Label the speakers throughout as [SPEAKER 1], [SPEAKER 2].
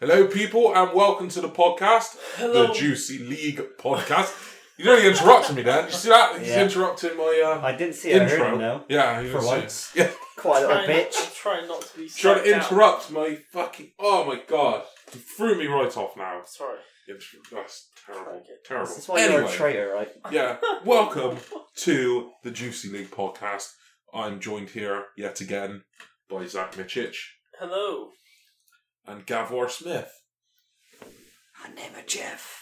[SPEAKER 1] Hello, people, and welcome to the podcast, the Juicy League podcast. You nearly interrupted me, Dan. Did you see that? He's
[SPEAKER 2] Yeah.
[SPEAKER 1] interrupting my
[SPEAKER 2] I didn't
[SPEAKER 1] uh,
[SPEAKER 2] see it. I heard
[SPEAKER 1] intro.
[SPEAKER 2] it now.
[SPEAKER 1] Yeah, you
[SPEAKER 2] For
[SPEAKER 1] see.
[SPEAKER 2] once.
[SPEAKER 1] Yeah,
[SPEAKER 2] Quite a little
[SPEAKER 3] Trying not-
[SPEAKER 2] bitch.
[SPEAKER 3] I'm trying not to
[SPEAKER 1] trying
[SPEAKER 3] be sucked
[SPEAKER 1] to
[SPEAKER 3] out.
[SPEAKER 1] interrupt my fucking. Oh my god, you threw me right off now.
[SPEAKER 3] Sorry.
[SPEAKER 1] Inter- That's terrible.
[SPEAKER 3] Fuck it.
[SPEAKER 1] Terrible.
[SPEAKER 2] This is why you're a traitor, right?
[SPEAKER 1] yeah, welcome to the Juicy League podcast. I'm joined here yet again by Zach Michich
[SPEAKER 3] Hello.
[SPEAKER 1] and Gavor Smith.
[SPEAKER 2] I never Jeff.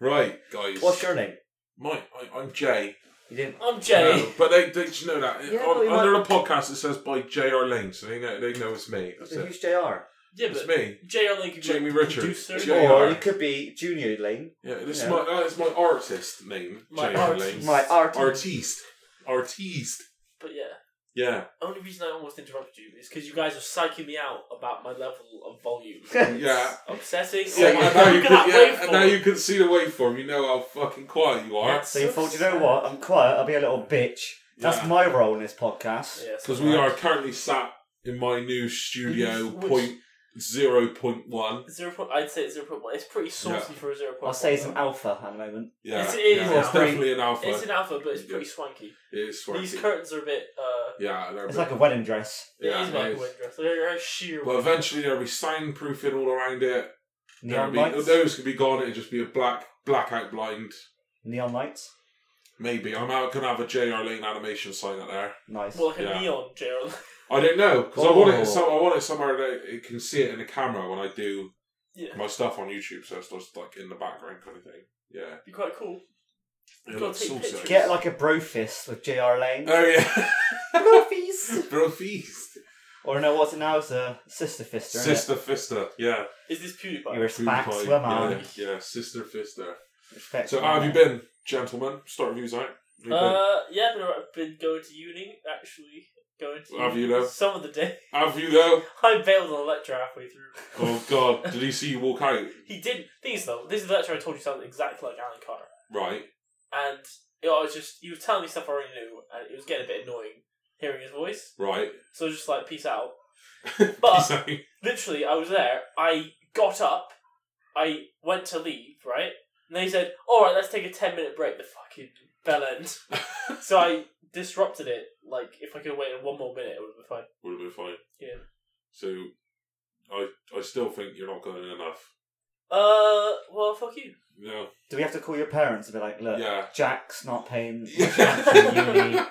[SPEAKER 1] right, guys.
[SPEAKER 2] What's your name?
[SPEAKER 1] My, I, I'm Jay.
[SPEAKER 2] You didn't.
[SPEAKER 3] I'm Jay.
[SPEAKER 1] No, but they, they just know that.
[SPEAKER 2] Yeah,
[SPEAKER 1] On-
[SPEAKER 2] but we
[SPEAKER 1] under
[SPEAKER 2] might-
[SPEAKER 1] the podcast, it says by J.R. Lane, so they know, they know it's me. That's it.
[SPEAKER 2] Who's Jr.
[SPEAKER 3] Yeah,
[SPEAKER 1] It's
[SPEAKER 3] but
[SPEAKER 1] me.
[SPEAKER 3] Jay only could be
[SPEAKER 1] Jamie
[SPEAKER 3] a
[SPEAKER 1] Richards.
[SPEAKER 3] producer.
[SPEAKER 1] Jay-
[SPEAKER 2] Or
[SPEAKER 1] JR.
[SPEAKER 2] you could be Junior Lane.
[SPEAKER 1] Yeah, this is
[SPEAKER 2] Yeah.
[SPEAKER 1] my that is my artist name.
[SPEAKER 3] My
[SPEAKER 1] J.R.
[SPEAKER 3] artist.
[SPEAKER 1] Lane.
[SPEAKER 2] My art.
[SPEAKER 1] Artiste. Artiste.
[SPEAKER 3] But yeah,
[SPEAKER 1] Yeah.
[SPEAKER 3] only reason I almost interrupted you is because you guys are psyching me out about my level of volume.
[SPEAKER 1] Yeah.
[SPEAKER 3] Obsessing.
[SPEAKER 1] Yeah,
[SPEAKER 3] oh my
[SPEAKER 1] and
[SPEAKER 3] God,
[SPEAKER 1] now, you
[SPEAKER 3] look at
[SPEAKER 1] can,
[SPEAKER 3] that
[SPEAKER 1] yeah,
[SPEAKER 3] waveform.
[SPEAKER 1] and now you can see the waveform. You know how fucking quiet you are.
[SPEAKER 2] so you thought, you know what? I'm quiet. I'll be a little bitch. That's
[SPEAKER 1] Yeah.
[SPEAKER 2] my role in this podcast.
[SPEAKER 3] Yeah, it's
[SPEAKER 1] Because we
[SPEAKER 3] alright.
[SPEAKER 1] are currently sat in my new studio
[SPEAKER 3] Which-
[SPEAKER 1] point zero point one.
[SPEAKER 3] Zero point, I'd say it's zero point one. It's pretty saucy for a zero point one.
[SPEAKER 2] I'll say it's an alpha at the moment.
[SPEAKER 1] Yeah,
[SPEAKER 3] It's- it
[SPEAKER 1] yeah,
[SPEAKER 3] is
[SPEAKER 1] it's
[SPEAKER 3] alpha.
[SPEAKER 1] definitely an alpha.
[SPEAKER 3] It's an alpha, but it's
[SPEAKER 1] Yeah.
[SPEAKER 3] pretty swanky.
[SPEAKER 1] it is
[SPEAKER 3] These
[SPEAKER 1] swanky.
[SPEAKER 3] curtains are a bit. Uh,
[SPEAKER 1] yeah, they're a
[SPEAKER 2] It's
[SPEAKER 1] bit-
[SPEAKER 2] like a wedding dress.
[SPEAKER 1] yeah,
[SPEAKER 3] it is
[SPEAKER 1] it
[SPEAKER 3] like a
[SPEAKER 1] is.
[SPEAKER 3] wedding dress. They're, they're sheer.
[SPEAKER 1] But eventually there'll be soundproofing all around it. There'll
[SPEAKER 2] Neon
[SPEAKER 1] be,
[SPEAKER 2] lights.
[SPEAKER 1] those could be gone. It'd just be a black blackout blind.
[SPEAKER 2] Neon lights.
[SPEAKER 1] Maybe I'm out gonna have a J.R. Lane animation sign up there.
[SPEAKER 2] Nice.
[SPEAKER 3] well, like a
[SPEAKER 1] Yeah.
[SPEAKER 3] neon Gerald.
[SPEAKER 1] I don't know because I want
[SPEAKER 2] Oh.
[SPEAKER 1] it. Some, I want it somewhere that you can see it in the camera when I do
[SPEAKER 3] Yeah,
[SPEAKER 1] my stuff on YouTube. So it's just like in the background kind of thing. Yeah,
[SPEAKER 3] be quite cool.
[SPEAKER 1] it
[SPEAKER 3] Gotta
[SPEAKER 1] looks
[SPEAKER 3] take
[SPEAKER 1] saucy.
[SPEAKER 3] pictures.
[SPEAKER 2] Get like a bro fist with Jr. Lane.
[SPEAKER 1] oh yeah,
[SPEAKER 2] bro fist.
[SPEAKER 1] bro feast,
[SPEAKER 2] Or no, what's it now? It's a sister fist. isn't it?
[SPEAKER 1] sister fister. Yeah,
[SPEAKER 3] Is this PewDiePie?
[SPEAKER 2] You respect
[SPEAKER 1] Food
[SPEAKER 2] swim
[SPEAKER 1] pie.
[SPEAKER 2] man.
[SPEAKER 1] yeah, yeah, sister fister.
[SPEAKER 2] Respect
[SPEAKER 1] So
[SPEAKER 2] swim
[SPEAKER 1] how have you
[SPEAKER 2] man.
[SPEAKER 1] been, gentlemen? Start reviews out. How you been?
[SPEAKER 3] Uh, yeah, but I've been going to uni, actually. Going to
[SPEAKER 1] Have
[SPEAKER 3] uni
[SPEAKER 1] you though?
[SPEAKER 3] some of the day.
[SPEAKER 1] Have you though?
[SPEAKER 3] I bailed on a lecture halfway through.
[SPEAKER 1] Oh God! Did he see you walk out?
[SPEAKER 3] He didn't. Thing is, though, this is the lecture I told you sounded exactly like Alan Carr.
[SPEAKER 1] Right.
[SPEAKER 3] And it, I was just, he was telling me stuff I already knew, and it was getting a bit annoying hearing his voice.
[SPEAKER 1] Right.
[SPEAKER 3] So I was just like, peace out.
[SPEAKER 1] He's
[SPEAKER 3] But
[SPEAKER 1] like,
[SPEAKER 3] literally, I was there, I got up, I went to leave, right? And they said, alright, let's take a 10 minute break, the fucking bell end. so I disrupted it. Like, if I could wait one more minute, it would have been fine.
[SPEAKER 1] would have been fine.
[SPEAKER 3] Yeah.
[SPEAKER 1] So, I I still think you're not going enough.
[SPEAKER 3] Uh, well, fuck you.
[SPEAKER 1] No.
[SPEAKER 2] Do we have to call your parents and be like, look,
[SPEAKER 1] Yeah.
[SPEAKER 2] Jack's not paying tuition for uni.
[SPEAKER 1] Yeah.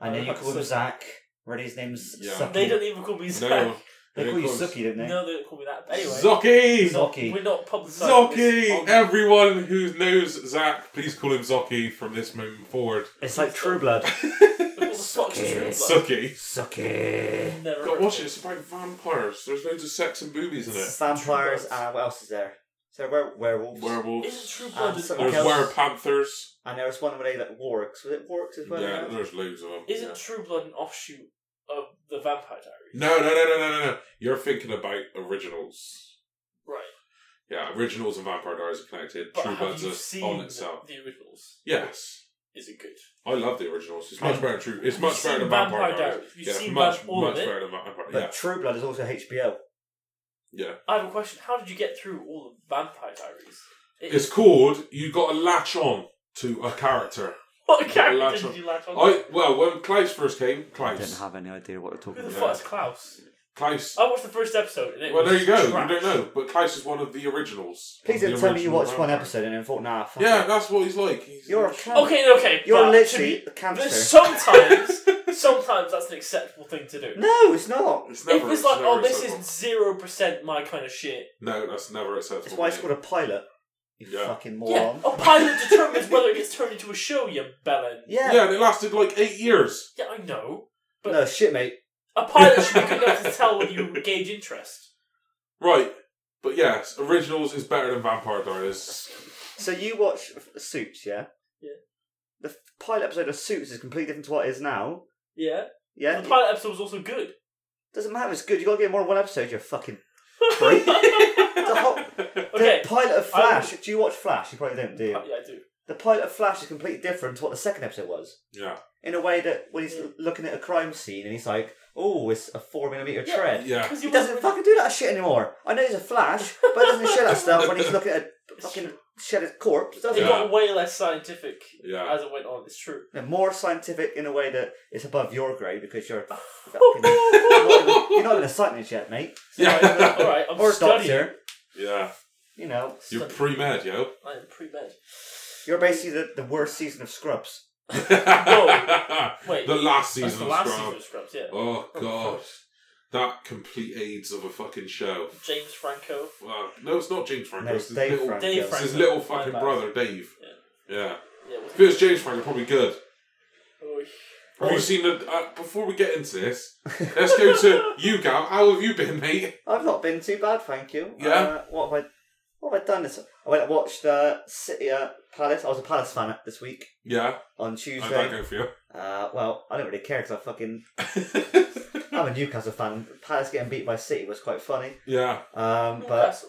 [SPEAKER 2] I know you
[SPEAKER 3] Uh,
[SPEAKER 2] called
[SPEAKER 3] so-
[SPEAKER 2] him Zach. Already his name's
[SPEAKER 1] Yeah.
[SPEAKER 2] Sucky.
[SPEAKER 3] They don't even call me Zach.
[SPEAKER 1] no.
[SPEAKER 2] They
[SPEAKER 1] Yeah,
[SPEAKER 2] call you
[SPEAKER 1] of course.
[SPEAKER 2] Sucky, didn't they?
[SPEAKER 3] No, they don't call me that. But anyway,
[SPEAKER 1] Zocky.
[SPEAKER 2] Zocky.
[SPEAKER 3] we're not publicising this
[SPEAKER 1] Zocky.
[SPEAKER 3] on-
[SPEAKER 1] Everyone who knows Zach, please call him Zocky from this moment forward.
[SPEAKER 2] It's like True Blood.
[SPEAKER 3] What the fuck's
[SPEAKER 2] Sucky.
[SPEAKER 3] true, like,
[SPEAKER 1] Sucky.
[SPEAKER 2] Sucky.
[SPEAKER 3] never
[SPEAKER 1] God,
[SPEAKER 3] heard
[SPEAKER 1] watch
[SPEAKER 3] of
[SPEAKER 1] it. It's about vampires. There's loads of sex and boobies in it.
[SPEAKER 2] Vampires
[SPEAKER 3] True Blood.
[SPEAKER 2] and uh, what else is there? Is there were- werewolves?
[SPEAKER 1] Werewolves.
[SPEAKER 3] Is it true
[SPEAKER 2] Um,
[SPEAKER 3] blood?
[SPEAKER 2] so-
[SPEAKER 3] is,
[SPEAKER 1] There's
[SPEAKER 2] Okay.
[SPEAKER 1] werepanthers.
[SPEAKER 2] and there was one where they like wargs. Was it wargs as well?
[SPEAKER 1] Yeah, there's loads of them.
[SPEAKER 3] isn't
[SPEAKER 1] yeah.
[SPEAKER 3] true blood an offshoot of the Vampire Diaries?
[SPEAKER 1] No, no, no, no, no, no, no. You're thinking about originals.
[SPEAKER 3] Right,
[SPEAKER 1] Yeah, originals and Vampire Diaries are connected.
[SPEAKER 3] but
[SPEAKER 1] True
[SPEAKER 3] have
[SPEAKER 1] Blood's
[SPEAKER 3] you
[SPEAKER 1] is
[SPEAKER 3] seen
[SPEAKER 1] on itself.
[SPEAKER 3] the originals?
[SPEAKER 1] Yes,
[SPEAKER 3] Is it good?
[SPEAKER 1] I love the originals. It's much
[SPEAKER 2] Um,
[SPEAKER 1] better than True. It's
[SPEAKER 3] You've
[SPEAKER 1] much better
[SPEAKER 3] seen
[SPEAKER 1] than Vampire,
[SPEAKER 3] Vampire
[SPEAKER 1] Diaries.
[SPEAKER 3] Diaries. You've
[SPEAKER 1] yeah,
[SPEAKER 3] seen
[SPEAKER 1] much,
[SPEAKER 3] about all
[SPEAKER 1] much
[SPEAKER 3] of it.
[SPEAKER 1] better than Vampire.
[SPEAKER 2] But
[SPEAKER 1] Yeah,
[SPEAKER 2] True Blood is also HBO.
[SPEAKER 1] yeah.
[SPEAKER 3] I have a question. How did you get through all the Vampire Diaries? It
[SPEAKER 1] It's called you got to latch on to a character.
[SPEAKER 3] what
[SPEAKER 1] latch
[SPEAKER 3] character
[SPEAKER 1] on.
[SPEAKER 3] did you latch on? to?
[SPEAKER 1] I well, when Klaus first came, Klaus,
[SPEAKER 2] have any idea what we're
[SPEAKER 3] Who
[SPEAKER 2] talking
[SPEAKER 3] the
[SPEAKER 1] Yeah.
[SPEAKER 3] fuck is Klaus?
[SPEAKER 1] Klaus.
[SPEAKER 3] I watched the first episode and Oh, it
[SPEAKER 1] Well,
[SPEAKER 3] was
[SPEAKER 1] there you go.
[SPEAKER 3] trash.
[SPEAKER 1] You don't know, but Klaus is one of the originals.
[SPEAKER 2] Please
[SPEAKER 1] The
[SPEAKER 2] don't tell me you
[SPEAKER 1] original
[SPEAKER 2] watched one
[SPEAKER 1] vampire.
[SPEAKER 2] episode and then thought, nah, fuck
[SPEAKER 1] Yeah,
[SPEAKER 2] it.
[SPEAKER 1] that's what he's like. He's
[SPEAKER 2] You're a cunt.
[SPEAKER 3] Okay, okay.
[SPEAKER 2] You're
[SPEAKER 3] but
[SPEAKER 2] literally
[SPEAKER 3] to
[SPEAKER 2] a
[SPEAKER 3] be-
[SPEAKER 2] cancer.
[SPEAKER 3] there's sometimes, sometimes that's an acceptable thing to do.
[SPEAKER 2] no, it's not.
[SPEAKER 1] It's
[SPEAKER 3] if
[SPEAKER 1] never.
[SPEAKER 3] it's like,
[SPEAKER 1] never
[SPEAKER 3] oh, this
[SPEAKER 1] acceptable.
[SPEAKER 3] is zero percent my kind of shit.
[SPEAKER 1] No, that's never acceptable.
[SPEAKER 2] It's why it's
[SPEAKER 1] mate.
[SPEAKER 2] called a pilot. You
[SPEAKER 1] Yeah.
[SPEAKER 2] fucking
[SPEAKER 3] Yeah, Oh.
[SPEAKER 2] moron.
[SPEAKER 3] a pilot determines whether it gets turned into a show. You bellend.
[SPEAKER 2] Yeah.
[SPEAKER 1] Yeah, and it lasted like eight years.
[SPEAKER 3] Yeah, I know. but-
[SPEAKER 2] no shit, mate.
[SPEAKER 3] A pilot should be good enough to tell when you gauge interest.
[SPEAKER 1] Right. But yes, originals is better than Vampire Diaries.
[SPEAKER 2] So you watch F- Suits, yeah?
[SPEAKER 3] Yeah.
[SPEAKER 2] The f- pilot episode of Suits is completely different to what it is now.
[SPEAKER 3] Yeah.
[SPEAKER 2] Yeah.
[SPEAKER 3] the
[SPEAKER 2] It
[SPEAKER 3] pilot episode was also good.
[SPEAKER 2] doesn't matter. It's good. You got to get more than one episode. You're fucking. Great. The whole
[SPEAKER 3] Okay.
[SPEAKER 2] the pilot of Flash. Do you watch Flash? You probably don't, do you?
[SPEAKER 3] Yeah, I do.
[SPEAKER 2] The pilot of Flash is completely different to what the second episode was.
[SPEAKER 1] Yeah.
[SPEAKER 2] In a way that when he's
[SPEAKER 3] Yeah.
[SPEAKER 2] looking at a crime scene and he's like, oh, it's a four millimeter
[SPEAKER 3] Yeah.
[SPEAKER 2] tread.
[SPEAKER 1] Yeah.
[SPEAKER 3] Because
[SPEAKER 2] He
[SPEAKER 3] you
[SPEAKER 2] doesn't
[SPEAKER 3] wouldn't-
[SPEAKER 2] fucking do that shit anymore. I know he's a flash, but he doesn't show that stuff when he's looking at a fucking shed his corpse, does
[SPEAKER 3] It
[SPEAKER 1] Yeah.
[SPEAKER 2] he?
[SPEAKER 3] got way less scientific
[SPEAKER 1] Yeah.
[SPEAKER 3] as it went on. It's true.
[SPEAKER 2] They're more scientific in a way that it's above your grade because you're fucking. you're not even-
[SPEAKER 3] Alright,
[SPEAKER 2] you're not in a scientist yet, mate.
[SPEAKER 1] Yeah.
[SPEAKER 3] alright, I'm
[SPEAKER 2] Or a
[SPEAKER 3] studying.
[SPEAKER 2] doctor.
[SPEAKER 1] Yeah.
[SPEAKER 2] You know,
[SPEAKER 1] You're
[SPEAKER 3] Studying.
[SPEAKER 1] pre med, yo.
[SPEAKER 3] I'm pre med.
[SPEAKER 2] you're basically the, the worst season of Scrubs.
[SPEAKER 1] the
[SPEAKER 3] Wait,
[SPEAKER 1] last
[SPEAKER 3] that's
[SPEAKER 1] season
[SPEAKER 3] the
[SPEAKER 1] of
[SPEAKER 3] last
[SPEAKER 1] Scrubs.
[SPEAKER 3] season of Scrubs, yeah.
[SPEAKER 1] Oh
[SPEAKER 3] Oh,
[SPEAKER 1] god,
[SPEAKER 3] fuck.
[SPEAKER 1] that complete aids of a fucking show.
[SPEAKER 3] James Franco.
[SPEAKER 1] Well, no, it's not James Franco.
[SPEAKER 2] No,
[SPEAKER 1] it's his
[SPEAKER 2] it's Dave
[SPEAKER 1] little,
[SPEAKER 2] Franco.
[SPEAKER 3] Dave
[SPEAKER 1] it's his
[SPEAKER 3] Franco,
[SPEAKER 1] little
[SPEAKER 3] my
[SPEAKER 1] fucking
[SPEAKER 3] bad.
[SPEAKER 1] brother, Dave. Yeah.
[SPEAKER 3] Yeah, what's
[SPEAKER 1] If it was James Franco, probably good.
[SPEAKER 3] Oy.
[SPEAKER 1] Have you seen the? Uh, before we get into this, let's go to you, Gav. How have you been, mate?
[SPEAKER 2] I've not been too bad, thank you.
[SPEAKER 1] Yeah.
[SPEAKER 2] Uh, what have I? What have I done this? I went and watched uh, City uh, Palace. I was a Palace fan this week
[SPEAKER 1] Yeah,
[SPEAKER 2] on
[SPEAKER 1] how'd that
[SPEAKER 2] Tuesday.
[SPEAKER 1] go for you?
[SPEAKER 2] Uh, well, I don't really care because I fucking I'm a Newcastle fan. Palace getting beat by City was quite funny.
[SPEAKER 1] yeah.
[SPEAKER 2] Um,
[SPEAKER 3] Well,
[SPEAKER 2] but
[SPEAKER 3] that's-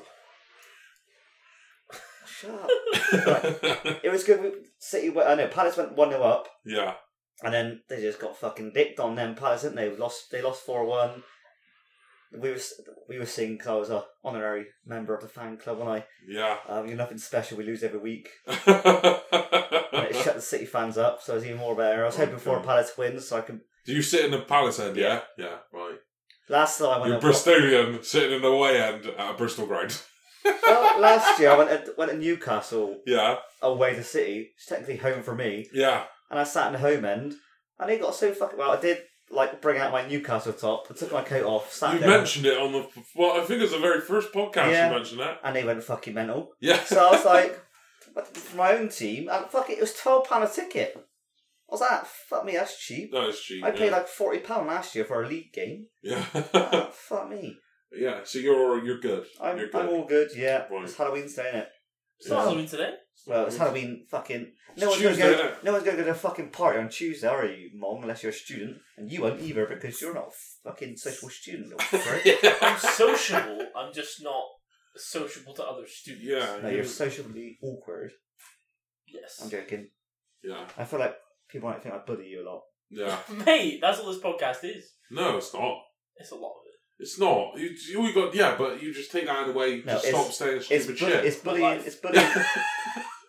[SPEAKER 2] shut up. It was good. We- City went. I know Palace went one 0 up,
[SPEAKER 1] yeah,
[SPEAKER 2] and then they just got fucking dicked on them. Palace, didn't they? Lost. They lost four one. We were s- we were seeing because I was a honorary member of the fan club, and I
[SPEAKER 1] yeah.
[SPEAKER 2] um, you're nothing special. We lose every week. And it shut the City fans up, so it was even more better. I was
[SPEAKER 1] Oh,
[SPEAKER 2] hoping for a
[SPEAKER 1] God.
[SPEAKER 2] Palace win, so I can.
[SPEAKER 1] Do you sit in the palace end? Yeah, yeah. Right.
[SPEAKER 2] Last time I went,
[SPEAKER 1] You're
[SPEAKER 2] up-
[SPEAKER 1] Bristolian sitting in the way end at a Bristol ground.
[SPEAKER 2] well, last year I went at, went to Newcastle
[SPEAKER 1] Yeah,
[SPEAKER 2] away to City. It's technically home for me,
[SPEAKER 1] yeah.
[SPEAKER 2] and I sat in the home end, and it got so fucking. Well, I did like bring out my Newcastle top. I took my coat off, sat
[SPEAKER 1] You
[SPEAKER 2] there,
[SPEAKER 1] mentioned it on the. Well, I think it's the very first podcast
[SPEAKER 2] Yeah.
[SPEAKER 1] you mentioned that.
[SPEAKER 2] and they went fucking mental.
[SPEAKER 1] Yeah.
[SPEAKER 2] So I was like, what, for my own team, and fuck it, it was twelve pound a ticket. I was like, fuck me, that's cheap.
[SPEAKER 1] that is cheap.
[SPEAKER 2] I paid
[SPEAKER 1] yeah.
[SPEAKER 2] like forty pound last year for a league game.
[SPEAKER 1] yeah.
[SPEAKER 2] Ah, fuck me,
[SPEAKER 1] yeah. So you're you're good.
[SPEAKER 2] I'm,
[SPEAKER 1] you're good.
[SPEAKER 2] I'm all good. Yeah,
[SPEAKER 1] Right.
[SPEAKER 2] it's Halloween today, innit?
[SPEAKER 3] It's not Halloween today.
[SPEAKER 2] Well, it's Halloween fucking. No
[SPEAKER 1] It's
[SPEAKER 2] one's, gonna
[SPEAKER 1] Tuesday,
[SPEAKER 2] go,
[SPEAKER 1] innit?
[SPEAKER 2] no one's gonna go to a fucking party on Tuesday, are you, Mom? Unless you're a student. And you won't either because you're not a fucking social student. little prick.
[SPEAKER 3] I'm
[SPEAKER 1] yeah.
[SPEAKER 3] sociable. I'm just not sociable to other students.
[SPEAKER 1] Yeah.
[SPEAKER 2] no, you're socially awkward. I'm
[SPEAKER 3] Yes.
[SPEAKER 2] joking.
[SPEAKER 1] Yeah.
[SPEAKER 2] I feel like people might think I bully you a lot.
[SPEAKER 1] Yeah.
[SPEAKER 3] Mate, that's all this podcast is.
[SPEAKER 1] No, it's not.
[SPEAKER 3] It's a lot of it. It's
[SPEAKER 1] It's not. You, you all got yeah, but you just take that away.
[SPEAKER 2] No,
[SPEAKER 1] just
[SPEAKER 2] it's-
[SPEAKER 1] stop saying
[SPEAKER 2] It's,
[SPEAKER 1] stupid
[SPEAKER 2] bully,
[SPEAKER 1] shit.
[SPEAKER 2] it's bullying. It's bullying.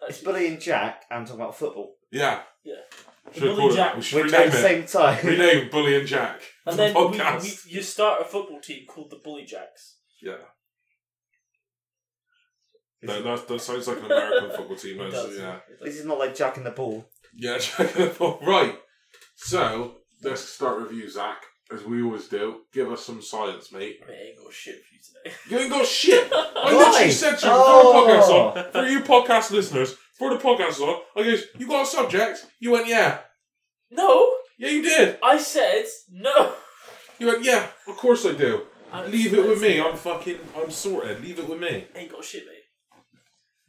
[SPEAKER 2] it's bullying Jack and talking about football.
[SPEAKER 1] yeah.
[SPEAKER 3] Yeah.
[SPEAKER 1] Should
[SPEAKER 3] Bully
[SPEAKER 1] call it.
[SPEAKER 3] Jack.
[SPEAKER 1] We should
[SPEAKER 2] Which at
[SPEAKER 1] rename
[SPEAKER 2] the
[SPEAKER 1] it.
[SPEAKER 2] same time.
[SPEAKER 1] Rename Bully and Jack.
[SPEAKER 3] And
[SPEAKER 1] the
[SPEAKER 3] then we,
[SPEAKER 1] podcast.
[SPEAKER 3] we, you start a football team called the Bully Jacks.
[SPEAKER 1] Yeah. No, that, that sounds like an American football team.
[SPEAKER 3] It
[SPEAKER 1] that's-
[SPEAKER 3] does.
[SPEAKER 1] yeah.
[SPEAKER 3] It
[SPEAKER 2] This
[SPEAKER 3] does.
[SPEAKER 2] is not like Jack and the ball.
[SPEAKER 1] Yeah, Jack and the Ball. Right. So let's start with you, Zach. As we always do, give us some science, mate.
[SPEAKER 3] Mate, I ain't got shit for you today.
[SPEAKER 1] You ain't got shit. I
[SPEAKER 2] Why?
[SPEAKER 1] literally said to you
[SPEAKER 2] Oh.
[SPEAKER 1] before the podcast on, for you podcast listeners, before the podcast was on, I goes, you got a subject? You went, yeah.
[SPEAKER 3] No,
[SPEAKER 1] Yeah, you did.
[SPEAKER 3] I said no.
[SPEAKER 1] You went, yeah, of course I do.
[SPEAKER 3] I'm
[SPEAKER 1] Leave it with
[SPEAKER 3] expensive.
[SPEAKER 1] me. I'm fucking, I'm sorted. Leave it with me.
[SPEAKER 3] Ain't got shit, mate.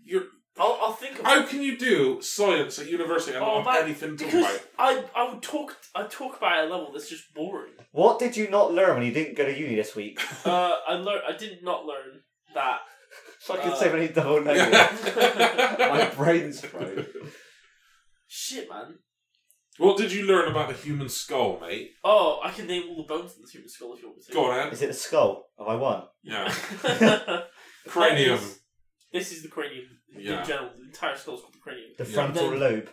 [SPEAKER 1] You're,
[SPEAKER 3] I'll, I'll think about
[SPEAKER 1] how can you do science at university and
[SPEAKER 3] Oh,
[SPEAKER 1] not have
[SPEAKER 3] man,
[SPEAKER 1] anything to talk
[SPEAKER 3] because
[SPEAKER 1] about?
[SPEAKER 3] I I would talk I talk about it at a level that's just boring.
[SPEAKER 2] What did you not learn when you didn't go to uni this week?
[SPEAKER 3] Uh, I learned I did not learn that.
[SPEAKER 2] Fucking
[SPEAKER 3] Uh.
[SPEAKER 2] so many double negatives. My
[SPEAKER 1] Yeah.
[SPEAKER 2] brain's fried.
[SPEAKER 3] Shit, man.
[SPEAKER 1] what did you learn about the human skull, mate?
[SPEAKER 3] Oh, I can name all the bones in the human skull if you want me to.
[SPEAKER 1] Go on, Ed.
[SPEAKER 2] Is it the skull? Have I won?
[SPEAKER 1] Yeah.
[SPEAKER 3] The
[SPEAKER 1] Cranium.
[SPEAKER 3] fact is, This is the cranium
[SPEAKER 1] Yeah.
[SPEAKER 3] in general. The entire skull's called the cranium.
[SPEAKER 2] The
[SPEAKER 1] Yeah.
[SPEAKER 2] frontal
[SPEAKER 3] Then-
[SPEAKER 2] lobe.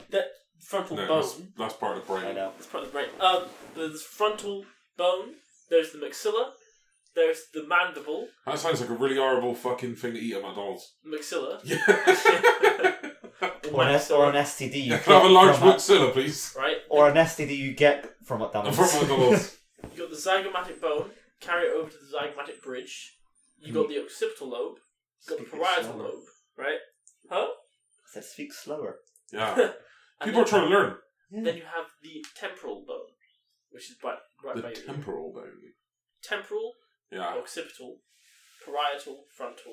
[SPEAKER 3] Frontal
[SPEAKER 1] No, that's,
[SPEAKER 3] bone.
[SPEAKER 1] that's part of the
[SPEAKER 2] I
[SPEAKER 1] brain.
[SPEAKER 2] know.
[SPEAKER 3] It's part of the brain. Um, there's frontal bone. There's the maxilla. There's the mandible.
[SPEAKER 1] That sounds like a really horrible fucking thing to eat at McDonald's.
[SPEAKER 3] Maxilla.
[SPEAKER 1] Yeah.
[SPEAKER 2] Or an, S- or an STD. You
[SPEAKER 1] yeah,
[SPEAKER 2] get
[SPEAKER 1] can I have a large
[SPEAKER 2] from a-
[SPEAKER 1] maxilla, please?
[SPEAKER 3] Right.
[SPEAKER 2] or an STD you get from
[SPEAKER 1] From
[SPEAKER 2] McDonald's.
[SPEAKER 1] McDonald's.
[SPEAKER 3] You got the zygomatic bone, carry it over to the zygomatic bridge. You
[SPEAKER 1] Mm-hmm.
[SPEAKER 3] got the occipital lobe, you got the
[SPEAKER 2] Speak
[SPEAKER 3] parietal
[SPEAKER 2] slower.
[SPEAKER 3] lobe, right? Huh?
[SPEAKER 2] I said, speak slower.
[SPEAKER 1] Yeah.
[SPEAKER 3] And
[SPEAKER 1] People are
[SPEAKER 3] then,
[SPEAKER 1] trying to learn.
[SPEAKER 3] Then you have the temporal bone, which is right, right by
[SPEAKER 1] The
[SPEAKER 3] your
[SPEAKER 1] temporal bone.
[SPEAKER 3] temporal,
[SPEAKER 1] Yeah.
[SPEAKER 3] occipital, parietal, frontal.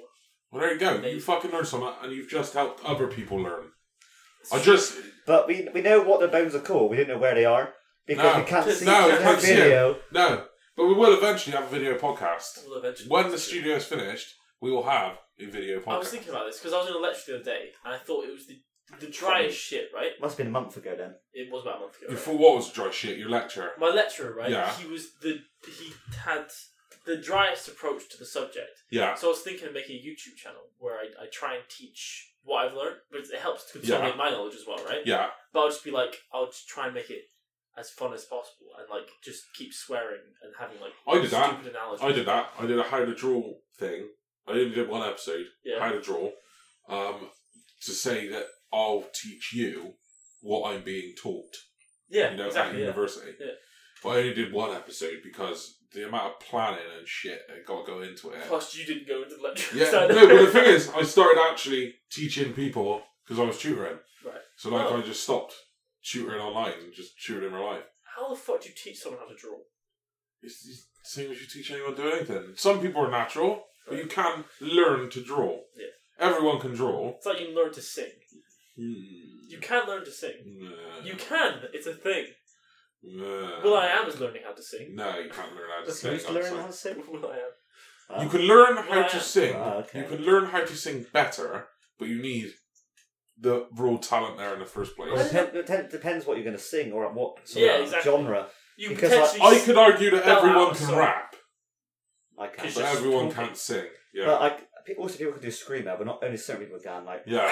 [SPEAKER 1] Well, there you go. You fucking learned something, and you've just helped other people learn. I just
[SPEAKER 2] But we we know what the bones are called. We didn't know where they are because
[SPEAKER 1] No.
[SPEAKER 2] we can't see
[SPEAKER 1] No,
[SPEAKER 2] no,
[SPEAKER 1] we can't see 'em.
[SPEAKER 2] video.
[SPEAKER 1] no, but we will eventually have a video podcast
[SPEAKER 3] We'll eventually-
[SPEAKER 1] when the studio is finished. We will have a video podcast.
[SPEAKER 3] I was thinking about this because I was in a lecture the other day and I thought it was the the driest shit, right?
[SPEAKER 2] Must have been a month ago then.
[SPEAKER 3] It was about a month ago. right?
[SPEAKER 1] For what was dry shit? Your lecture.
[SPEAKER 3] My lecturer, right?
[SPEAKER 1] Yeah.
[SPEAKER 3] He was the he had the driest approach to the subject.
[SPEAKER 1] Yeah.
[SPEAKER 3] So I was thinking of making a YouTube channel where I, I try and teach what I've learned, but it helps to consolidate my knowledge as well, right?
[SPEAKER 1] Yeah.
[SPEAKER 3] But I'll just be like, I'll just try and make it as fun as possible and like just keep swearing and having like
[SPEAKER 1] I did that.
[SPEAKER 3] stupid analogies.
[SPEAKER 1] I did that. I did a how to draw thing. I only did one episode.
[SPEAKER 3] Yeah.
[SPEAKER 1] How to draw. Um, to say that I'll teach you what I'm being taught.
[SPEAKER 3] yeah,
[SPEAKER 1] you know, at
[SPEAKER 3] exactly. Yeah.
[SPEAKER 1] university.
[SPEAKER 3] Yeah.
[SPEAKER 1] But I only did one episode because the amount of planning and shit that got to go into it.
[SPEAKER 3] Plus, you didn't go into the lecture.
[SPEAKER 1] Yeah,
[SPEAKER 3] so-
[SPEAKER 1] no, but the thing is, I started actually teaching people because I was tutoring.
[SPEAKER 3] Right.
[SPEAKER 1] So like,
[SPEAKER 3] Oh.
[SPEAKER 1] I just stopped tutoring online and just tutored in real life.
[SPEAKER 3] how the fuck do you teach someone how to draw?
[SPEAKER 1] It's the same as you teach anyone to do anything. Some people are natural, but you can learn to draw.
[SPEAKER 3] Yeah.
[SPEAKER 1] Everyone can draw.
[SPEAKER 3] It's like you learn to sing. You can learn to sing. Hmm. You can. It's a thing. Will I am is learning how to sing.
[SPEAKER 1] No, you can't learn how to
[SPEAKER 2] Who's
[SPEAKER 1] sing. I'm
[SPEAKER 2] learning
[SPEAKER 1] sorry.
[SPEAKER 2] how to sing?
[SPEAKER 3] Will I am.
[SPEAKER 1] You
[SPEAKER 2] Oh.
[SPEAKER 1] can learn
[SPEAKER 3] Well,
[SPEAKER 1] how
[SPEAKER 3] I
[SPEAKER 1] to
[SPEAKER 3] am.
[SPEAKER 1] sing.
[SPEAKER 2] Ah, okay.
[SPEAKER 1] You can learn how to sing better, but you need the raw talent there in the first place.
[SPEAKER 2] Well, it depend- it depend- depends what you're going to sing or at what sort
[SPEAKER 3] Yeah,
[SPEAKER 2] of
[SPEAKER 3] exactly.
[SPEAKER 2] genre.
[SPEAKER 3] You
[SPEAKER 2] Because
[SPEAKER 3] potentially.
[SPEAKER 1] I could argue that
[SPEAKER 3] Spell out
[SPEAKER 1] everyone
[SPEAKER 3] a
[SPEAKER 1] can
[SPEAKER 3] song.
[SPEAKER 1] rap,
[SPEAKER 2] I can.
[SPEAKER 3] It's
[SPEAKER 1] but
[SPEAKER 3] just
[SPEAKER 1] everyone
[SPEAKER 3] talking.
[SPEAKER 1] can't sing. Yeah,
[SPEAKER 2] But like, pe- also people can do screamer, but not only certain people can. Like,
[SPEAKER 1] yeah.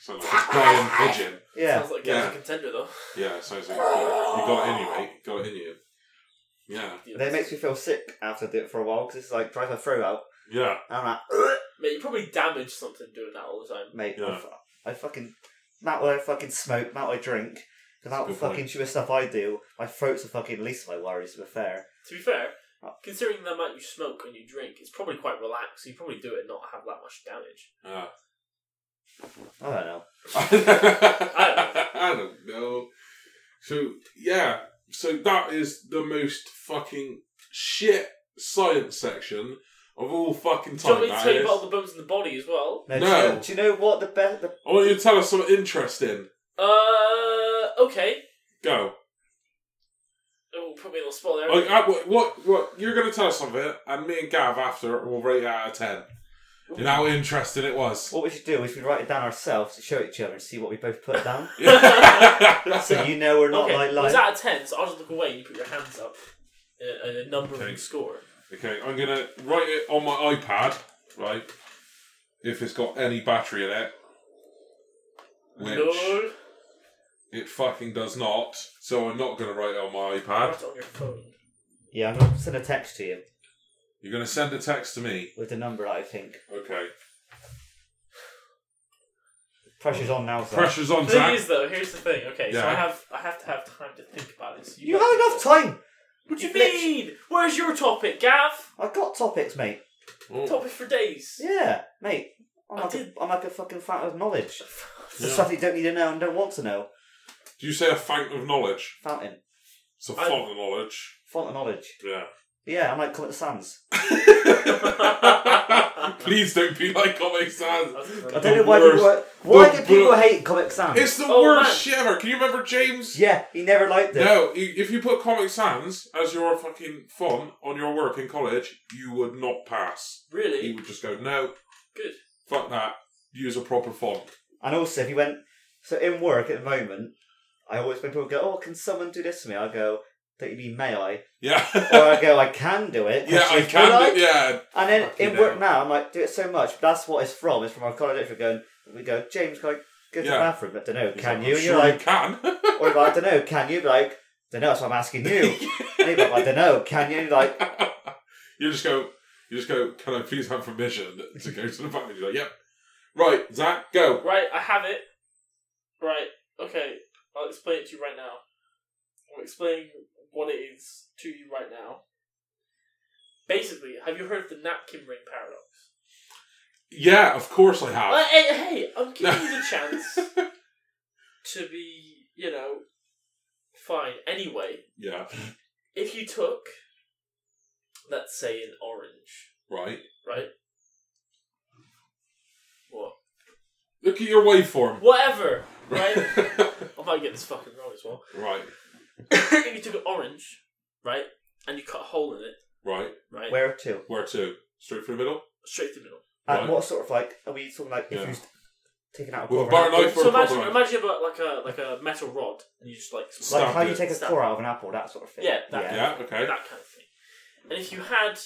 [SPEAKER 1] so like a dying pigeon.
[SPEAKER 2] yeah,
[SPEAKER 3] Sounds like
[SPEAKER 1] Yeah.
[SPEAKER 3] a contender though.
[SPEAKER 1] Yeah, so it's like you got it in you, mate. You got it in you. Yeah,
[SPEAKER 2] And it makes me feel sick after I do it for a while because it's like drives my throat out.
[SPEAKER 1] yeah.
[SPEAKER 2] And I'm like, "Ugh."
[SPEAKER 3] Mate, you probably damage something doing that all the time.
[SPEAKER 2] mate, I
[SPEAKER 1] Yeah.
[SPEAKER 2] fu- I fucking not what I fucking smoke, not what I drink, the amount
[SPEAKER 1] Good
[SPEAKER 2] of fucking
[SPEAKER 1] point.
[SPEAKER 2] stupid stuff I do. My throat's the fucking least of my worries. To be fair,
[SPEAKER 3] To be fair, considering the amount you smoke and you drink, it's probably quite relaxed. So you probably do it and not have that much damage.
[SPEAKER 1] yeah.
[SPEAKER 2] I don't know.
[SPEAKER 1] I don't know. So yeah, so that is the most fucking shit science section of all fucking
[SPEAKER 3] Do
[SPEAKER 1] time.
[SPEAKER 3] you want me to
[SPEAKER 1] that
[SPEAKER 3] tell you
[SPEAKER 1] is.
[SPEAKER 3] about all the bones in the body as well?
[SPEAKER 2] No, Do, you
[SPEAKER 1] No.
[SPEAKER 2] know, do you know what the best? The,
[SPEAKER 1] I want you to tell us something interesting.
[SPEAKER 3] Uh, okay.
[SPEAKER 1] Go.
[SPEAKER 3] Oh, put me in the spot there.
[SPEAKER 1] Like, I, what, what? What? You're gonna tell us something, and me and Gav after will rate it out of ten. You know how interesting it was.
[SPEAKER 2] what we should do is we write it down ourselves, show it each other, and see what we both put down, so
[SPEAKER 1] yeah.
[SPEAKER 2] you know we're not
[SPEAKER 3] okay.
[SPEAKER 2] like
[SPEAKER 3] it
[SPEAKER 2] like.
[SPEAKER 3] was out of ten, so I'll just look away. and You put your hands up, uh, and a number
[SPEAKER 1] Okay.
[SPEAKER 3] and score.
[SPEAKER 1] Okay, I'm gonna write it on my iPad, right? If it's got any battery in it, which
[SPEAKER 3] Lol.
[SPEAKER 1] it fucking does not, so I'm not gonna write it on my iPad.
[SPEAKER 3] Write it on your phone.
[SPEAKER 2] Yeah, I'm gonna send a text to you
[SPEAKER 1] You're gonna send a text to me.
[SPEAKER 2] with the number. I think
[SPEAKER 1] Okay.
[SPEAKER 3] Oh.
[SPEAKER 2] pressure's on now. Zach.
[SPEAKER 1] Pressure's on,
[SPEAKER 3] The thing
[SPEAKER 1] Zach.
[SPEAKER 3] is, though, here's the thing. Okay, so
[SPEAKER 1] Yeah.
[SPEAKER 3] I have I have to have time to think about this.
[SPEAKER 2] You had enough time.
[SPEAKER 3] What do you
[SPEAKER 2] You've lit-
[SPEAKER 3] mean? Where's your topic, Gav?
[SPEAKER 2] I got topics, mate.
[SPEAKER 1] Oh.
[SPEAKER 3] Topic for days.
[SPEAKER 2] Yeah, mate. I'm
[SPEAKER 3] I
[SPEAKER 2] like,
[SPEAKER 3] did-
[SPEAKER 2] a, I'm like a fucking fountain of knowledge. The
[SPEAKER 1] Yeah.
[SPEAKER 2] stuff you don't need to know and don't want to know.
[SPEAKER 1] Do you say a fount of knowledge?
[SPEAKER 2] Fountain.
[SPEAKER 1] It's a
[SPEAKER 3] I-
[SPEAKER 1] font of knowledge.
[SPEAKER 2] Font of knowledge.
[SPEAKER 1] Yeah.
[SPEAKER 2] Yeah, I'm like Comet Sans.
[SPEAKER 1] Please don't be like Comic Sans.
[SPEAKER 3] Oh,
[SPEAKER 2] I
[SPEAKER 1] The
[SPEAKER 2] don't know why people
[SPEAKER 1] worst.
[SPEAKER 2] Why
[SPEAKER 1] The
[SPEAKER 2] do people
[SPEAKER 1] worst.
[SPEAKER 2] hate Comic Sans?
[SPEAKER 1] It's the
[SPEAKER 3] Oh,
[SPEAKER 1] worst
[SPEAKER 3] man.
[SPEAKER 1] shit ever. Can you remember James?
[SPEAKER 2] Yeah, he never liked it.
[SPEAKER 1] No, i- if you put Comic Sans as your fucking font on your work in college, you would not pass. He
[SPEAKER 3] really
[SPEAKER 1] would just go, no,
[SPEAKER 3] good.
[SPEAKER 1] fuck that. Use a proper font.
[SPEAKER 2] And also, if you went... So in work at the moment, I always, when people go, oh, can someone do this for me? I go, don't you mean may I?
[SPEAKER 1] Yeah.
[SPEAKER 2] Or I go, I can do it.
[SPEAKER 1] yeah,
[SPEAKER 2] She
[SPEAKER 1] I
[SPEAKER 2] goes,
[SPEAKER 1] can.
[SPEAKER 2] "Will I?"
[SPEAKER 1] do- yeah.
[SPEAKER 2] And then
[SPEAKER 1] Fucking
[SPEAKER 2] in work
[SPEAKER 1] hell.
[SPEAKER 2] now, I'm like, do it so much. That's what it's from. It's from our college lecturer going, we go, James, can I go to
[SPEAKER 1] Yeah.
[SPEAKER 2] the bathroom? I don't know,
[SPEAKER 1] He's
[SPEAKER 2] can
[SPEAKER 1] like,
[SPEAKER 2] you?
[SPEAKER 1] "I'm
[SPEAKER 2] And you're
[SPEAKER 1] sure
[SPEAKER 2] like,
[SPEAKER 1] you can.
[SPEAKER 2] Or if I don't know, can you? Be Like, don't know, that's what I'm asking you. and he'd be like, I don't know, can you? Like,
[SPEAKER 1] you just go. You just go. Can I please have permission to go to the bathroom? You're like, yep. Right, Zach, go.
[SPEAKER 3] Right, I have it. Right, okay. I'll explain it to you right now. I'll explain what it is to you right now. Basically, have you heard of the napkin ring paradox?
[SPEAKER 1] Yeah, of course I have.
[SPEAKER 3] Uh, hey, hey, I'm giving you the chance to be, you know, fine. Anyway,
[SPEAKER 1] yeah.
[SPEAKER 3] if you took, let's say, an orange,
[SPEAKER 1] Right.
[SPEAKER 3] right? What?
[SPEAKER 1] Look at your waveform.
[SPEAKER 3] Whatever, right? I might get this fucking wrong as well.
[SPEAKER 1] right.
[SPEAKER 3] if you took an orange, right, and you cut a hole in it,
[SPEAKER 1] Right.
[SPEAKER 3] right,
[SPEAKER 2] where to?
[SPEAKER 1] Where to? Straight through the middle.
[SPEAKER 3] straight through the middle.
[SPEAKER 2] And
[SPEAKER 1] Right.
[SPEAKER 2] what sort of like, are we talking like, if
[SPEAKER 1] Yeah.
[SPEAKER 2] you taken out a
[SPEAKER 1] With a
[SPEAKER 2] core.
[SPEAKER 1] bar
[SPEAKER 2] out of
[SPEAKER 1] knife
[SPEAKER 2] an
[SPEAKER 1] for
[SPEAKER 2] apple.
[SPEAKER 3] So
[SPEAKER 1] a proper
[SPEAKER 3] imagine,
[SPEAKER 1] one.
[SPEAKER 3] imagine about like a like a metal rod, and you just like
[SPEAKER 1] Stab
[SPEAKER 2] Like how you
[SPEAKER 1] it.
[SPEAKER 2] take a
[SPEAKER 3] Stab
[SPEAKER 2] core
[SPEAKER 3] it.
[SPEAKER 2] out of an apple, that sort of thing.
[SPEAKER 3] Yeah, that-
[SPEAKER 1] Yeah, okay.
[SPEAKER 3] that kind of thing. And if you had,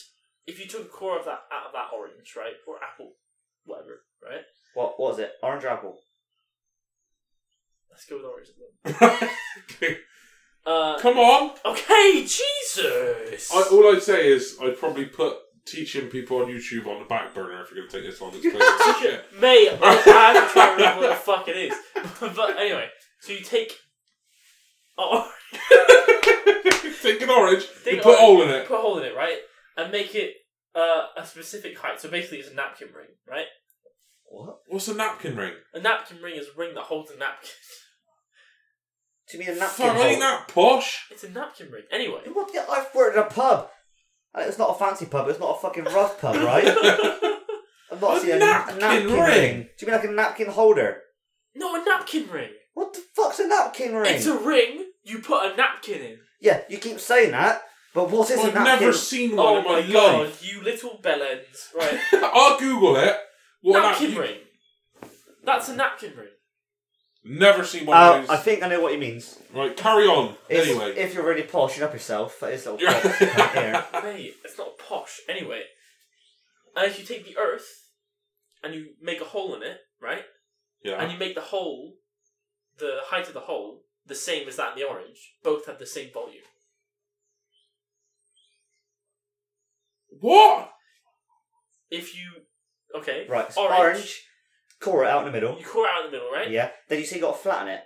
[SPEAKER 3] if you took a core of that out of that orange, right, or apple, whatever, right?
[SPEAKER 2] What what was it? Orange or apple?
[SPEAKER 3] Let's go with orange. at the moment.
[SPEAKER 1] Okay.
[SPEAKER 3] Uh,
[SPEAKER 1] Come on.
[SPEAKER 3] okay, Jesus.
[SPEAKER 1] I, oh, all I'd say is I'd probably put teaching people on YouTube on the back burner if you're going to take this on. It's crazy. shit.
[SPEAKER 3] Mate, I, I don't care remember what the fuck it is. but anyway, so you take. Oh,
[SPEAKER 1] Take an orange,
[SPEAKER 3] Take
[SPEAKER 1] you
[SPEAKER 3] an
[SPEAKER 1] put
[SPEAKER 3] orange.
[SPEAKER 1] hole in it.
[SPEAKER 3] put a hole in it, right, and make it uh, a specific height. So basically, it's a napkin ring, right?
[SPEAKER 2] What?
[SPEAKER 1] What's a napkin ring?
[SPEAKER 3] A napkin ring is a ring that holds a napkin.
[SPEAKER 2] Do you mean a napkin?
[SPEAKER 1] Fuck, ain't
[SPEAKER 2] hole?
[SPEAKER 1] that posh?
[SPEAKER 3] It's a napkin ring. Anyway,
[SPEAKER 2] What the- I've worked in a pub. And it's not a fancy pub, it's not a fucking rough pub, right? I've
[SPEAKER 1] A
[SPEAKER 2] not seen a,
[SPEAKER 1] napkin
[SPEAKER 2] napkin, napkin ring.
[SPEAKER 1] ring.
[SPEAKER 2] Do you mean like a napkin holder?
[SPEAKER 3] no, a napkin ring.
[SPEAKER 2] What the fuck's a napkin ring?
[SPEAKER 3] It's a ring you put a napkin in.
[SPEAKER 2] Yeah, you keep saying that, but what is
[SPEAKER 1] I've
[SPEAKER 2] a napkin?
[SPEAKER 1] never seen one
[SPEAKER 3] Oh
[SPEAKER 1] in my,
[SPEAKER 3] my god,
[SPEAKER 1] life.
[SPEAKER 3] you little bellends. Right.
[SPEAKER 1] I'll Google it. What a
[SPEAKER 3] napkin ring. That's a napkin ring.
[SPEAKER 1] Never seen one
[SPEAKER 2] Uh,
[SPEAKER 1] of
[SPEAKER 2] I
[SPEAKER 1] those.
[SPEAKER 2] think I know what he means.
[SPEAKER 1] Right, carry on.
[SPEAKER 2] If,
[SPEAKER 1] anyway.
[SPEAKER 2] if you're really poshing up yourself, that is a little
[SPEAKER 1] You're-
[SPEAKER 2] posh here.
[SPEAKER 3] Mate, it's not posh. Anyway, and if you take the earth and you make a hole in it, right?
[SPEAKER 1] yeah.
[SPEAKER 3] And you make the hole, the height of the hole, the same as that in the orange. Both have the same volume.
[SPEAKER 1] What?
[SPEAKER 3] If you, okay,
[SPEAKER 2] Right, so
[SPEAKER 3] orange.
[SPEAKER 2] orange. core it out in the middle.
[SPEAKER 3] You core it out in the middle, right?
[SPEAKER 2] Yeah. Then you say you got to flatten it.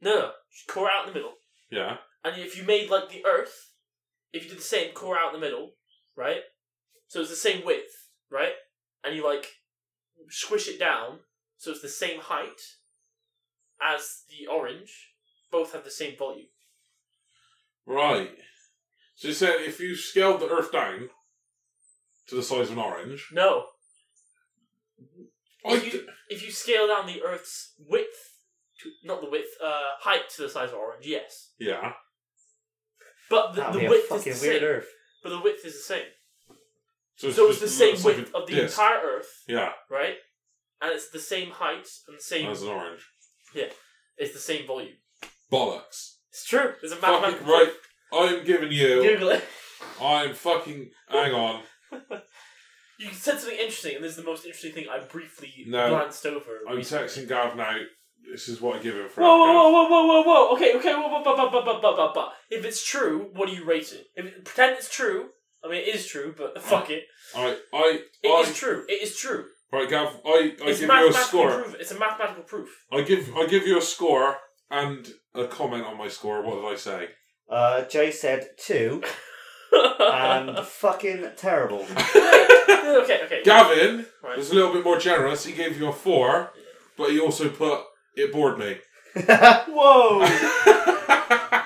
[SPEAKER 3] No, no, just core it out in the middle.
[SPEAKER 1] Yeah.
[SPEAKER 3] And if you made like the Earth, if you did the same core out in the middle, right? So it's the same width, right? And you like squish it down, so it's the same height as the orange. Both have the same volume.
[SPEAKER 1] Right. So you said if you scaled the Earth down to the size of an orange,
[SPEAKER 3] No,
[SPEAKER 1] I Oh,
[SPEAKER 3] if you if you scale down the Earth's width to not the width, uh, height to the size of orange, yes.
[SPEAKER 1] yeah.
[SPEAKER 3] But the,
[SPEAKER 2] That
[SPEAKER 3] the
[SPEAKER 2] would be a
[SPEAKER 3] width is
[SPEAKER 2] fucking
[SPEAKER 3] the
[SPEAKER 2] weird
[SPEAKER 3] same.
[SPEAKER 2] earth.
[SPEAKER 3] But the width is the same.
[SPEAKER 1] So
[SPEAKER 3] so it's the
[SPEAKER 1] just-
[SPEAKER 3] same
[SPEAKER 1] looks like
[SPEAKER 3] width
[SPEAKER 1] a
[SPEAKER 3] of the
[SPEAKER 1] disc.
[SPEAKER 3] entire Earth,
[SPEAKER 1] Yeah,
[SPEAKER 3] right? And it's the same height and the same.
[SPEAKER 1] as an orange.
[SPEAKER 3] It's the same volume.
[SPEAKER 1] Bollocks.
[SPEAKER 3] It's true. It's a
[SPEAKER 1] Fucking
[SPEAKER 3] mathematical
[SPEAKER 1] right. I'm giving you.
[SPEAKER 3] Google it.
[SPEAKER 1] I'm fucking. Hang on.
[SPEAKER 3] You said something interesting, and this is the most interesting thing I briefly
[SPEAKER 1] No.
[SPEAKER 3] glanced over.
[SPEAKER 1] I'm
[SPEAKER 3] recently.
[SPEAKER 1] texting Gav now. This is what I give him for.
[SPEAKER 3] Whoa,
[SPEAKER 1] Gav.
[SPEAKER 3] whoa, whoa, whoa, whoa, whoa, whoa! Okay, okay, whoa, whoa, whoa, whoa, whoa, whoa, whoa, whoa, whoa. If it's true, what do you rate it? If it, pretend it's true. I mean, it is true, but fuck it.
[SPEAKER 1] All right, I.
[SPEAKER 3] It
[SPEAKER 1] I
[SPEAKER 3] is true. It is true.
[SPEAKER 1] right, Gav. I. I give
[SPEAKER 3] it's
[SPEAKER 1] you a
[SPEAKER 3] mathematical
[SPEAKER 1] score.
[SPEAKER 3] proof. It's a mathematical proof.
[SPEAKER 1] I give. I give you a score and a comment on my score. What did I say?
[SPEAKER 2] Uh, Jay said two and fucking terrible.
[SPEAKER 3] okay, okay.
[SPEAKER 1] Gavin
[SPEAKER 3] Right.
[SPEAKER 1] was a little bit more generous. He gave you a four, but he also put it bored me.
[SPEAKER 2] Whoa!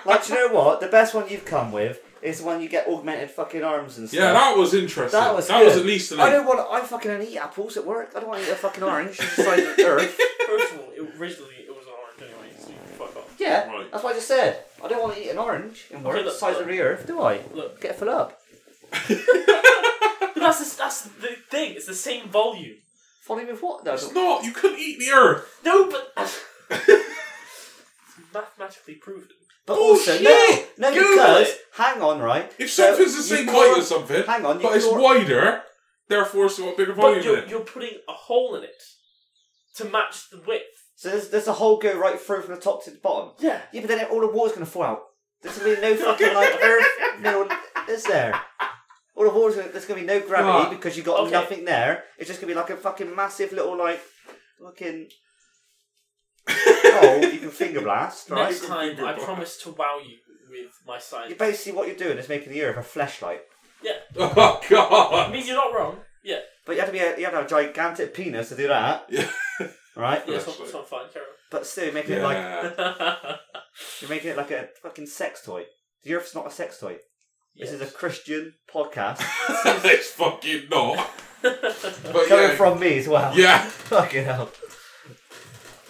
[SPEAKER 2] like, do you know what? The best one you've come with is the one you get augmented fucking arms and stuff.
[SPEAKER 1] Yeah, that was interesting.
[SPEAKER 2] That was good.
[SPEAKER 1] at least an
[SPEAKER 2] I
[SPEAKER 1] eight.
[SPEAKER 2] don't want. I fucking don't eat apples at work. I don't want to eat a fucking orange on the side of the earth.
[SPEAKER 3] First of all, it, originally it was orange anyway, so you can fuck off.
[SPEAKER 2] Yeah,
[SPEAKER 1] Right.
[SPEAKER 2] that's what I just said. I don't want to eat an orange in work
[SPEAKER 3] Okay,
[SPEAKER 2] the
[SPEAKER 3] look,
[SPEAKER 2] size
[SPEAKER 3] look.
[SPEAKER 2] of the earth, do I?
[SPEAKER 3] Look,
[SPEAKER 2] Get full up.
[SPEAKER 3] but that's the, that's the thing. It's the same volume.
[SPEAKER 2] Follow me with what? No,
[SPEAKER 1] It's not. You couldn't eat the earth.
[SPEAKER 3] No, but it's mathematically proven.
[SPEAKER 2] but also no,
[SPEAKER 1] Bullshit!
[SPEAKER 2] no,
[SPEAKER 1] Oh, Google
[SPEAKER 2] because hang on, right?
[SPEAKER 1] If
[SPEAKER 2] So
[SPEAKER 1] something's the
[SPEAKER 2] you
[SPEAKER 1] same
[SPEAKER 2] core-
[SPEAKER 1] height as something,
[SPEAKER 2] Hang on, you
[SPEAKER 1] but it's
[SPEAKER 2] core-
[SPEAKER 1] wider, therefore it's got a bigger
[SPEAKER 3] But
[SPEAKER 1] volume in
[SPEAKER 3] you're,
[SPEAKER 1] it.
[SPEAKER 3] you're putting a hole in it to match the width.
[SPEAKER 2] So there's, there's a hole go right through from the top to the bottom.
[SPEAKER 3] Yeah.
[SPEAKER 2] Yeah, but then all the water's gonna fall out. There's gonna be no fucking like earth, no, is there? All the water's gonna, there's gonna be no gravity
[SPEAKER 1] Ah,
[SPEAKER 2] because you got
[SPEAKER 3] okay.
[SPEAKER 2] nothing there. It's just gonna be like a fucking massive little like fucking hole you can finger blast, right?
[SPEAKER 3] Next time, I promise to wow you with my
[SPEAKER 2] You
[SPEAKER 3] science.
[SPEAKER 2] basically what you're doing is making the earth a flashlight.
[SPEAKER 1] Oh
[SPEAKER 3] It
[SPEAKER 1] god.
[SPEAKER 3] means you're not wrong. Yeah,
[SPEAKER 2] But you have to be a, you have to have a gigantic penis to do that,
[SPEAKER 1] Yeah.
[SPEAKER 2] right?
[SPEAKER 3] yeah, it's not,
[SPEAKER 1] Flashlight.
[SPEAKER 3] it's not fine, carry
[SPEAKER 2] But still, you're making it like
[SPEAKER 1] yeah.
[SPEAKER 3] on.
[SPEAKER 2] you're making it like a fucking sex toy. The earth's not a sex toy.
[SPEAKER 3] Yes.
[SPEAKER 2] This is a Christian podcast
[SPEAKER 1] it's fucking not. But
[SPEAKER 2] coming
[SPEAKER 1] yeah,
[SPEAKER 2] from me as well.
[SPEAKER 1] yeah.
[SPEAKER 2] Fucking hell.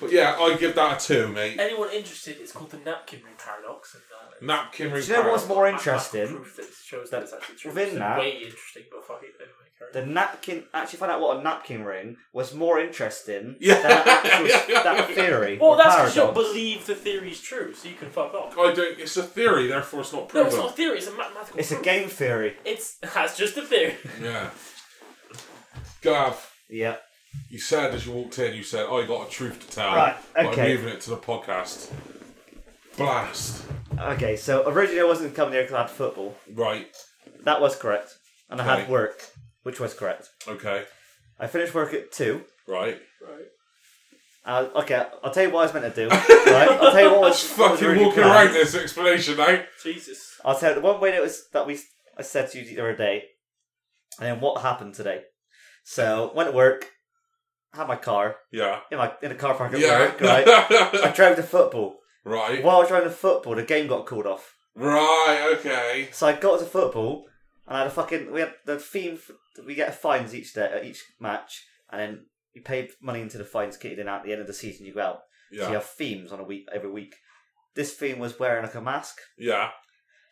[SPEAKER 1] But yeah, I give that a two, mate.
[SPEAKER 3] Anyone interested, it's called the napkin ring paradox. And, uh, it's
[SPEAKER 1] Napkin
[SPEAKER 2] Do
[SPEAKER 1] ring.
[SPEAKER 2] you know what's
[SPEAKER 1] paradox.
[SPEAKER 2] more
[SPEAKER 3] mathematical
[SPEAKER 2] interesting?
[SPEAKER 3] Proof that shows that it's actually true.
[SPEAKER 2] within
[SPEAKER 3] It's
[SPEAKER 2] that-
[SPEAKER 3] way interesting, but fuck it. Anyway, carry
[SPEAKER 2] The napkin, actually, find out what a napkin ring was more interesting
[SPEAKER 1] Yeah.
[SPEAKER 2] than that, actual, that theory.
[SPEAKER 3] Well,
[SPEAKER 2] or
[SPEAKER 3] that's because you don't
[SPEAKER 2] paradox.
[SPEAKER 3] believe the theory's true, so you can fuck off.
[SPEAKER 1] I don't. It's a theory, therefore it's not
[SPEAKER 3] No,
[SPEAKER 1] proven.
[SPEAKER 3] it's not a theory. It's a mathematical.
[SPEAKER 2] It's a
[SPEAKER 3] proof.
[SPEAKER 2] game theory.
[SPEAKER 3] It's that's just a theory.
[SPEAKER 1] Yeah. Gav,
[SPEAKER 2] Yeah.
[SPEAKER 1] you said as you walked in, you said, "I got a truth to tell."
[SPEAKER 2] Right,
[SPEAKER 1] But I'm
[SPEAKER 2] okay.
[SPEAKER 1] leaving it to the podcast. Blast.
[SPEAKER 2] Okay, so originally I wasn't coming here because I had football.
[SPEAKER 1] Right.
[SPEAKER 2] That was correct. And I had
[SPEAKER 1] Okay.
[SPEAKER 2] work, which was correct.
[SPEAKER 1] Okay.
[SPEAKER 2] I finished work at 2.
[SPEAKER 1] Right.
[SPEAKER 3] Right.
[SPEAKER 2] Uh, okay, I'll tell you what I was meant to do. right? I'll tell you what was, what was
[SPEAKER 1] Fucking
[SPEAKER 2] originally
[SPEAKER 1] walking
[SPEAKER 2] planned.
[SPEAKER 1] around this explanation, eh?
[SPEAKER 3] Jesus.
[SPEAKER 2] I'll tell you the one way that was that we I said to you the other day, and then what happened today. So went to work, had my car
[SPEAKER 1] Yeah.
[SPEAKER 2] in my in a car park at
[SPEAKER 1] Yeah.
[SPEAKER 2] work. Right, I drove to football.
[SPEAKER 1] right.
[SPEAKER 2] While I was driving to football, the game got called off.
[SPEAKER 1] Right. Okay.
[SPEAKER 2] So I got to football, and I had a fucking we had the theme. f- We get fines each day at each match, and then you pay money into the fines kitted in at the end of the season. You go out. So you
[SPEAKER 1] Yeah.
[SPEAKER 2] have themes on a week every week. This theme was wearing like a mask.
[SPEAKER 1] Yeah.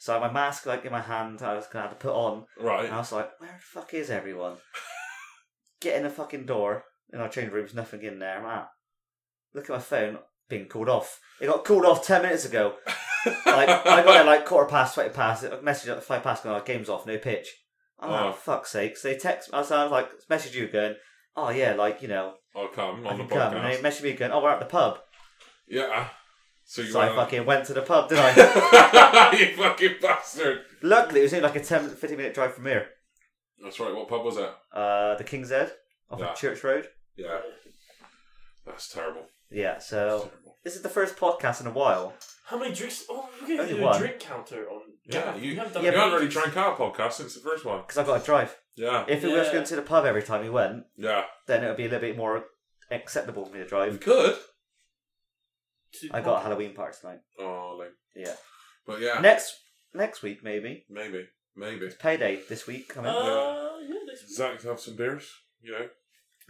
[SPEAKER 2] So I had my mask like in my hand, I was gonna have to put on. And I
[SPEAKER 1] Right.
[SPEAKER 2] was like, where the fuck is everyone? Get in the fucking door. In our change rooms, nothing in there. I'm out. Look at my phone, being called off. It got called off 10 minutes ago. Like, I got there like quarter past, 20 past. It messaged at 5 past, going, our game's off, no pitch. I'm
[SPEAKER 1] Oh.
[SPEAKER 2] like, fuck's sake. So they text I was I was like, message you going, oh yeah, like, you know,
[SPEAKER 1] I'll come
[SPEAKER 2] I
[SPEAKER 1] on the
[SPEAKER 2] can come. And
[SPEAKER 1] podcast.
[SPEAKER 2] they messaged me going, oh, we're at the pub.
[SPEAKER 1] Yeah. So you
[SPEAKER 2] So I
[SPEAKER 1] went-
[SPEAKER 2] fucking went to the pub, didn't I?
[SPEAKER 1] you fucking bastard.
[SPEAKER 2] Luckily, it was only like a 10, 15 minute drive from here.
[SPEAKER 1] That's right. What pub was that?
[SPEAKER 2] Uh, the King's Head, off
[SPEAKER 1] Yeah.
[SPEAKER 2] of Church Road.
[SPEAKER 1] Yeah. That's terrible.
[SPEAKER 2] Yeah,
[SPEAKER 1] That's
[SPEAKER 2] so
[SPEAKER 1] terrible.
[SPEAKER 2] this is the first podcast in a while.
[SPEAKER 3] How many drinks? Oh, we're gonna
[SPEAKER 2] Only
[SPEAKER 3] do a
[SPEAKER 2] one.
[SPEAKER 3] drink counter on.
[SPEAKER 1] Yeah, you,
[SPEAKER 3] haven't
[SPEAKER 1] you
[SPEAKER 3] done
[SPEAKER 2] yeah,
[SPEAKER 3] it
[SPEAKER 1] haven't
[SPEAKER 3] in
[SPEAKER 1] really
[SPEAKER 3] ages.
[SPEAKER 1] drank our podcast since the first one.
[SPEAKER 2] because I've got to drive.
[SPEAKER 1] Yeah,
[SPEAKER 2] If we were
[SPEAKER 3] Yeah.
[SPEAKER 2] just going to the pub every time we went,
[SPEAKER 1] yeah.
[SPEAKER 2] then it would be a little bit more acceptable for me to
[SPEAKER 1] We
[SPEAKER 2] drive.
[SPEAKER 1] could.
[SPEAKER 3] Two-
[SPEAKER 2] I got a Halloween party tonight.
[SPEAKER 1] Oh, like,
[SPEAKER 2] Yeah.
[SPEAKER 1] but yeah,
[SPEAKER 2] Next next week maybe.
[SPEAKER 1] maybe, maybe.
[SPEAKER 2] It's payday this week. I mean,
[SPEAKER 3] Uh, yeah, this week.
[SPEAKER 1] Zach have some beers. You know.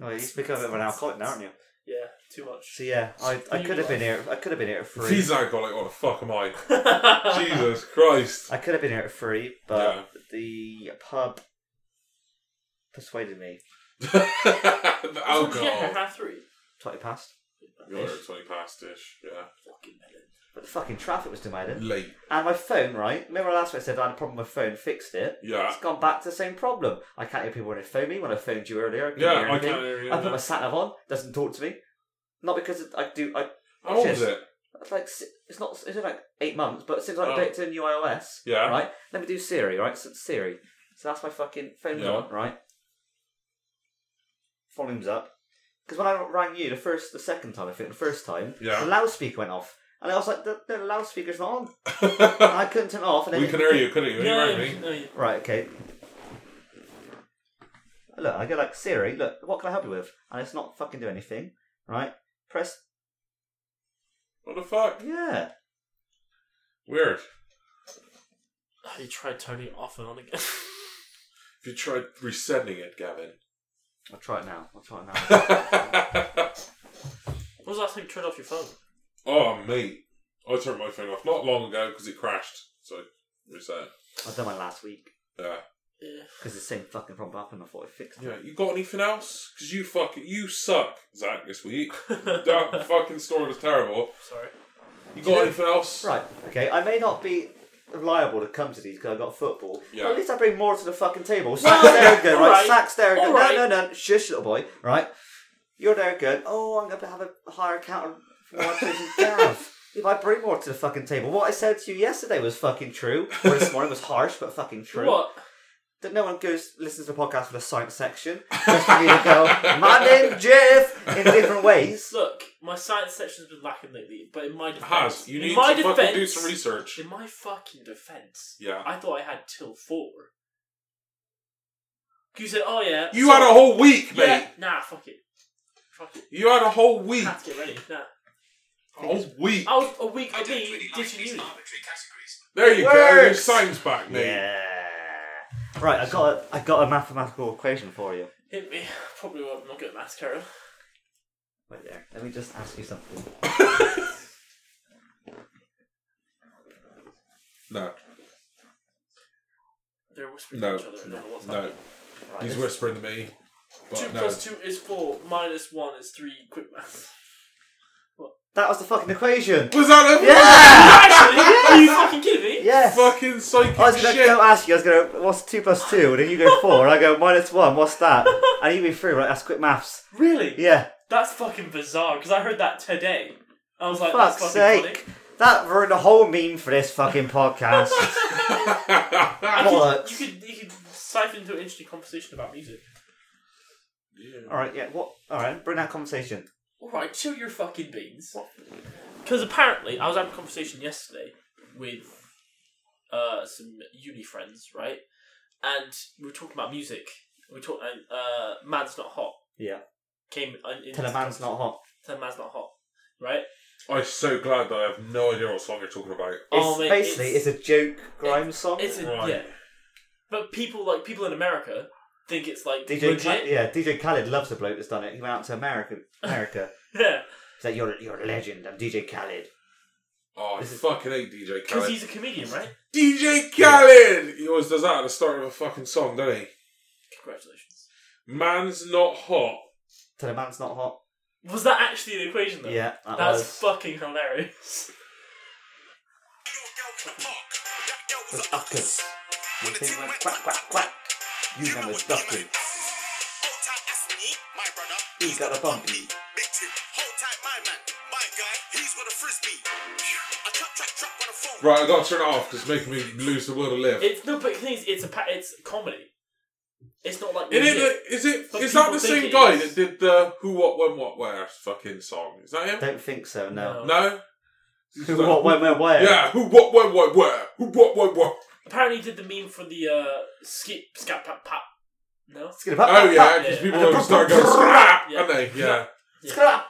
[SPEAKER 2] oh, you become a bit of an alcoholic now, aren't you?
[SPEAKER 3] Yeah, too much.
[SPEAKER 2] So yeah, I, I could have been here. I could have been here at
[SPEAKER 1] If
[SPEAKER 2] three.
[SPEAKER 1] he's alcoholic, what oh, the fuck am I? Jesus Christ.
[SPEAKER 2] I could have been here at three, but the pub persuaded me.
[SPEAKER 1] the
[SPEAKER 3] Yeah,
[SPEAKER 1] alcohol.
[SPEAKER 3] half three.
[SPEAKER 2] Twenty past.
[SPEAKER 1] You're at twenty past ish. Yeah.
[SPEAKER 3] Fucking melon.
[SPEAKER 2] But the fucking traffic was to my head.
[SPEAKER 1] Late.
[SPEAKER 2] And my phone, right? Remember last week I said I had a problem with my phone, fixed it.
[SPEAKER 1] Yeah.
[SPEAKER 2] It's gone back to the same problem. I can't hear people when they phone me. When I phoned you earlier, I couldn't
[SPEAKER 1] Yeah.
[SPEAKER 2] hear
[SPEAKER 1] I
[SPEAKER 2] anything.
[SPEAKER 1] can't hear you.
[SPEAKER 2] I put my sat nav on. Doesn't talk to me. Not because it- I do. I
[SPEAKER 1] How old is it?
[SPEAKER 2] it's like si- it's not. It's like eight months, but since I
[SPEAKER 1] Oh.
[SPEAKER 2] updated to new iOS,
[SPEAKER 1] Yeah.
[SPEAKER 2] right? Let me do Siri, right? So it's Siri. So that's my fucking phone's
[SPEAKER 1] Yeah.
[SPEAKER 2] on, right? Volume's up. Because when I rang you the first, the second time, I think the first time,
[SPEAKER 1] Yeah.
[SPEAKER 2] the loudspeaker went off, and I was like, the, the loudspeaker's not on. And
[SPEAKER 1] we
[SPEAKER 2] I couldn't turn it off. And then it-
[SPEAKER 1] can hear you, couldn't you? You
[SPEAKER 3] No,
[SPEAKER 1] rang me.
[SPEAKER 3] no, you-
[SPEAKER 2] Right, okay. Look, I go like Siri, look, what can I help you with? And it's not fucking do anything, right? Press
[SPEAKER 1] What the fuck?
[SPEAKER 2] yeah.
[SPEAKER 1] Weird.
[SPEAKER 3] Oh, you tried turning it off and on again.
[SPEAKER 1] If you tried resetting it, Gavin.
[SPEAKER 2] I'll try it now. I'll try it now.
[SPEAKER 1] oh,
[SPEAKER 3] When was the last time you turned off your phone?
[SPEAKER 1] mate. I turned my phone off not long ago because it crashed. So, reset. it.
[SPEAKER 2] I've done mine last week
[SPEAKER 1] Yeah.
[SPEAKER 3] Yeah.
[SPEAKER 2] because the same fucking problem happened. I thought I fixed it.
[SPEAKER 1] Yeah. You got anything else? Because you fucking, you suck, Zach, this week. that fucking story was terrible.
[SPEAKER 3] Sorry.
[SPEAKER 1] You got anything else?
[SPEAKER 2] Right, okay. I may not be reliable to come to these because I've got football.
[SPEAKER 1] Yeah.
[SPEAKER 2] But at least I bring more to the fucking table. Sack's there again, right?
[SPEAKER 3] alright,
[SPEAKER 2] Sack's there again.
[SPEAKER 3] alright.
[SPEAKER 2] No, no, no. Shush, little boy. Right? You're there again. Oh, I'm going to have a higher counter for my prison Gav. If I bring more to the fucking table, what I said to you yesterday was fucking true. Or this morning was harsh, but fucking true.
[SPEAKER 3] What?
[SPEAKER 2] That no one goes listens to the podcast for the science section. Just for me to go, my name Jeff in different ways.
[SPEAKER 3] Look, my science section's been lacking lately, but in my
[SPEAKER 1] It
[SPEAKER 3] defense,
[SPEAKER 1] Has. You
[SPEAKER 3] in
[SPEAKER 1] need
[SPEAKER 3] my
[SPEAKER 1] to
[SPEAKER 3] defense,
[SPEAKER 1] fucking do some research.
[SPEAKER 3] In my fucking defense,
[SPEAKER 1] Yeah.
[SPEAKER 3] I thought I had till four. You said, "Oh yeah."
[SPEAKER 1] You had a whole week, mate.
[SPEAKER 3] yeah. Nah, fuck it. Fuck it.
[SPEAKER 1] You had a whole week.
[SPEAKER 3] Had to get ready. Nah.
[SPEAKER 1] A whole week.
[SPEAKER 3] I was a week of me ditching uni.
[SPEAKER 1] There you go. Your
[SPEAKER 2] Works.
[SPEAKER 1] science back, mate.
[SPEAKER 2] Yeah. Right, I got a, I got a mathematical equation for you.
[SPEAKER 3] Hit me. Probably won't. I'm not good at maths, Carol.
[SPEAKER 2] Wait there. Let me just ask you something.
[SPEAKER 1] No,
[SPEAKER 3] They're whispering
[SPEAKER 1] no,
[SPEAKER 3] to each other. I don't know what's
[SPEAKER 1] no.
[SPEAKER 3] happening.
[SPEAKER 2] Right,
[SPEAKER 1] He's
[SPEAKER 2] this-
[SPEAKER 1] whispering to me. But
[SPEAKER 3] two
[SPEAKER 1] no.
[SPEAKER 3] plus two is four. Minus one is three. Quick math.
[SPEAKER 2] that was the fucking equation.
[SPEAKER 1] Was that a
[SPEAKER 2] Yeah!
[SPEAKER 3] Actually, are you fucking kidding me?
[SPEAKER 2] Yes.
[SPEAKER 1] fucking psychic
[SPEAKER 2] I was gonna
[SPEAKER 1] shit?
[SPEAKER 2] go ask you. I was gonna, what's two plus two? And then you go four, and I go minus one. What's that? And you be through. Right, that's quick maths.
[SPEAKER 3] Really?
[SPEAKER 2] Yeah,
[SPEAKER 3] That's fucking bizarre. Because I heard that today. I was like,
[SPEAKER 2] fuck's
[SPEAKER 3] that's fucking
[SPEAKER 2] sake! That ruined the whole meme for this fucking podcast.
[SPEAKER 3] funny. I could,
[SPEAKER 2] Bollocks.
[SPEAKER 3] you could you could siphon into an interesting conversation about music.
[SPEAKER 1] Yeah.
[SPEAKER 2] all right, yeah. What? All right, bring that conversation.
[SPEAKER 3] All right, chill your fucking beans. Because apparently, I was having a conversation yesterday with uh, some uni friends, right? And we were talking about music. We talked, and uh, "Man's Not Hot"
[SPEAKER 2] Yeah.
[SPEAKER 3] came. in- in
[SPEAKER 2] Till a man's not hot.
[SPEAKER 3] Tell a man's not hot, right?
[SPEAKER 1] I'm so glad that I have no idea what song you're talking about.
[SPEAKER 2] It's
[SPEAKER 3] Oh, mate,
[SPEAKER 2] basically it's,
[SPEAKER 3] it's-
[SPEAKER 2] a joke grime song.
[SPEAKER 3] It's a,
[SPEAKER 1] Right.
[SPEAKER 3] yeah, but people like people in America think it's like
[SPEAKER 2] DJ,
[SPEAKER 3] legit.
[SPEAKER 2] Kha- yeah, DJ Khaled loves the bloke that's done it. He went out to America. America.
[SPEAKER 3] yeah,
[SPEAKER 2] He's like, you're you're a legend. I'm DJ Khaled.
[SPEAKER 1] Oh, I
[SPEAKER 2] This is-
[SPEAKER 1] fucking hate DJ
[SPEAKER 3] because
[SPEAKER 1] Khaled.
[SPEAKER 3] he's a comedian, right?
[SPEAKER 1] DJ Khaled! He always does that at the start of a fucking song, doesn't he?
[SPEAKER 3] Congratulations.
[SPEAKER 1] Man's not hot.
[SPEAKER 2] Till a man's not hot.
[SPEAKER 3] Was that actually the equation though?
[SPEAKER 2] Yeah, that
[SPEAKER 3] that's
[SPEAKER 2] was.
[SPEAKER 3] fucking hilarious.
[SPEAKER 2] was Uckers. When the thing went quack quack quack, you man was ducking. He's got a bumpy.
[SPEAKER 4] Big tip. Hold tight, my man. My guy, he's with a frisbee. A trap, trap, trap on a phone.
[SPEAKER 1] Right, I gotta turn it off because it's making me lose the will to live.
[SPEAKER 3] It's no, but the thing is, it's a pa- it's comedy. It's not like
[SPEAKER 1] Is
[SPEAKER 3] music.
[SPEAKER 1] it, is it,
[SPEAKER 3] But
[SPEAKER 1] is that
[SPEAKER 3] people
[SPEAKER 1] the
[SPEAKER 3] think
[SPEAKER 1] same
[SPEAKER 3] it
[SPEAKER 1] guy that
[SPEAKER 3] is.
[SPEAKER 1] did the Who, What, When, What, Where fucking song? Is that him?
[SPEAKER 2] Don't think so. No.
[SPEAKER 1] No?
[SPEAKER 2] Who, what, when, where, where?
[SPEAKER 1] Yeah, Who, What, When, What, Where? Who, What, When, What?
[SPEAKER 3] Apparently, he did the meme for the uh, skip scat pat pat. No,
[SPEAKER 2] It's gonna pop,
[SPEAKER 1] Oh,
[SPEAKER 2] pop,
[SPEAKER 1] yeah,
[SPEAKER 2] pop.
[SPEAKER 1] because
[SPEAKER 3] yeah.
[SPEAKER 1] people always start going, "Slap," and they, yeah.
[SPEAKER 2] It's gonna pop.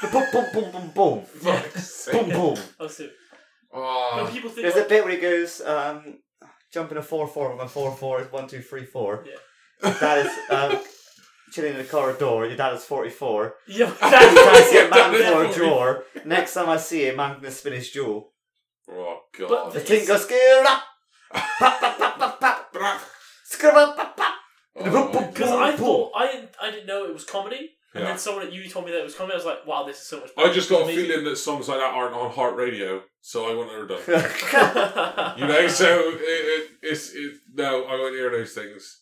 [SPEAKER 2] The boom, boom, boom, boom, boom,
[SPEAKER 3] Yeah.
[SPEAKER 1] Fuck's sake.
[SPEAKER 2] boom, boom.
[SPEAKER 3] oh, so when
[SPEAKER 1] Oh,
[SPEAKER 3] people think
[SPEAKER 2] Um, There's
[SPEAKER 3] like,
[SPEAKER 2] a bit where he goes, um, jumping a four four. My four four is one two three four.
[SPEAKER 3] Yeah.
[SPEAKER 2] Your Dad is um, chilling in the corridor. Your dad is forty four.
[SPEAKER 3] yeah,
[SPEAKER 2] Your dad
[SPEAKER 3] that's
[SPEAKER 2] see a man
[SPEAKER 1] Yeah,
[SPEAKER 2] for a
[SPEAKER 1] definitely.
[SPEAKER 2] drawer. Next time I see him, I'm gonna spin his jewel.
[SPEAKER 1] oh
[SPEAKER 3] But
[SPEAKER 2] The
[SPEAKER 1] God.
[SPEAKER 2] thing goes, "Skirra, pop, pop, pop, pop, pop,
[SPEAKER 1] Blah.
[SPEAKER 2] skirra, pop, pop."
[SPEAKER 1] Oh, my
[SPEAKER 3] Because
[SPEAKER 1] God.
[SPEAKER 3] I thought I didn't, I didn't know it was comedy, and
[SPEAKER 1] Yeah.
[SPEAKER 3] then someone at uni told me that it was comedy. I was like, "Wow, this is so much."
[SPEAKER 1] I just got a
[SPEAKER 3] Amazing.
[SPEAKER 1] feeling that songs like that aren't on Heart Radio, so I want her done. You
[SPEAKER 3] you
[SPEAKER 1] know, so it, it, it's it, no, I won't hear those things.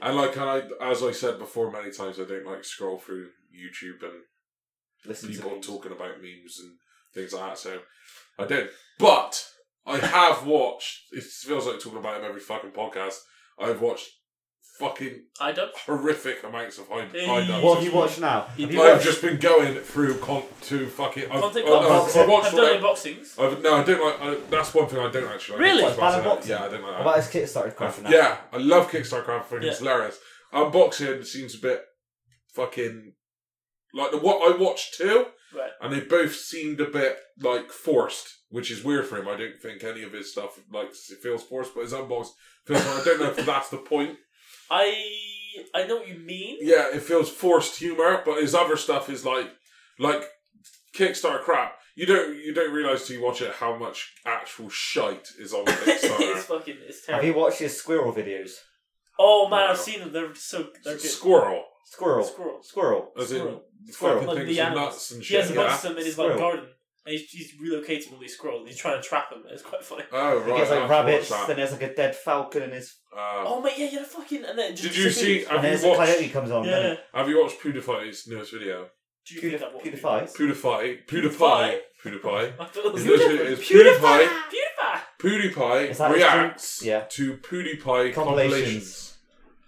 [SPEAKER 1] And like, and I, as I said before many times, I don't like scroll through YouTube and
[SPEAKER 2] Listen to
[SPEAKER 1] people
[SPEAKER 2] me.
[SPEAKER 1] talking about memes and things like that. So I don't. But I have watched. It feels like talking about him every fucking podcast. I've watched fucking
[SPEAKER 3] I don't.
[SPEAKER 1] horrific amounts of high.
[SPEAKER 3] Hey.
[SPEAKER 1] high
[SPEAKER 2] What have you watched now? Have you
[SPEAKER 1] I've
[SPEAKER 2] watched
[SPEAKER 1] just been going through con- to fucking. I've,
[SPEAKER 3] Contact
[SPEAKER 1] I- I've,
[SPEAKER 2] Boxing.
[SPEAKER 1] I've watched.
[SPEAKER 3] I've done unboxings.
[SPEAKER 1] I've, no, I don't like. I, that's one thing I don't actually. like.
[SPEAKER 3] Really?
[SPEAKER 1] Like
[SPEAKER 2] Fan
[SPEAKER 1] Boxing,
[SPEAKER 2] unboxing?
[SPEAKER 1] Yeah, I don't like
[SPEAKER 2] What
[SPEAKER 1] that.
[SPEAKER 2] about his Kickstarter question? now?
[SPEAKER 1] Yeah, I love Kickstarter crap. Fucking
[SPEAKER 3] Yeah.
[SPEAKER 1] it's hilarious. Unboxing seems a bit fucking like the what I watched too,
[SPEAKER 3] Right.
[SPEAKER 1] and they both seemed a bit like forced, which is weird for him. I don't think any of his stuff like s- feels forced, but his unbox feels. I don't know if that's the point.
[SPEAKER 3] I I know what you mean.
[SPEAKER 1] Yeah, it feels forced humor, but his other stuff is like like Kickstarter crap. You don't you don't realize till you watch it how much actual shite is on
[SPEAKER 3] it's
[SPEAKER 1] Kickstarter.
[SPEAKER 3] fucking it's
[SPEAKER 2] Have
[SPEAKER 3] terrible.
[SPEAKER 2] you watched his squirrel videos?
[SPEAKER 3] Oh man,
[SPEAKER 1] Wow.
[SPEAKER 3] I've seen them. They're so they're good.
[SPEAKER 1] Squirrel,
[SPEAKER 2] Squirrel.
[SPEAKER 3] Squirrels.
[SPEAKER 2] Squirrel.
[SPEAKER 1] as in
[SPEAKER 3] Squirrel.
[SPEAKER 2] Squirrel.
[SPEAKER 1] fucking
[SPEAKER 3] Like
[SPEAKER 1] things
[SPEAKER 3] the
[SPEAKER 1] with
[SPEAKER 3] animals.
[SPEAKER 1] nuts and
[SPEAKER 3] He
[SPEAKER 1] shit.
[SPEAKER 3] has a
[SPEAKER 1] yeah.
[SPEAKER 3] bunch of them in his like
[SPEAKER 2] Squirrel.
[SPEAKER 3] garden, and he's, he's relocating all these squirrels. He's trying to trap them. It's quite funny.
[SPEAKER 1] Oh
[SPEAKER 2] He
[SPEAKER 1] right,
[SPEAKER 2] gets like
[SPEAKER 1] I've
[SPEAKER 2] rabbits,
[SPEAKER 1] watched
[SPEAKER 2] then
[SPEAKER 1] that.
[SPEAKER 2] there's like a dead falcon in his.
[SPEAKER 1] Uh,
[SPEAKER 3] Oh mate, yeah, yeah, fucking. And then it just
[SPEAKER 1] Did you see?
[SPEAKER 3] disappears.
[SPEAKER 1] Have
[SPEAKER 2] And there's
[SPEAKER 1] you
[SPEAKER 2] a
[SPEAKER 1] watched?
[SPEAKER 2] coyote comes on.
[SPEAKER 3] Yeah.
[SPEAKER 2] doesn't
[SPEAKER 1] Have you watched PewDiePie's newest video?
[SPEAKER 3] Do you think
[SPEAKER 2] Pewdif-
[SPEAKER 3] that what-
[SPEAKER 2] PewDiePie?
[SPEAKER 1] PewDiePie, PewDiePie, PewDiePie.
[SPEAKER 3] I thought it was
[SPEAKER 1] His newest video is
[SPEAKER 3] PewDiePie.
[SPEAKER 1] PewDiePie.
[SPEAKER 3] PewDiePie.
[SPEAKER 1] PewDiePie
[SPEAKER 2] Is that his
[SPEAKER 1] reacts
[SPEAKER 2] drink? Yeah.
[SPEAKER 1] to PewDiePie compilations,
[SPEAKER 2] Compilations.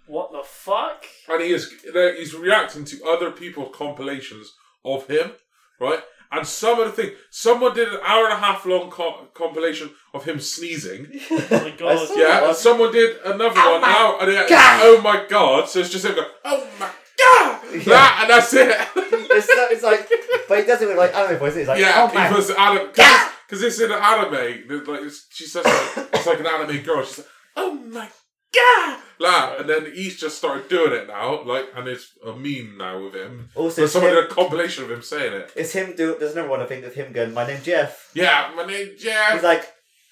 [SPEAKER 3] What the fuck?
[SPEAKER 1] and he is like, he's reacting to other people's compilations of him, right? And some of the thing, someone did an hour and a half long co- compilation of him sneezing.
[SPEAKER 3] Oh my god.
[SPEAKER 2] saw
[SPEAKER 1] Yeah,
[SPEAKER 2] What?
[SPEAKER 1] and someone did another
[SPEAKER 2] Oh
[SPEAKER 1] one
[SPEAKER 2] my
[SPEAKER 1] now, and it,
[SPEAKER 2] God.
[SPEAKER 1] oh my god! So it's just him going, oh my god, that, and that's it.
[SPEAKER 2] he? it's, so- it's like, but he does it with like anime voice. He's like,
[SPEAKER 1] yeah,
[SPEAKER 2] oh man,
[SPEAKER 1] he was anime
[SPEAKER 2] God.
[SPEAKER 1] because it's in an anime. there's Like it's, she says, like, it's like an anime girl. She's like, oh my god, like, and then he's just started doing it now, like, and it's a meme now with him.
[SPEAKER 2] Also,
[SPEAKER 1] So someone
[SPEAKER 2] Tim-
[SPEAKER 1] did a compilation of him saying it.
[SPEAKER 2] it's him. Do there's another one I think of him going, my name Jeff.
[SPEAKER 1] Yeah, my name Jeff.
[SPEAKER 2] He's like,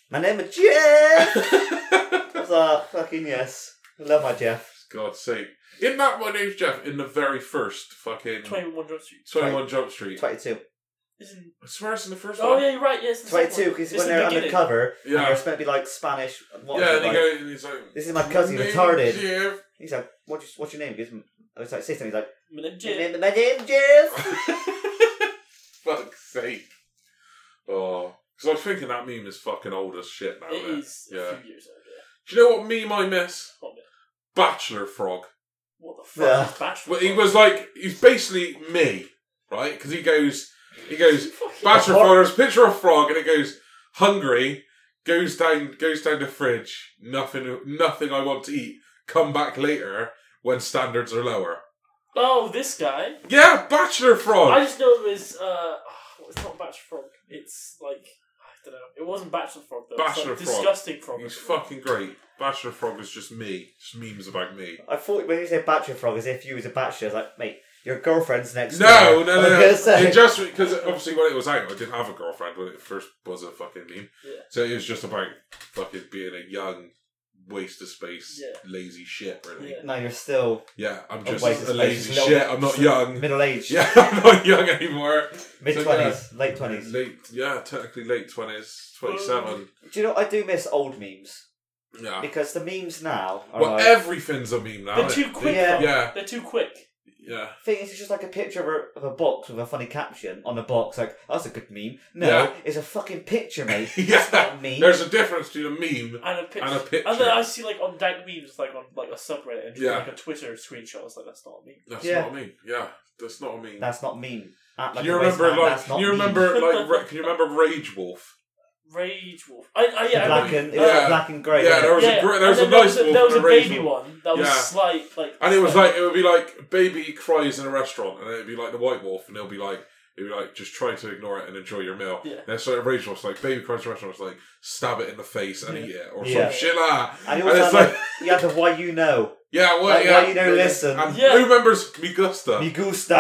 [SPEAKER 2] my name is Jeff. I was like, fucking yes, I love my Jeff.
[SPEAKER 1] God's sake. In that My Name's Jeff, in the very first fucking
[SPEAKER 3] 21 Jump Street.
[SPEAKER 1] 21 Jump Street.
[SPEAKER 2] Twenty-two.
[SPEAKER 3] Isn't...
[SPEAKER 1] I swear it's in the first one.
[SPEAKER 3] Oh, yeah, you're right. Yes,
[SPEAKER 2] Twenty-two because when they're undercover,
[SPEAKER 1] Yeah.
[SPEAKER 2] and they're supposed to be like Spanish. What
[SPEAKER 1] Yeah,
[SPEAKER 2] yeah,
[SPEAKER 1] and he
[SPEAKER 2] like?
[SPEAKER 1] goes, and he's like,
[SPEAKER 2] This is my cousin,
[SPEAKER 1] "Name's
[SPEAKER 2] retarded.
[SPEAKER 1] Jeff."
[SPEAKER 2] He's like, what's your, what's your name? Because I was like, system. He's like,
[SPEAKER 3] undercover.
[SPEAKER 2] my name's Jeff.
[SPEAKER 1] Fuck's sake. Oh. Because I was thinking that meme is fucking old as shit now.
[SPEAKER 3] It
[SPEAKER 1] man.
[SPEAKER 3] is
[SPEAKER 1] Yeah.
[SPEAKER 3] a few years old.
[SPEAKER 1] Do you know what meme I miss?
[SPEAKER 3] What meme?
[SPEAKER 1] Bachelor Frog.
[SPEAKER 3] What the
[SPEAKER 2] Yeah.
[SPEAKER 3] fuck? is Bachelor
[SPEAKER 1] Well, he
[SPEAKER 3] Frog?
[SPEAKER 1] was like, he's basically me, right? Because he goes, he goes,
[SPEAKER 3] Fucking-
[SPEAKER 1] Bachelor
[SPEAKER 2] Yeah.
[SPEAKER 1] Frog, there's a picture of frog, and it goes, hungry, goes down, goes down the fridge, nothing, nothing I want to eat, come back later when standards are lower.
[SPEAKER 3] Oh, this guy.
[SPEAKER 1] Yeah, Bachelor Frog!
[SPEAKER 3] I just know it was. Uh, oh, it's not Bachelor Frog. It's like I don't know. It wasn't Bachelor Frog though.
[SPEAKER 1] Bachelor
[SPEAKER 3] it's
[SPEAKER 1] Frog.
[SPEAKER 3] like Disgusting Frog.
[SPEAKER 1] He's fucking great. Bachelor Frog is just me. Just memes about me.
[SPEAKER 2] I thought when you said bachelor frog, as if you was a bachelor. I was like, mate, your girlfriend's next.
[SPEAKER 1] No, no,
[SPEAKER 2] door.
[SPEAKER 1] no.
[SPEAKER 2] I was
[SPEAKER 1] no.
[SPEAKER 2] gonna say.
[SPEAKER 1] It just because obviously when it was out, I didn't have a girlfriend when it first was a fucking meme.
[SPEAKER 3] Yeah.
[SPEAKER 1] So it was just about fucking being a young waste of space,
[SPEAKER 3] Yeah.
[SPEAKER 1] lazy shit. Really. Yeah,
[SPEAKER 3] Yeah.
[SPEAKER 2] no, you're still
[SPEAKER 1] I'm
[SPEAKER 2] A
[SPEAKER 1] just
[SPEAKER 2] waste of
[SPEAKER 1] a lazy
[SPEAKER 2] space, just
[SPEAKER 1] shit.
[SPEAKER 2] little-
[SPEAKER 1] I'm not
[SPEAKER 2] just
[SPEAKER 1] young.
[SPEAKER 2] middle aged,
[SPEAKER 1] Yeah, I'm not young anymore.
[SPEAKER 2] mid twenties, late twenties.
[SPEAKER 1] Late, yeah, technically late twenties, twenty-seven.
[SPEAKER 2] Do you know? what I do miss old memes
[SPEAKER 1] Yeah.
[SPEAKER 2] because the memes now are
[SPEAKER 1] Well,
[SPEAKER 2] like.
[SPEAKER 1] everything's a meme now.
[SPEAKER 3] They're
[SPEAKER 1] isn't
[SPEAKER 3] too
[SPEAKER 1] it?
[SPEAKER 3] quick.
[SPEAKER 2] Yeah.
[SPEAKER 3] though.
[SPEAKER 1] Yeah,
[SPEAKER 3] They're too quick.
[SPEAKER 1] yeah.
[SPEAKER 2] Thing is, it's just like a picture of a, of a box with a funny caption on the box. Like that's a good meme. No,
[SPEAKER 1] Yeah.
[SPEAKER 2] it's a fucking picture, mate. It's
[SPEAKER 1] Yeah.
[SPEAKER 2] not a meme.
[SPEAKER 1] There's a difference between a meme
[SPEAKER 3] And a picture.
[SPEAKER 1] and a picture.
[SPEAKER 3] And then I see like on dank memes, like on like a subreddit, and
[SPEAKER 1] Yeah.
[SPEAKER 3] like a Twitter screenshot. It's like that's not a meme.
[SPEAKER 1] That's
[SPEAKER 2] Yeah.
[SPEAKER 1] not a meme. Yeah, that's not a meme.
[SPEAKER 2] That's not mean. Act
[SPEAKER 1] Can
[SPEAKER 2] like
[SPEAKER 1] you
[SPEAKER 2] a
[SPEAKER 1] remember
[SPEAKER 2] wasteland,
[SPEAKER 1] like
[SPEAKER 2] that's not
[SPEAKER 1] can you
[SPEAKER 2] mean.
[SPEAKER 1] remember like ra- can you remember Rage Wolf?
[SPEAKER 3] Rage Wolf. I, I yeah. I
[SPEAKER 2] black
[SPEAKER 3] remember-
[SPEAKER 2] and it was
[SPEAKER 1] Yeah.
[SPEAKER 2] black and grey.
[SPEAKER 1] Yeah, there was
[SPEAKER 3] yeah,
[SPEAKER 1] a gr-
[SPEAKER 3] and
[SPEAKER 1] there was a
[SPEAKER 3] then
[SPEAKER 1] nice wolf.
[SPEAKER 3] there was a
[SPEAKER 1] and Rage
[SPEAKER 3] baby
[SPEAKER 1] Wolf.
[SPEAKER 3] one that was
[SPEAKER 1] Yeah.
[SPEAKER 3] slight like uh,
[SPEAKER 1] and it was like it would be like baby cries in a restaurant, and it'd be like the White Wolf, and it'll be like it'd be like just try to ignore it and enjoy your meal.
[SPEAKER 3] Yeah.
[SPEAKER 1] And so Rage Wolf's like baby cries in a restaurant, it's like stab it in the face and eat it or
[SPEAKER 2] Yeah.
[SPEAKER 1] some shit like that.
[SPEAKER 2] And you
[SPEAKER 1] And
[SPEAKER 2] also
[SPEAKER 1] it's
[SPEAKER 2] had,
[SPEAKER 1] like
[SPEAKER 2] like, you had the why you know.
[SPEAKER 1] yeah, well,
[SPEAKER 2] like,
[SPEAKER 1] yeah,
[SPEAKER 2] why you don't listen.
[SPEAKER 1] And
[SPEAKER 3] Yeah.
[SPEAKER 1] who remembers Migusta?
[SPEAKER 2] Me gusta.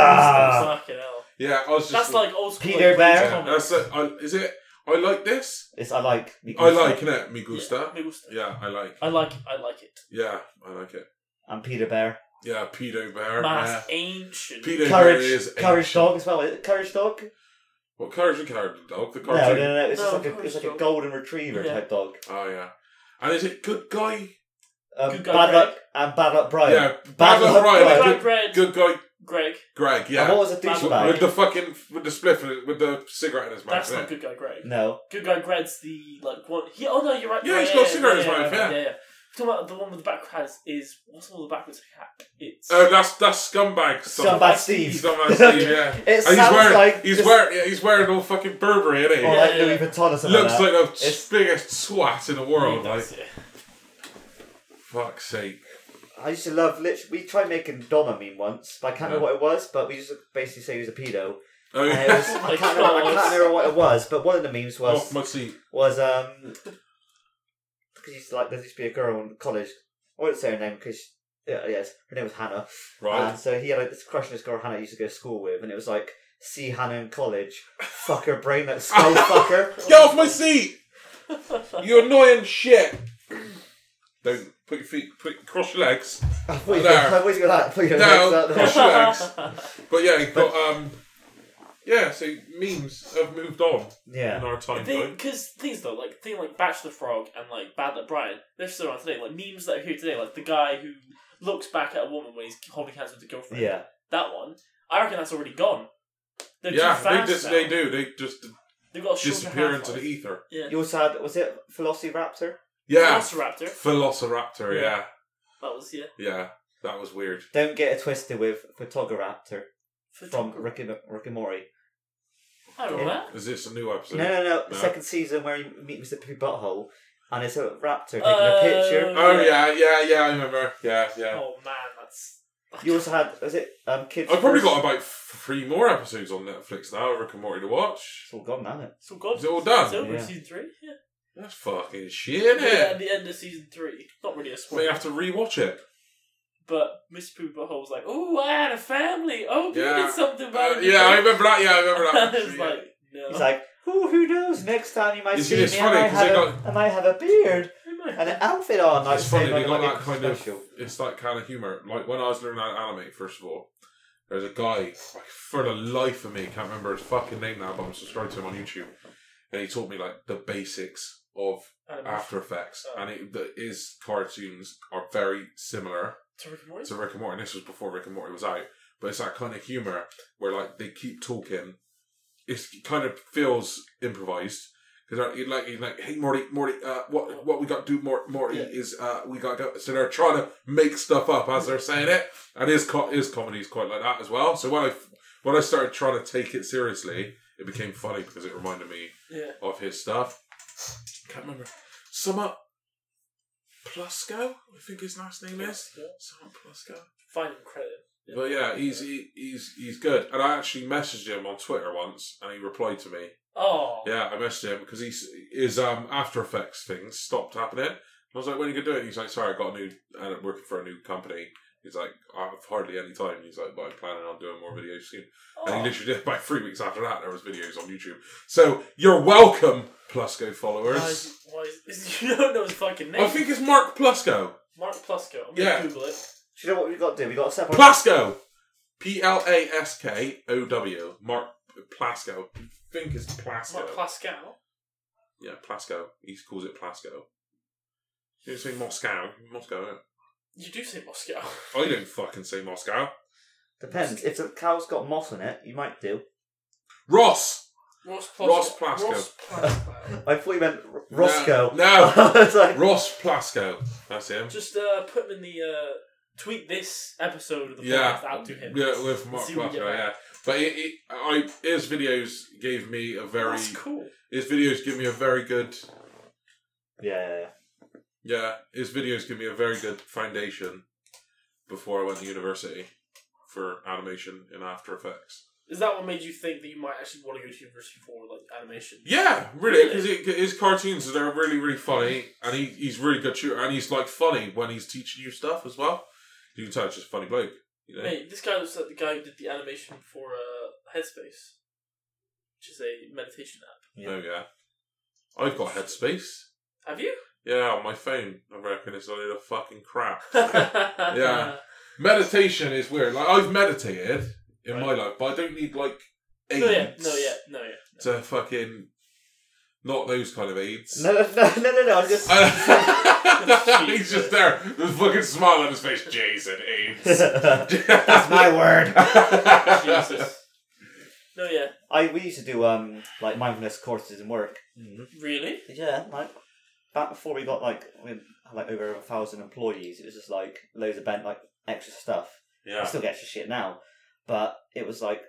[SPEAKER 3] Fucking hell.
[SPEAKER 1] yeah, I was just
[SPEAKER 3] That's like old school.
[SPEAKER 2] Ah. Peter
[SPEAKER 3] like,
[SPEAKER 2] Bear.
[SPEAKER 3] Rage
[SPEAKER 1] yeah,
[SPEAKER 3] comics.
[SPEAKER 1] that's it. I- is it. I like this.
[SPEAKER 2] It's I like me
[SPEAKER 1] I
[SPEAKER 2] gusta.
[SPEAKER 1] like it. Me gusta.
[SPEAKER 3] Yeah, me gusta.
[SPEAKER 1] Yeah, I like.
[SPEAKER 3] I like I like it.
[SPEAKER 1] Yeah, I like it.
[SPEAKER 2] And Peter Bear.
[SPEAKER 1] Yeah, pedo bear. yeah.
[SPEAKER 3] Mass ancient.
[SPEAKER 1] Peter Bear
[SPEAKER 2] Courage,
[SPEAKER 1] is
[SPEAKER 2] courage
[SPEAKER 1] ancient.
[SPEAKER 2] dog as well. Is it courage dog?
[SPEAKER 1] What courage and courage dog? The
[SPEAKER 2] No, no, no,
[SPEAKER 1] cartoon.
[SPEAKER 2] no. It's
[SPEAKER 3] No,
[SPEAKER 2] just like a,
[SPEAKER 3] Courage
[SPEAKER 2] it's like a
[SPEAKER 3] Dog.
[SPEAKER 2] golden retriever
[SPEAKER 3] Oh, Yeah.
[SPEAKER 2] type dog.
[SPEAKER 1] Oh yeah. And is it good guy?
[SPEAKER 2] Um,
[SPEAKER 3] Good guy
[SPEAKER 2] bad
[SPEAKER 3] Greg.
[SPEAKER 2] luck and bad luck Brian.
[SPEAKER 1] Yeah,
[SPEAKER 2] Bad
[SPEAKER 1] Bad Brian.
[SPEAKER 2] Luck Brian.
[SPEAKER 1] Good,
[SPEAKER 3] Black bread.
[SPEAKER 1] good guy
[SPEAKER 3] Greg.
[SPEAKER 1] Greg.
[SPEAKER 2] And what
[SPEAKER 1] Yeah.
[SPEAKER 2] was a
[SPEAKER 3] Bad
[SPEAKER 1] With,
[SPEAKER 3] Luck.
[SPEAKER 2] douchebag?
[SPEAKER 1] with the fucking with the spliff in it- with the cigarette in his mouth.
[SPEAKER 3] That's
[SPEAKER 1] isn't
[SPEAKER 3] not
[SPEAKER 1] it?
[SPEAKER 3] good guy Greg.
[SPEAKER 2] No.
[SPEAKER 3] Good guy Greg's the like one. He, oh no, you're right.
[SPEAKER 1] Yeah,
[SPEAKER 3] right,
[SPEAKER 1] he's got a cigarette in his mouth, yeah.
[SPEAKER 3] yeah. Talking about the one with the backwards hat is what's all the backwards hat? It's
[SPEAKER 1] Oh, that's that's scumbag.
[SPEAKER 2] Scumbag
[SPEAKER 1] Scumbag
[SPEAKER 2] Steve.
[SPEAKER 1] Scumbag Steve. Yeah.
[SPEAKER 2] It
[SPEAKER 1] And he's
[SPEAKER 2] sounds
[SPEAKER 1] wearing
[SPEAKER 2] like Oh,
[SPEAKER 1] he's
[SPEAKER 2] just-
[SPEAKER 1] wearing yeah, he's wearing all fucking Burberry, isn't he?
[SPEAKER 2] Or
[SPEAKER 3] Yeah,
[SPEAKER 2] like
[SPEAKER 3] yeah.
[SPEAKER 2] Louis Vuitton or something.
[SPEAKER 1] Looks
[SPEAKER 2] like
[SPEAKER 1] like the
[SPEAKER 2] It's-
[SPEAKER 1] biggest swat in the world. Like
[SPEAKER 3] That's it.
[SPEAKER 1] fuck's sake.
[SPEAKER 2] that. I used to love. Lit- we tried making Dom a meme once, but I can't remember what it was. But we just basically say he was a pedo.
[SPEAKER 1] Oh,
[SPEAKER 2] And it was,
[SPEAKER 3] Oh my
[SPEAKER 2] I, can't remember, I
[SPEAKER 3] God.
[SPEAKER 2] can't remember what it was, but one of the memes was
[SPEAKER 1] off my seat.
[SPEAKER 2] was um because used to, like there used to be a girl in college. I won't say her name because yeah, yes, her name was Hannah.
[SPEAKER 1] Right.
[SPEAKER 2] And so he had like this crush on this girl Hannah used to go to school with, and it was like see Hannah in college, fuck her brain, that skull fucker.
[SPEAKER 1] Get off my seat! You annoying shit! Don't put your feet, put cross your legs.
[SPEAKER 2] I thought you
[SPEAKER 1] No.
[SPEAKER 2] I thought you were that. I thought you were
[SPEAKER 1] No,
[SPEAKER 2] that.
[SPEAKER 1] cross your legs. But yeah, you've got um, yeah. So memes have moved on in
[SPEAKER 2] Yeah,
[SPEAKER 1] our time. though.
[SPEAKER 3] Because things though, like thing like Bachelor Frog and like Bad Luck Brian, they're still around today. Like memes that are here today, like the guy who looks back at a woman when he's holding hands with a girlfriend.
[SPEAKER 2] yeah.
[SPEAKER 3] that one. I reckon that's already gone. They're
[SPEAKER 1] Yeah,
[SPEAKER 3] too
[SPEAKER 1] they
[SPEAKER 3] fast
[SPEAKER 1] just
[SPEAKER 3] now.
[SPEAKER 1] they do. They just
[SPEAKER 3] They've got a shorter
[SPEAKER 1] disappear into the
[SPEAKER 3] half-life.
[SPEAKER 1] ether.
[SPEAKER 3] Yeah.
[SPEAKER 2] You also had was it Velociraptor?
[SPEAKER 1] Yeah,
[SPEAKER 3] Velociraptor.
[SPEAKER 1] Velociraptor. Yeah,
[SPEAKER 3] That was yeah.
[SPEAKER 1] yeah. That was weird.
[SPEAKER 2] Don't get it twisted with Photograptor
[SPEAKER 3] Photog-
[SPEAKER 2] from Ricky Ricky Mori.
[SPEAKER 3] I don't know that.
[SPEAKER 1] Is this a new episode?
[SPEAKER 2] No, no, no. The
[SPEAKER 1] No.
[SPEAKER 2] second season where you meet Mr. Pooh Butthole and it's a raptor taking
[SPEAKER 3] Oh.
[SPEAKER 2] a picture.
[SPEAKER 1] Oh yeah, yeah, yeah. I remember. Yeah, yeah.
[SPEAKER 3] Oh man, that's
[SPEAKER 2] You also had, was it um,
[SPEAKER 3] Oh,
[SPEAKER 2] kids?
[SPEAKER 1] I've probably
[SPEAKER 2] first-
[SPEAKER 1] got about f- three more episodes on Netflix now. Rick and Morty to watch.
[SPEAKER 2] It's all gone, hasn't it?
[SPEAKER 3] so good.
[SPEAKER 1] Is it all done?
[SPEAKER 3] It's over
[SPEAKER 2] Yeah.
[SPEAKER 3] season three. Yeah.
[SPEAKER 1] That's fucking shit, is
[SPEAKER 3] Yeah, At the end of season three, not really a
[SPEAKER 1] May
[SPEAKER 3] spoiler,
[SPEAKER 1] have to rewatch it.
[SPEAKER 3] but Miss Pooh Butthole was like, "Oh, I had a family. Oh, you
[SPEAKER 1] Yeah.
[SPEAKER 3] did something about
[SPEAKER 1] Uh,
[SPEAKER 3] it."
[SPEAKER 1] yeah, I remember that. Yeah, I remember that.
[SPEAKER 3] I was like, no.
[SPEAKER 2] He's like, Ooh, who knows? Next time you might
[SPEAKER 1] You see,
[SPEAKER 2] see me
[SPEAKER 1] it's funny
[SPEAKER 2] and I,
[SPEAKER 1] 'cause
[SPEAKER 2] have
[SPEAKER 1] they
[SPEAKER 2] a, and I have a beard.
[SPEAKER 3] humor.
[SPEAKER 2] And an outfit on. I'd
[SPEAKER 1] it's
[SPEAKER 2] say,
[SPEAKER 1] funny, they
[SPEAKER 2] like,
[SPEAKER 1] got
[SPEAKER 2] like
[SPEAKER 1] that kind
[SPEAKER 2] a
[SPEAKER 1] of,
[SPEAKER 2] special.
[SPEAKER 1] it's that kind of humour. Like, when I was learning how to animate, first of all, there's a guy, like, for the life of me, can't remember his fucking name now, but I'm subscribed to him on YouTube, and he taught me, like, the basics of After Effects,
[SPEAKER 3] Oh.
[SPEAKER 1] and it, the, his cartoons are very similar
[SPEAKER 3] To Rick and Morty?
[SPEAKER 1] to Rick and Morty. And this was before Rick and Morty was out, but it's that kind of humor where like they keep talking. It's, it kind of feels improvised because you're like, you're like, hey Morty, Morty, uh, what what we got to do, Mor- Morty
[SPEAKER 3] Yeah.
[SPEAKER 1] is uh, we got to go. So they're trying to make stuff up as they're saying it, and his co- his comedy is quite like that as well. So when I when I started trying to take it seriously, it became funny because it reminded me
[SPEAKER 3] Yeah.
[SPEAKER 1] of his stuff. Can't remember. Summer Plusko, I think his last name is. Summer Plusko.
[SPEAKER 3] Find him credit.
[SPEAKER 1] But yeah, he's he, he's he's good. And I actually messaged him on Twitter once, and he replied to me.
[SPEAKER 3] Oh.
[SPEAKER 1] Yeah, I messaged him because he's his um After Effects thing stopped happening. I was like, when are you gonna do it? He's like, sorry, I got a new and I'm working for a new company. He's like, I've hardly any time. He's like, but I'm planning on doing more videos soon. And he
[SPEAKER 3] Oh.
[SPEAKER 1] literally did about three weeks after that. There was videos on YouTube. So you're welcome, Plusco followers.
[SPEAKER 3] Why is, why is, you don't know his fucking name.
[SPEAKER 1] I think it's Mark Plusco.
[SPEAKER 3] Mark Plusko. I'm
[SPEAKER 1] Yeah.
[SPEAKER 3] gonna Google it.
[SPEAKER 2] Do you know what we've got to do? We've got to separate.
[SPEAKER 1] Plasco. P L A S K O W. Mark Plasco. I think it's Plasco.
[SPEAKER 3] Mark Plaskow.
[SPEAKER 1] yeah, Plasco. He calls it Plasco. You say Moscow. Moscow. eh? innit?
[SPEAKER 3] You do say Moscow.
[SPEAKER 1] I don't fucking say Moscow.
[SPEAKER 2] Depends. If the cow's got moss in it, you might do.
[SPEAKER 1] Ross.
[SPEAKER 3] Ross Plaskow.
[SPEAKER 1] Ross Plaskow.
[SPEAKER 3] Ross Plaskow.
[SPEAKER 2] I thought you meant R- Roscoe.
[SPEAKER 1] No.
[SPEAKER 2] It's like-
[SPEAKER 1] Ross Plasco. That's him.
[SPEAKER 3] Just uh, put him in the uh, tweet this episode of the podcast
[SPEAKER 1] Yeah.
[SPEAKER 3] out to him.
[SPEAKER 1] Yeah, with Mark
[SPEAKER 3] See what
[SPEAKER 1] Plasco.
[SPEAKER 3] we get back.
[SPEAKER 1] Yeah. But it, it, I, his videos gave me a very.
[SPEAKER 3] That's cool.
[SPEAKER 1] His videos give me a very good.
[SPEAKER 2] yeah, yeah, yeah.
[SPEAKER 1] Yeah, his videos give me a very good foundation before I went to university for animation in After Effects.
[SPEAKER 3] Is that what made you think that you might actually want to go to university for like animation?
[SPEAKER 1] Yeah, really, because his cartoons they're really really funny, and he, he's really good shooter, and he's like funny when he's teaching you stuff as well. You can tell it's just a funny bloke. You know?
[SPEAKER 3] Mate, this guy looks like the guy who did the animation for uh, Headspace, which is a meditation app.
[SPEAKER 1] Oh yeah, I've got Headspace.
[SPEAKER 3] Have you?
[SPEAKER 1] Yeah, on my phone. I reckon it's a load of fucking crap.
[SPEAKER 3] yeah.
[SPEAKER 1] Meditation is weird. Like I've meditated in my life, but I don't need like aids.
[SPEAKER 3] No, yeah. No, yeah. No, yeah.
[SPEAKER 1] to fucking not those kind of aids.
[SPEAKER 2] No, no, no, no, no. I just.
[SPEAKER 1] Uh, he's just there, with a fucking smile on his face. Jason AIDS.
[SPEAKER 2] That's my word.
[SPEAKER 3] Jesus. No, yeah.
[SPEAKER 2] I we used to do um like mindfulness courses in work.
[SPEAKER 3] Really?
[SPEAKER 2] Yeah, like back before we got like we had like over a thousand employees, it was just like loads of bent like extra stuff. I
[SPEAKER 1] Yeah.
[SPEAKER 2] still get extra shit now, but it was like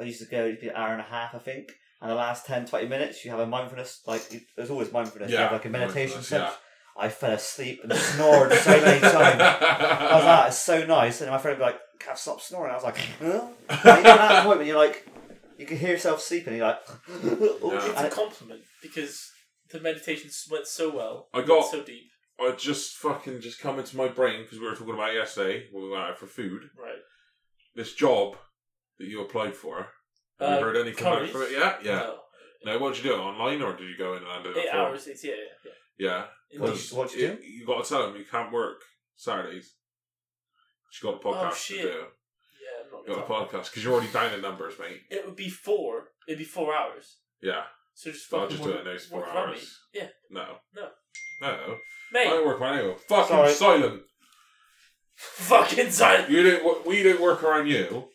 [SPEAKER 2] I used to go it'd be an hour and a half, I think. And the last 10, 20 minutes, you have a mindfulness like you- there's always mindfulness. you
[SPEAKER 1] Yeah,
[SPEAKER 2] have like a meditation
[SPEAKER 1] mindfulness,
[SPEAKER 2] session. I fell asleep and snored so many times. I was like, "That is so nice. And my friend would be like, Can't stop snoring. I was like, huh? And even at that point when you're like, you can hear yourself sleeping, you're like, "Oh,
[SPEAKER 1] Yeah.
[SPEAKER 3] It's a
[SPEAKER 2] and it-
[SPEAKER 3] compliment because the meditations went so well.
[SPEAKER 1] I got-
[SPEAKER 3] so deep.
[SPEAKER 1] I just fucking just come into my brain because we were talking about it yesterday when we went out for food.
[SPEAKER 3] Right.
[SPEAKER 1] This job that you applied for. Have
[SPEAKER 3] Uh,
[SPEAKER 1] you heard anything back
[SPEAKER 3] Currys?
[SPEAKER 1] from it yet? Yeah.
[SPEAKER 3] No.
[SPEAKER 1] No. what did you do? Online or did you go in and do
[SPEAKER 3] Eight
[SPEAKER 1] it? for-
[SPEAKER 3] hours. It's yeah. yeah,
[SPEAKER 1] Yeah.
[SPEAKER 3] yeah.
[SPEAKER 2] What
[SPEAKER 3] Indeed.
[SPEAKER 2] you- what you
[SPEAKER 1] it- You got to tell them you can't work Saturdays. She got a podcast
[SPEAKER 3] shit.
[SPEAKER 1] to do.
[SPEAKER 3] Yeah, I'm not
[SPEAKER 1] You
[SPEAKER 3] gonna
[SPEAKER 1] got a
[SPEAKER 3] talk
[SPEAKER 1] podcast because you're already down in numbers, mate.
[SPEAKER 3] It would be four. It'd be four hours.
[SPEAKER 1] Yeah.
[SPEAKER 3] So just
[SPEAKER 1] I'll
[SPEAKER 3] fucking
[SPEAKER 1] just do
[SPEAKER 3] work,
[SPEAKER 1] it in those four
[SPEAKER 3] work around
[SPEAKER 1] hours.
[SPEAKER 3] me. Yeah,
[SPEAKER 1] No.
[SPEAKER 3] No.
[SPEAKER 1] No. I
[SPEAKER 3] mate.
[SPEAKER 1] don't work around you. Fucking
[SPEAKER 2] Sorry.
[SPEAKER 1] silent.
[SPEAKER 3] fucking silent.
[SPEAKER 1] You don't. wo- We don't work around you.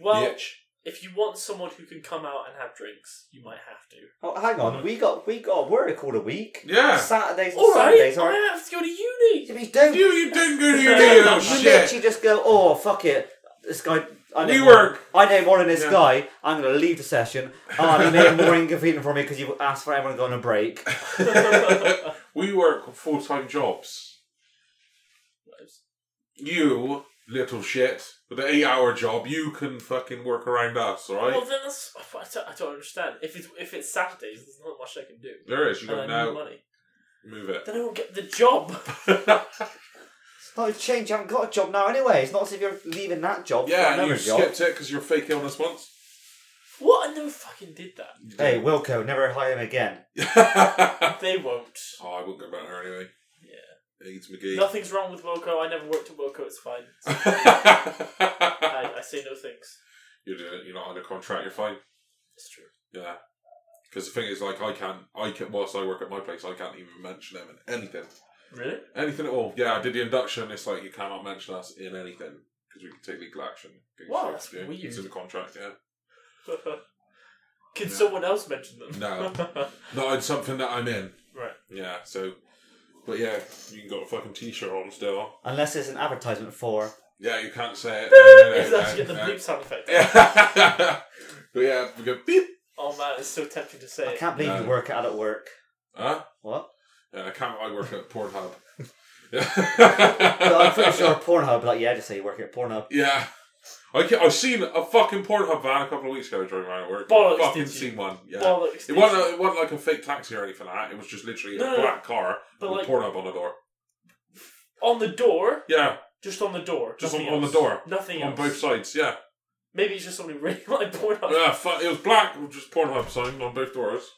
[SPEAKER 3] Well,
[SPEAKER 1] bitch.
[SPEAKER 3] if you want someone who can come out and have drinks, you might have to.
[SPEAKER 2] oh, hang on, we got we got work all the week.
[SPEAKER 1] Mm. Yeah.
[SPEAKER 2] Saturdays and
[SPEAKER 3] All right,
[SPEAKER 2] Sundays
[SPEAKER 3] I
[SPEAKER 2] aren't
[SPEAKER 3] have to go to uni.
[SPEAKER 2] Yeah, but you don't.
[SPEAKER 1] You, you didn't go to
[SPEAKER 3] You
[SPEAKER 1] your day, oh
[SPEAKER 2] you
[SPEAKER 1] shit.
[SPEAKER 2] literally just go, oh fuck it. This guy, I know
[SPEAKER 1] We
[SPEAKER 2] more-
[SPEAKER 1] work.
[SPEAKER 2] I know more than this
[SPEAKER 1] Yeah.
[SPEAKER 2] guy. I'm gonna leave the session. Oh, you made it more inconvenient for me because you asked for everyone to go on a break.
[SPEAKER 1] we work full time jobs. You little shit with an eight hour job, you can fucking work around us, alright?
[SPEAKER 3] Well, then that's I don't, I don't understand. If it's if it's Saturdays, there's not much I can do.
[SPEAKER 1] there is. You
[SPEAKER 3] And I
[SPEAKER 1] got
[SPEAKER 3] need
[SPEAKER 1] now
[SPEAKER 3] money.
[SPEAKER 1] move it.
[SPEAKER 3] Then I won't get the job.
[SPEAKER 2] It's not a change. You haven't got a job now anyway. It's not as if you're leaving that job for
[SPEAKER 1] yeah, and
[SPEAKER 2] another
[SPEAKER 1] you
[SPEAKER 2] job.
[SPEAKER 1] skipped it because you're fake illness once.
[SPEAKER 3] What? And never fucking did that.
[SPEAKER 2] Hey, Wilco, never hire him again.
[SPEAKER 1] oh,
[SPEAKER 3] They won't.
[SPEAKER 1] I wouldn't go back there anyway.
[SPEAKER 3] Yeah.
[SPEAKER 1] Eads McGee.
[SPEAKER 3] Nothing's wrong with Wilco. I never worked at Wilco. It's fine. I, I say no thanks.
[SPEAKER 1] you're, doing- you're not under contract. You're fine.
[SPEAKER 3] It's true.
[SPEAKER 1] Yeah. Because the thing is, like, I can't. I can. Whilst I work at my place, I can't even mention them in anything.
[SPEAKER 3] Really?
[SPEAKER 1] Anything at all. Yeah, I did the induction. It's like you cannot mention us in anything because we can take legal action. against
[SPEAKER 3] Wow,
[SPEAKER 1] you.
[SPEAKER 3] that's
[SPEAKER 1] Yeah,
[SPEAKER 3] weird.
[SPEAKER 1] It's in the contract. Yeah.
[SPEAKER 3] Can
[SPEAKER 1] No.
[SPEAKER 3] someone else mention them?
[SPEAKER 1] No. Not in something that I'm in.
[SPEAKER 3] right.
[SPEAKER 1] Yeah. So, but yeah, you can got a fucking t-shirt on still.
[SPEAKER 2] Unless it's an advertisement for.
[SPEAKER 1] Yeah, you can't say it. No, no, no,
[SPEAKER 3] It's actually
[SPEAKER 1] no,
[SPEAKER 3] get the
[SPEAKER 1] no.
[SPEAKER 3] bleep sound effect.
[SPEAKER 1] Yeah. but yeah, we go beep.
[SPEAKER 3] Oh man, it's so tempting to say.
[SPEAKER 2] I
[SPEAKER 3] it.
[SPEAKER 2] can't believe
[SPEAKER 1] No.
[SPEAKER 2] you work out at work.
[SPEAKER 1] Huh?
[SPEAKER 2] What?
[SPEAKER 1] Yeah, I can't. I work at Pornhub.
[SPEAKER 2] But I'm pretty sure Pornhub, like, yeah, just say you work at Pornhub.
[SPEAKER 1] Yeah. I can, I've seen a fucking Pornhub van a couple of weeks ago during my work.
[SPEAKER 3] Bollocks,
[SPEAKER 1] fucking
[SPEAKER 3] did you?
[SPEAKER 1] seen one. Yeah.
[SPEAKER 3] Bollocks.
[SPEAKER 1] It wasn't, a, it wasn't like a fake taxi or anything like that. It was just literally
[SPEAKER 3] No,
[SPEAKER 1] a
[SPEAKER 3] no,
[SPEAKER 1] black car
[SPEAKER 3] But
[SPEAKER 1] with
[SPEAKER 3] like
[SPEAKER 1] Pornhub on the door.
[SPEAKER 3] on the door,
[SPEAKER 1] Yeah,
[SPEAKER 3] just on the door,
[SPEAKER 1] Just
[SPEAKER 3] nothing
[SPEAKER 1] on- on the
[SPEAKER 3] else.
[SPEAKER 1] door.
[SPEAKER 3] Nothing
[SPEAKER 1] on
[SPEAKER 3] else.
[SPEAKER 1] both sides. Yeah.
[SPEAKER 3] Maybe it's just somebody really like porn up.
[SPEAKER 1] Yeah, fu- it was black with just Pornhub sign on both doors.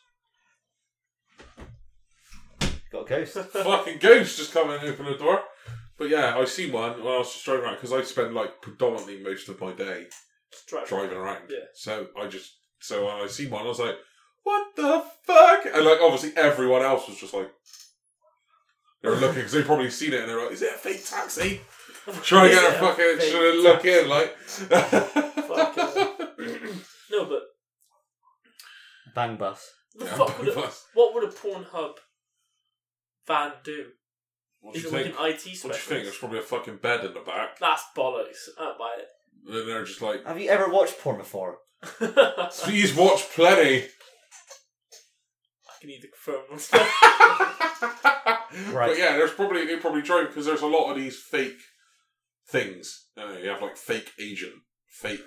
[SPEAKER 2] Got a ghost.
[SPEAKER 1] fucking ghost just come and open the door. But yeah, I seen one when I was just driving around because I spend like predominantly most of my day
[SPEAKER 3] Just drive.
[SPEAKER 1] driving around.
[SPEAKER 3] Yeah.
[SPEAKER 1] So I just so when I seen one, I was like, "What the fuck?" And like obviously everyone else was just like, they were looking because they probably seen it and they're like, "Is it a fake taxi?" Trying to
[SPEAKER 3] Is
[SPEAKER 1] get
[SPEAKER 3] it
[SPEAKER 1] a fucking trying to look in like.
[SPEAKER 3] fake taxi? Fucking- No, but
[SPEAKER 2] Bang bus.
[SPEAKER 3] the
[SPEAKER 1] Yeah,
[SPEAKER 3] fuck would a,
[SPEAKER 1] what
[SPEAKER 3] what would a porn hub van do?
[SPEAKER 1] do
[SPEAKER 3] Is
[SPEAKER 1] you
[SPEAKER 3] it like
[SPEAKER 1] think?
[SPEAKER 3] an
[SPEAKER 1] What
[SPEAKER 3] IT
[SPEAKER 1] do you think? There's
[SPEAKER 3] specialist?
[SPEAKER 1] probably a fucking bed in the back.
[SPEAKER 3] That's bollocks. I don't buy
[SPEAKER 1] And then they're just like,
[SPEAKER 2] Have you ever watched porn before?
[SPEAKER 3] it.
[SPEAKER 1] "Please watch plenty."
[SPEAKER 3] I can either confirm or
[SPEAKER 1] right. But yeah, there's probably they probably drove because there's a lot of these fake things. You, know, you have like fake agent, fake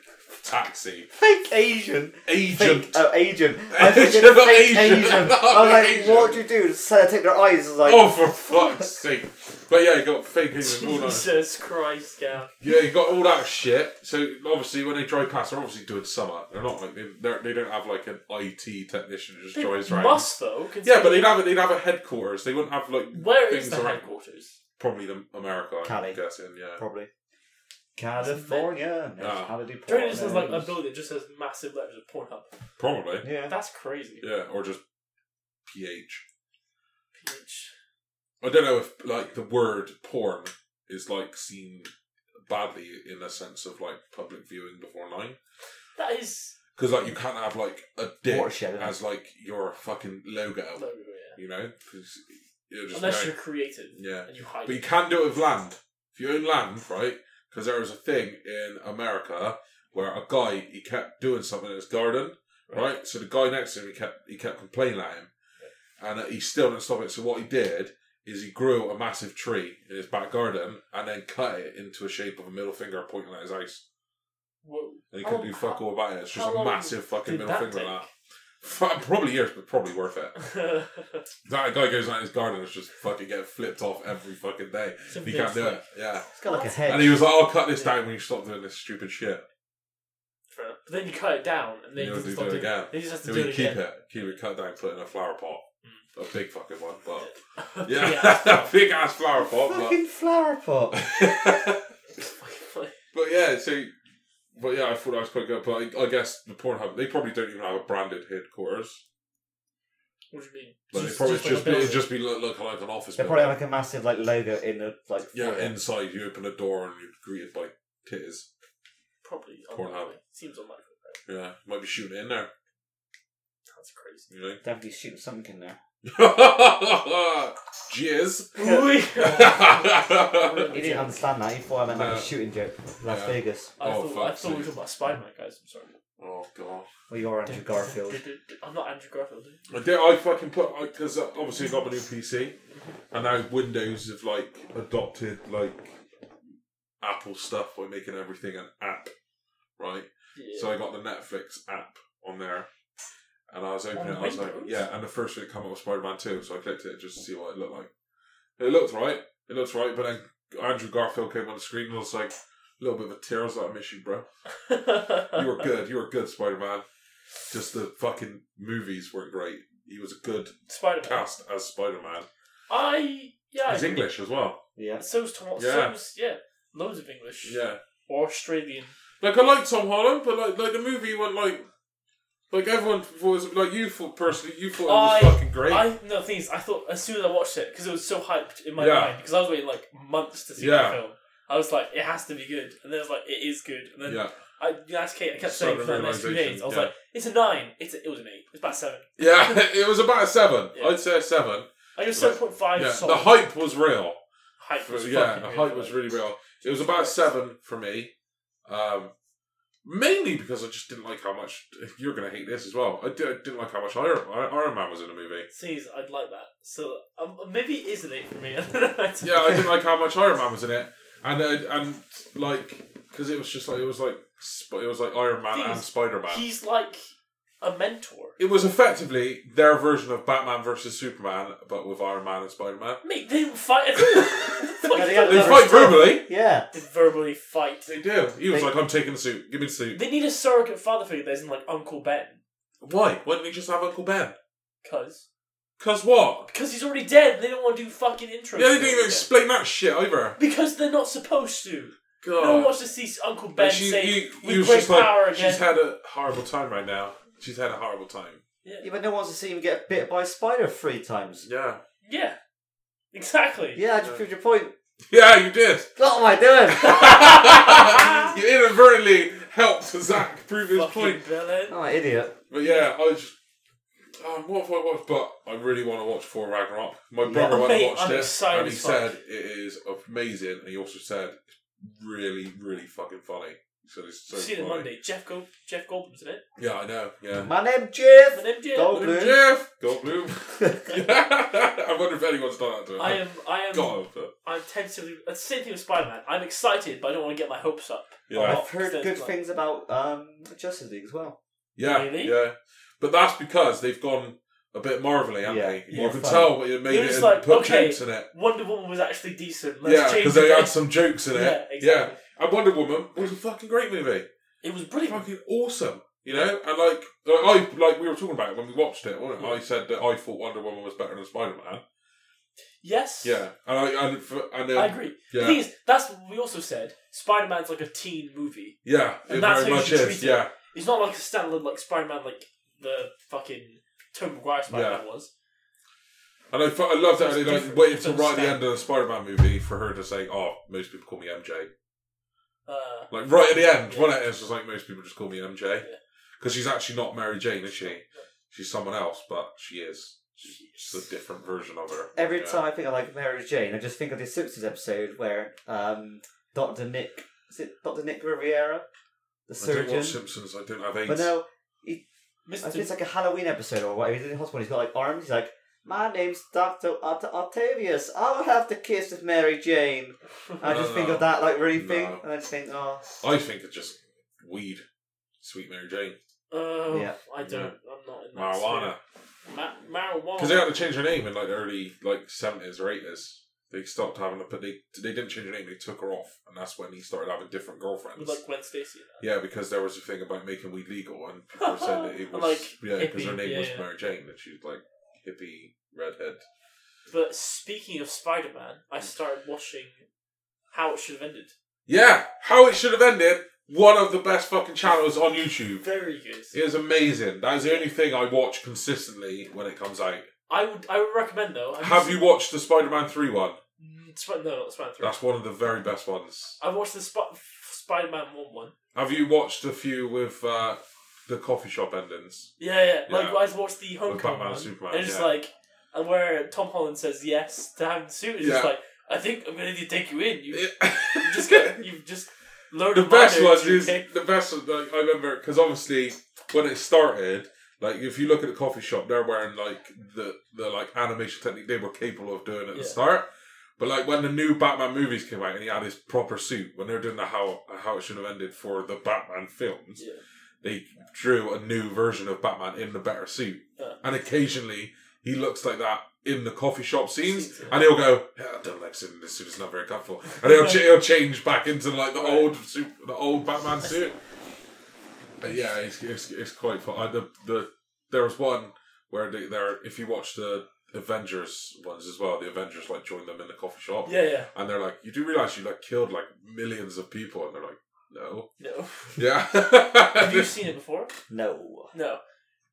[SPEAKER 1] taxi,
[SPEAKER 2] Fake Asian.
[SPEAKER 1] agent.
[SPEAKER 3] uh,
[SPEAKER 2] Fake, oh, agent. I
[SPEAKER 1] Agent,
[SPEAKER 2] think it's
[SPEAKER 1] not
[SPEAKER 2] fake
[SPEAKER 1] Asian.
[SPEAKER 2] Asian.
[SPEAKER 1] Not
[SPEAKER 2] I was like,
[SPEAKER 1] Asian.
[SPEAKER 2] what do you do? Just take their eyes. I was like,
[SPEAKER 1] oh, for fuck's sake! But yeah, you got fake agent. All that.
[SPEAKER 3] Jesus Christ, yeah.
[SPEAKER 1] Yeah, you got all that shit. So obviously, when they drive past, they're obviously doing summer. They're not like they they're, they don't have like an IT technician who just
[SPEAKER 3] They
[SPEAKER 1] drives
[SPEAKER 3] must
[SPEAKER 1] around.
[SPEAKER 3] though.
[SPEAKER 1] Yeah, but
[SPEAKER 3] considering-
[SPEAKER 1] they'd have they'd have a headquarters. They wouldn't have like
[SPEAKER 3] where is
[SPEAKER 1] things
[SPEAKER 3] the
[SPEAKER 1] around.
[SPEAKER 3] headquarters?
[SPEAKER 1] probably the America. I'm
[SPEAKER 2] Cali.
[SPEAKER 1] guessing. Yeah.
[SPEAKER 2] probably. California. knows
[SPEAKER 1] Ah.
[SPEAKER 2] how to do
[SPEAKER 3] Don't it just has like a
[SPEAKER 2] pornos.
[SPEAKER 3] building that just has massive letters of Pornhub.
[SPEAKER 1] Probably.
[SPEAKER 2] Yeah.
[SPEAKER 3] That's crazy.
[SPEAKER 1] Yeah, or just PH.
[SPEAKER 3] Peach.
[SPEAKER 1] I don't know if like the word porn is like seen badly in a sense of like public viewing before nine
[SPEAKER 3] That is.
[SPEAKER 1] because like you can't have like a dick
[SPEAKER 2] Watershed, isn't it?
[SPEAKER 1] as like your fucking logo,
[SPEAKER 3] No, yeah.
[SPEAKER 1] you know? 'Cause you're just
[SPEAKER 3] Unless
[SPEAKER 1] going-
[SPEAKER 3] you're creative
[SPEAKER 1] yeah,
[SPEAKER 3] and you hide
[SPEAKER 1] but you
[SPEAKER 3] it.
[SPEAKER 1] can do it with land. If you own land, right? Because there was a thing in America where a guy he kept doing something in his garden, right? So the guy next to him he kept he kept complaining at him, and uh, he still didn't stop it. So what he did is he grew a massive tree in his back garden and then cut it into a shape of a middle finger pointing at his house.
[SPEAKER 3] Whoa.
[SPEAKER 1] And he
[SPEAKER 3] How
[SPEAKER 1] couldn't
[SPEAKER 3] long-
[SPEAKER 1] do fuck all about it. It's just
[SPEAKER 3] Oh, how
[SPEAKER 1] a
[SPEAKER 3] long
[SPEAKER 1] massive fucking
[SPEAKER 3] did
[SPEAKER 1] middle
[SPEAKER 3] that
[SPEAKER 1] finger.
[SPEAKER 3] take?
[SPEAKER 1] Like that. Fu- Probably years, but probably worth it. That guy goes out in his garden and it's just fucking getting flipped off every fucking day.
[SPEAKER 3] Some
[SPEAKER 1] He can't
[SPEAKER 3] big
[SPEAKER 1] do
[SPEAKER 3] thing.
[SPEAKER 1] it. Yeah.
[SPEAKER 2] It's got like a
[SPEAKER 1] And he
[SPEAKER 2] head.
[SPEAKER 1] was like, I'll cut this down when you stop doing this stupid shit.
[SPEAKER 3] Fair enough. But then you cut it down and then
[SPEAKER 1] You
[SPEAKER 3] you
[SPEAKER 1] know,
[SPEAKER 3] just
[SPEAKER 1] they
[SPEAKER 3] stop
[SPEAKER 1] do it
[SPEAKER 3] doing it.
[SPEAKER 1] again.
[SPEAKER 3] Then you just have to
[SPEAKER 1] So
[SPEAKER 3] do
[SPEAKER 1] we
[SPEAKER 3] it
[SPEAKER 1] keep
[SPEAKER 3] again. Mm.
[SPEAKER 1] it, keep it cut down, put it in a flower pot. A big fucking one, but. Yeah,
[SPEAKER 3] Yeah, that's not-
[SPEAKER 1] big ass flower pot,
[SPEAKER 2] Fucking flower pot.
[SPEAKER 1] but.
[SPEAKER 3] Fucking-
[SPEAKER 1] but yeah, so. But yeah, I thought that was quite good. But I, I guess the Pornhub, they probably don't even have a branded headquarters.
[SPEAKER 3] What do you mean?
[SPEAKER 1] But they probably just,
[SPEAKER 3] like a
[SPEAKER 1] be,
[SPEAKER 3] building.
[SPEAKER 1] it'd just be look, look like an office
[SPEAKER 2] They probably have like a massive like logo in the like.
[SPEAKER 1] yeah,
[SPEAKER 2] foyer.
[SPEAKER 1] inside you open a door and you're greeted by titties.
[SPEAKER 3] Probably.
[SPEAKER 1] Pornhub.
[SPEAKER 3] unlikely. Seems unlikely. right?
[SPEAKER 1] Yeah, might be shooting it in there,
[SPEAKER 3] That's crazy.
[SPEAKER 1] you know.
[SPEAKER 2] definitely shooting something in there.
[SPEAKER 1] Jizz.
[SPEAKER 3] Wouldn't
[SPEAKER 2] He
[SPEAKER 3] it?
[SPEAKER 2] didn't understand that. He thought I meant like
[SPEAKER 1] No.
[SPEAKER 2] a shooting joke. Las
[SPEAKER 1] Yeah.
[SPEAKER 2] Vegas.
[SPEAKER 3] I
[SPEAKER 1] Oh,
[SPEAKER 3] thought, I
[SPEAKER 1] fuck's
[SPEAKER 3] thought we were
[SPEAKER 1] sake.
[SPEAKER 3] talking about Spider Man, guys. I'm sorry.
[SPEAKER 1] oh god!
[SPEAKER 2] Well, you're Andrew Garfield.
[SPEAKER 3] I'm not Andrew Garfield. dude.
[SPEAKER 1] I did. I fucking put because obviously I got my new PC, and now Windows have like adopted like Apple stuff by making everything an app, right?
[SPEAKER 3] Yeah.
[SPEAKER 1] So I got the Netflix app on there, and I was opening it.
[SPEAKER 3] On
[SPEAKER 1] I was like,
[SPEAKER 3] Windows?
[SPEAKER 1] yeah. And the first thing that came up was Spider Man Two, so I clicked it just to see what it looked like. It looked right. It looked right, but then Andrew Garfield came on the screen and I was like, a little bit of a tear. I was like, I miss you, bro. You were good. You were good, Spider Man. Just the fucking movies weren't great. He was a good
[SPEAKER 3] Spider Man.
[SPEAKER 1] cast as Spider Man.
[SPEAKER 3] I yeah.
[SPEAKER 1] He's English as well.
[SPEAKER 2] Yeah.
[SPEAKER 3] So's Tom.
[SPEAKER 1] Yeah.
[SPEAKER 3] So's yeah. Loads of English.
[SPEAKER 1] Yeah.
[SPEAKER 3] Or Australian.
[SPEAKER 1] Like I like Tom Holland, but like like the movie went like like everyone was like you thought personally you thought it
[SPEAKER 3] I-
[SPEAKER 1] was fucking great.
[SPEAKER 3] I no the thing is, I thought as soon as I watched it because it was so hyped in my
[SPEAKER 1] Yeah.
[SPEAKER 3] mind because I was waiting like months to see
[SPEAKER 1] Yeah.
[SPEAKER 3] the film. I was like, it has to be good, and then I was like, it is good, and then
[SPEAKER 1] yeah,
[SPEAKER 3] I you asked Kate. I kept
[SPEAKER 1] Sudden
[SPEAKER 3] saying for the next few
[SPEAKER 1] realisation,
[SPEAKER 3] days, I was
[SPEAKER 1] yeah.
[SPEAKER 3] like, it's a nine. It's a, it was an eight. It's about seven.
[SPEAKER 1] yeah, it was about a seven.
[SPEAKER 3] Yeah.
[SPEAKER 1] I'd say a seven.
[SPEAKER 3] I give
[SPEAKER 1] Right.
[SPEAKER 3] seven point five.
[SPEAKER 1] Yeah,
[SPEAKER 3] solid.
[SPEAKER 1] the hype was real.
[SPEAKER 3] Hype was
[SPEAKER 1] yeah,
[SPEAKER 3] fucking
[SPEAKER 1] the
[SPEAKER 3] real,
[SPEAKER 1] hype
[SPEAKER 3] like,
[SPEAKER 1] was really real. It was about a seven for me, um, mainly because I just didn't like how much you're gonna hate this as well. I, did, I didn't like how much Iron, Iron Man was in the movie.
[SPEAKER 3] Sees, I'd like that. So um, maybe it is an eight for me. I don't know.
[SPEAKER 1] Yeah, I didn't like how much Iron Man was in it, and uh, and like because it was just like it was like sp- it was like Iron Man
[SPEAKER 3] Thing
[SPEAKER 1] and
[SPEAKER 3] is,
[SPEAKER 1] Spider Man.
[SPEAKER 3] He's like a mentor.
[SPEAKER 1] It was effectively their version of Batman versus Superman, but with Iron Man and Spider Man.
[SPEAKER 3] Mate, they didn't fight. at all. Fuck,
[SPEAKER 2] Yeah, they
[SPEAKER 1] They
[SPEAKER 2] had
[SPEAKER 3] they
[SPEAKER 1] fight verbally.
[SPEAKER 2] Yeah.
[SPEAKER 3] did verbally fight.
[SPEAKER 1] They do. He was
[SPEAKER 2] They-
[SPEAKER 1] like, "I'm taking the suit. Give me the suit."
[SPEAKER 3] They need a surrogate father figure that isn't like Uncle Ben.
[SPEAKER 1] Why? Why didn't he just have Uncle Ben?
[SPEAKER 3] Cause,
[SPEAKER 1] Cause what?
[SPEAKER 3] because he's already dead. They don't want to do fucking intro.
[SPEAKER 1] Yeah, they didn't even explain that shit either.
[SPEAKER 3] Because they're not supposed to.
[SPEAKER 1] God.
[SPEAKER 3] No one wants to see Uncle Ben
[SPEAKER 1] Like, Oh. she-
[SPEAKER 3] say,
[SPEAKER 1] he- he
[SPEAKER 3] "With
[SPEAKER 1] was
[SPEAKER 3] great
[SPEAKER 1] just like,
[SPEAKER 3] power again."
[SPEAKER 1] she's had a horrible time right now. She's had a horrible time.
[SPEAKER 2] yeah. But no one wants to see him get bit by a spider three times.
[SPEAKER 1] Yeah.
[SPEAKER 3] Yeah, exactly.
[SPEAKER 2] Yeah, I just proved your point.
[SPEAKER 1] Yeah, you did.
[SPEAKER 2] What am I doing?
[SPEAKER 1] you inadvertently helped Zach prove his
[SPEAKER 3] Fucking
[SPEAKER 1] point.
[SPEAKER 3] villain.
[SPEAKER 2] oh, idiot.
[SPEAKER 1] But yeah, I just. Um, what have I watched? But I really want to watch For Ragnarok. My
[SPEAKER 2] Yeah.
[SPEAKER 1] brother went and
[SPEAKER 3] Mate,
[SPEAKER 1] watched
[SPEAKER 3] I'm
[SPEAKER 1] this,
[SPEAKER 3] excited
[SPEAKER 1] and he
[SPEAKER 3] as fuck.
[SPEAKER 1] said it is amazing, and he also said it's really, really fucking funny. He said it's so
[SPEAKER 3] See you
[SPEAKER 1] funny.
[SPEAKER 3] Monday. Jeff Gold, Jeff Goldblum's in it.
[SPEAKER 1] Yeah, I know. Yeah.
[SPEAKER 2] My name Jeff.
[SPEAKER 3] And then Jeff.
[SPEAKER 2] Gold- Goldblum.
[SPEAKER 1] Jeff Goldblum. yeah. I wonder if anyone's done that to him.
[SPEAKER 3] I um, am. I am.
[SPEAKER 1] God, but-
[SPEAKER 3] I'm tentatively. It's the same thing with Spider Man. I'm excited, but I don't want to get my hopes up.
[SPEAKER 1] yeah,
[SPEAKER 3] Oh.
[SPEAKER 2] I've heard
[SPEAKER 3] Sounds
[SPEAKER 2] good
[SPEAKER 3] like-
[SPEAKER 2] things about um, Justice League as well.
[SPEAKER 1] yeah,
[SPEAKER 3] Really?
[SPEAKER 1] yeah. But that's because they've gone a bit marvelly, haven't
[SPEAKER 2] Yeah.
[SPEAKER 1] they?
[SPEAKER 2] Yeah,
[SPEAKER 1] you can
[SPEAKER 2] fine.
[SPEAKER 1] tell what you made
[SPEAKER 3] They're
[SPEAKER 1] it
[SPEAKER 3] just
[SPEAKER 1] and
[SPEAKER 3] like,
[SPEAKER 1] put
[SPEAKER 3] okay,
[SPEAKER 1] jokes in it.
[SPEAKER 3] Wonder Woman was actually decent. Let's
[SPEAKER 1] Yeah,
[SPEAKER 3] change
[SPEAKER 1] because they
[SPEAKER 3] the
[SPEAKER 1] had
[SPEAKER 3] name.
[SPEAKER 1] some jokes in it.
[SPEAKER 3] Yeah, exactly.
[SPEAKER 1] yeah. And Wonder Woman was a fucking great movie.
[SPEAKER 3] It was brilliant.
[SPEAKER 1] Fucking awesome. You know? And like, like I like we were talking about it when we watched it, wasn't it? I said that I thought Wonder Woman was better than Spider Man.
[SPEAKER 3] Yes.
[SPEAKER 1] Yeah. And I and, for, and then,
[SPEAKER 3] I agree. The
[SPEAKER 1] yeah.
[SPEAKER 3] thing is, that's what we also said. Spider Man's like a teen movie.
[SPEAKER 1] Yeah,
[SPEAKER 3] And
[SPEAKER 1] it
[SPEAKER 3] that's
[SPEAKER 1] very
[SPEAKER 3] how you
[SPEAKER 1] much
[SPEAKER 3] should
[SPEAKER 1] is.
[SPEAKER 3] treat it.
[SPEAKER 1] Yeah.
[SPEAKER 3] It's not like a standalone like Spider Man like the fucking Tobey Maguire Spider Man was.
[SPEAKER 1] And I, fu- I love that
[SPEAKER 3] It's
[SPEAKER 1] they like
[SPEAKER 3] different.
[SPEAKER 1] waited
[SPEAKER 3] It's
[SPEAKER 1] till right at the
[SPEAKER 3] understand-
[SPEAKER 1] end of the Spider Man movie for her to say, Oh, most people call me MJ.
[SPEAKER 3] Uh,
[SPEAKER 1] Like right at the end,
[SPEAKER 3] Yeah.
[SPEAKER 1] wasn't it? It's just like most people just call me MJ.
[SPEAKER 3] Yeah.
[SPEAKER 1] Because she's actually not Mary Jane, is she? She's someone else, but she is. She's a different version of her.
[SPEAKER 2] Every
[SPEAKER 1] Yeah.
[SPEAKER 2] time I think of like Mary Jane, I just think of the Simpsons episode where um, Doctor Nick is it Doctor Nick Riviera, the
[SPEAKER 1] I don't watch
[SPEAKER 2] surgeon.
[SPEAKER 1] Simpsons. I don't have AIDS.
[SPEAKER 2] But no, I
[SPEAKER 3] Mr.
[SPEAKER 2] think it's like a Halloween episode or whatever. He's in the hospital. He's got like arms. He's like, "My name's Doctor Octavius. I'll have to kiss with Mary Jane." And I
[SPEAKER 1] No,
[SPEAKER 2] just
[SPEAKER 1] no.
[SPEAKER 2] think of that like really
[SPEAKER 1] No.
[SPEAKER 2] thing, and I just think, "Oh,
[SPEAKER 1] I think it's just weed, sweet Mary Jane,
[SPEAKER 3] Oh,
[SPEAKER 2] Yeah.
[SPEAKER 3] I don't.
[SPEAKER 1] Yeah.
[SPEAKER 3] I'm not in that
[SPEAKER 1] marijuana.
[SPEAKER 3] sphere. Ma- marijuana.
[SPEAKER 1] Because they had to change her name in like the early like seventies or eighties. They stopped having, a, but they they didn't change her name. They took her off, and that's when he started having different girlfriends.
[SPEAKER 3] With, like Gwen Stacy.
[SPEAKER 1] yeah, because there was a thing about making weed legal, and people were saying that it was
[SPEAKER 3] Like,
[SPEAKER 1] yeah, because her
[SPEAKER 3] hippie,
[SPEAKER 1] name
[SPEAKER 3] yeah,
[SPEAKER 1] was
[SPEAKER 3] yeah.
[SPEAKER 1] Mary Jane, and she was like hippie redhead.
[SPEAKER 3] But speaking of Spider Man,
[SPEAKER 1] Mm.
[SPEAKER 3] I started watching How It Should Have Ended.
[SPEAKER 1] Yeah, how it should have ended. One of the best fucking channels on YouTube.
[SPEAKER 3] Very good.
[SPEAKER 1] It is amazing. That is the only thing I watch consistently when it comes out.
[SPEAKER 3] I would. I would recommend though. I'm
[SPEAKER 1] Have you watched the Spider-Man Three one?
[SPEAKER 3] Sp- no, not Spider Three.
[SPEAKER 1] That's one of the very best ones.
[SPEAKER 3] I watched the Sp- Spider Man One one.
[SPEAKER 1] Have you watched a few with uh, the coffee shop endings?
[SPEAKER 3] Yeah, yeah. Like
[SPEAKER 1] Yeah.
[SPEAKER 3] I watched the Homecoming
[SPEAKER 1] Batman and
[SPEAKER 3] one.
[SPEAKER 1] Superman,
[SPEAKER 3] and it's just
[SPEAKER 1] yeah.
[SPEAKER 3] like, and where Tom Holland says yes to having the suit. It's just
[SPEAKER 1] Yeah.
[SPEAKER 3] like, I think I'm gonna need to take you in. You
[SPEAKER 1] It-
[SPEAKER 3] you just got, you've just loaded
[SPEAKER 1] the best
[SPEAKER 3] one
[SPEAKER 1] one is the best. one, Like I remember because obviously when it started, like if you look at the coffee shop, they're wearing like the the like animation technique they were capable of doing at
[SPEAKER 3] Yeah.
[SPEAKER 1] the start. But like when the new Batman movies came out and he had his proper suit, when they were doing the how how it should have ended for the Batman films,
[SPEAKER 3] Yeah.
[SPEAKER 1] they drew a new version of Batman in the better suit.
[SPEAKER 3] Yeah.
[SPEAKER 1] And occasionally he looks like that in the coffee shop scenes,
[SPEAKER 3] Scenes, yeah.
[SPEAKER 1] and he'll go, yeah, "I don't like seeing this suit; it's not very comfortable." And he'll, ch- he'll change back into like the
[SPEAKER 3] Right.
[SPEAKER 1] old suit, the old Batman suit. Uh, yeah, it's, it's, it's quite fun. I, the, the, there was one where they, there, if you watch the Avengers ones as well, the Avengers like join them in the coffee shop,
[SPEAKER 3] Yeah, yeah.
[SPEAKER 1] and they're like, "You do realize you like killed like millions of people," and they're like, "No."
[SPEAKER 3] No.
[SPEAKER 1] Yeah.
[SPEAKER 3] Have you seen it before?
[SPEAKER 2] No.
[SPEAKER 3] No.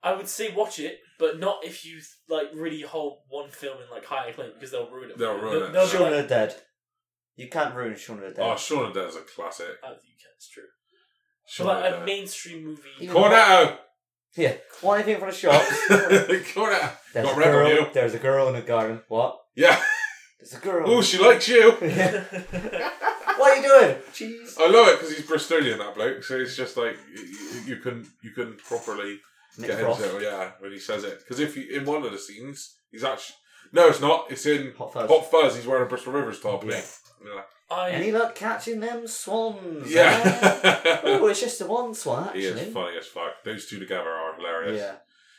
[SPEAKER 3] I would say watch it, but not if you like really hold one film in like high acclaim because they'll ruin it.
[SPEAKER 1] They'll ruin it.
[SPEAKER 3] They'll be
[SPEAKER 2] Shaun
[SPEAKER 3] like,
[SPEAKER 2] of the Dead. You can't ruin Shaun of the Dead.
[SPEAKER 1] oh, Shaun of the Dead is a classic.
[SPEAKER 3] I don't think "Oh, you can. It's true.
[SPEAKER 1] Shaun
[SPEAKER 3] but like
[SPEAKER 1] of
[SPEAKER 3] a
[SPEAKER 1] the Dead.
[SPEAKER 3] mainstream movie.
[SPEAKER 2] Even-
[SPEAKER 1] Cornetto!
[SPEAKER 2] yeah. One thing from the shop.
[SPEAKER 1] Cornetto!
[SPEAKER 2] There's
[SPEAKER 1] Got
[SPEAKER 2] a
[SPEAKER 1] red on
[SPEAKER 2] girl.
[SPEAKER 1] you.
[SPEAKER 2] There's a girl in the garden. What?
[SPEAKER 1] Yeah.
[SPEAKER 2] There's a girl.
[SPEAKER 1] Oh, she likes you.
[SPEAKER 2] what are you doing? Cheese.
[SPEAKER 1] I love it because he's Bristolian, that bloke. So it's just like you, you can you can properly
[SPEAKER 2] Nick
[SPEAKER 1] get
[SPEAKER 2] Frost.
[SPEAKER 1] into it. Yeah, when he says it, because if you, in one of the scenes, he's actually no, it's not. It's in
[SPEAKER 2] Hot fuzz.
[SPEAKER 1] Hot Fuzz. He's wearing a Bristol Rivers top. and
[SPEAKER 2] Yeah.
[SPEAKER 1] it- you're like,
[SPEAKER 2] And
[SPEAKER 3] I
[SPEAKER 2] he look catching them swans. eh?
[SPEAKER 1] Yeah,
[SPEAKER 2] oh, it's just the one swan
[SPEAKER 1] he
[SPEAKER 2] actually.
[SPEAKER 1] is funny as fuck. Those two together are hilarious.
[SPEAKER 2] Yeah.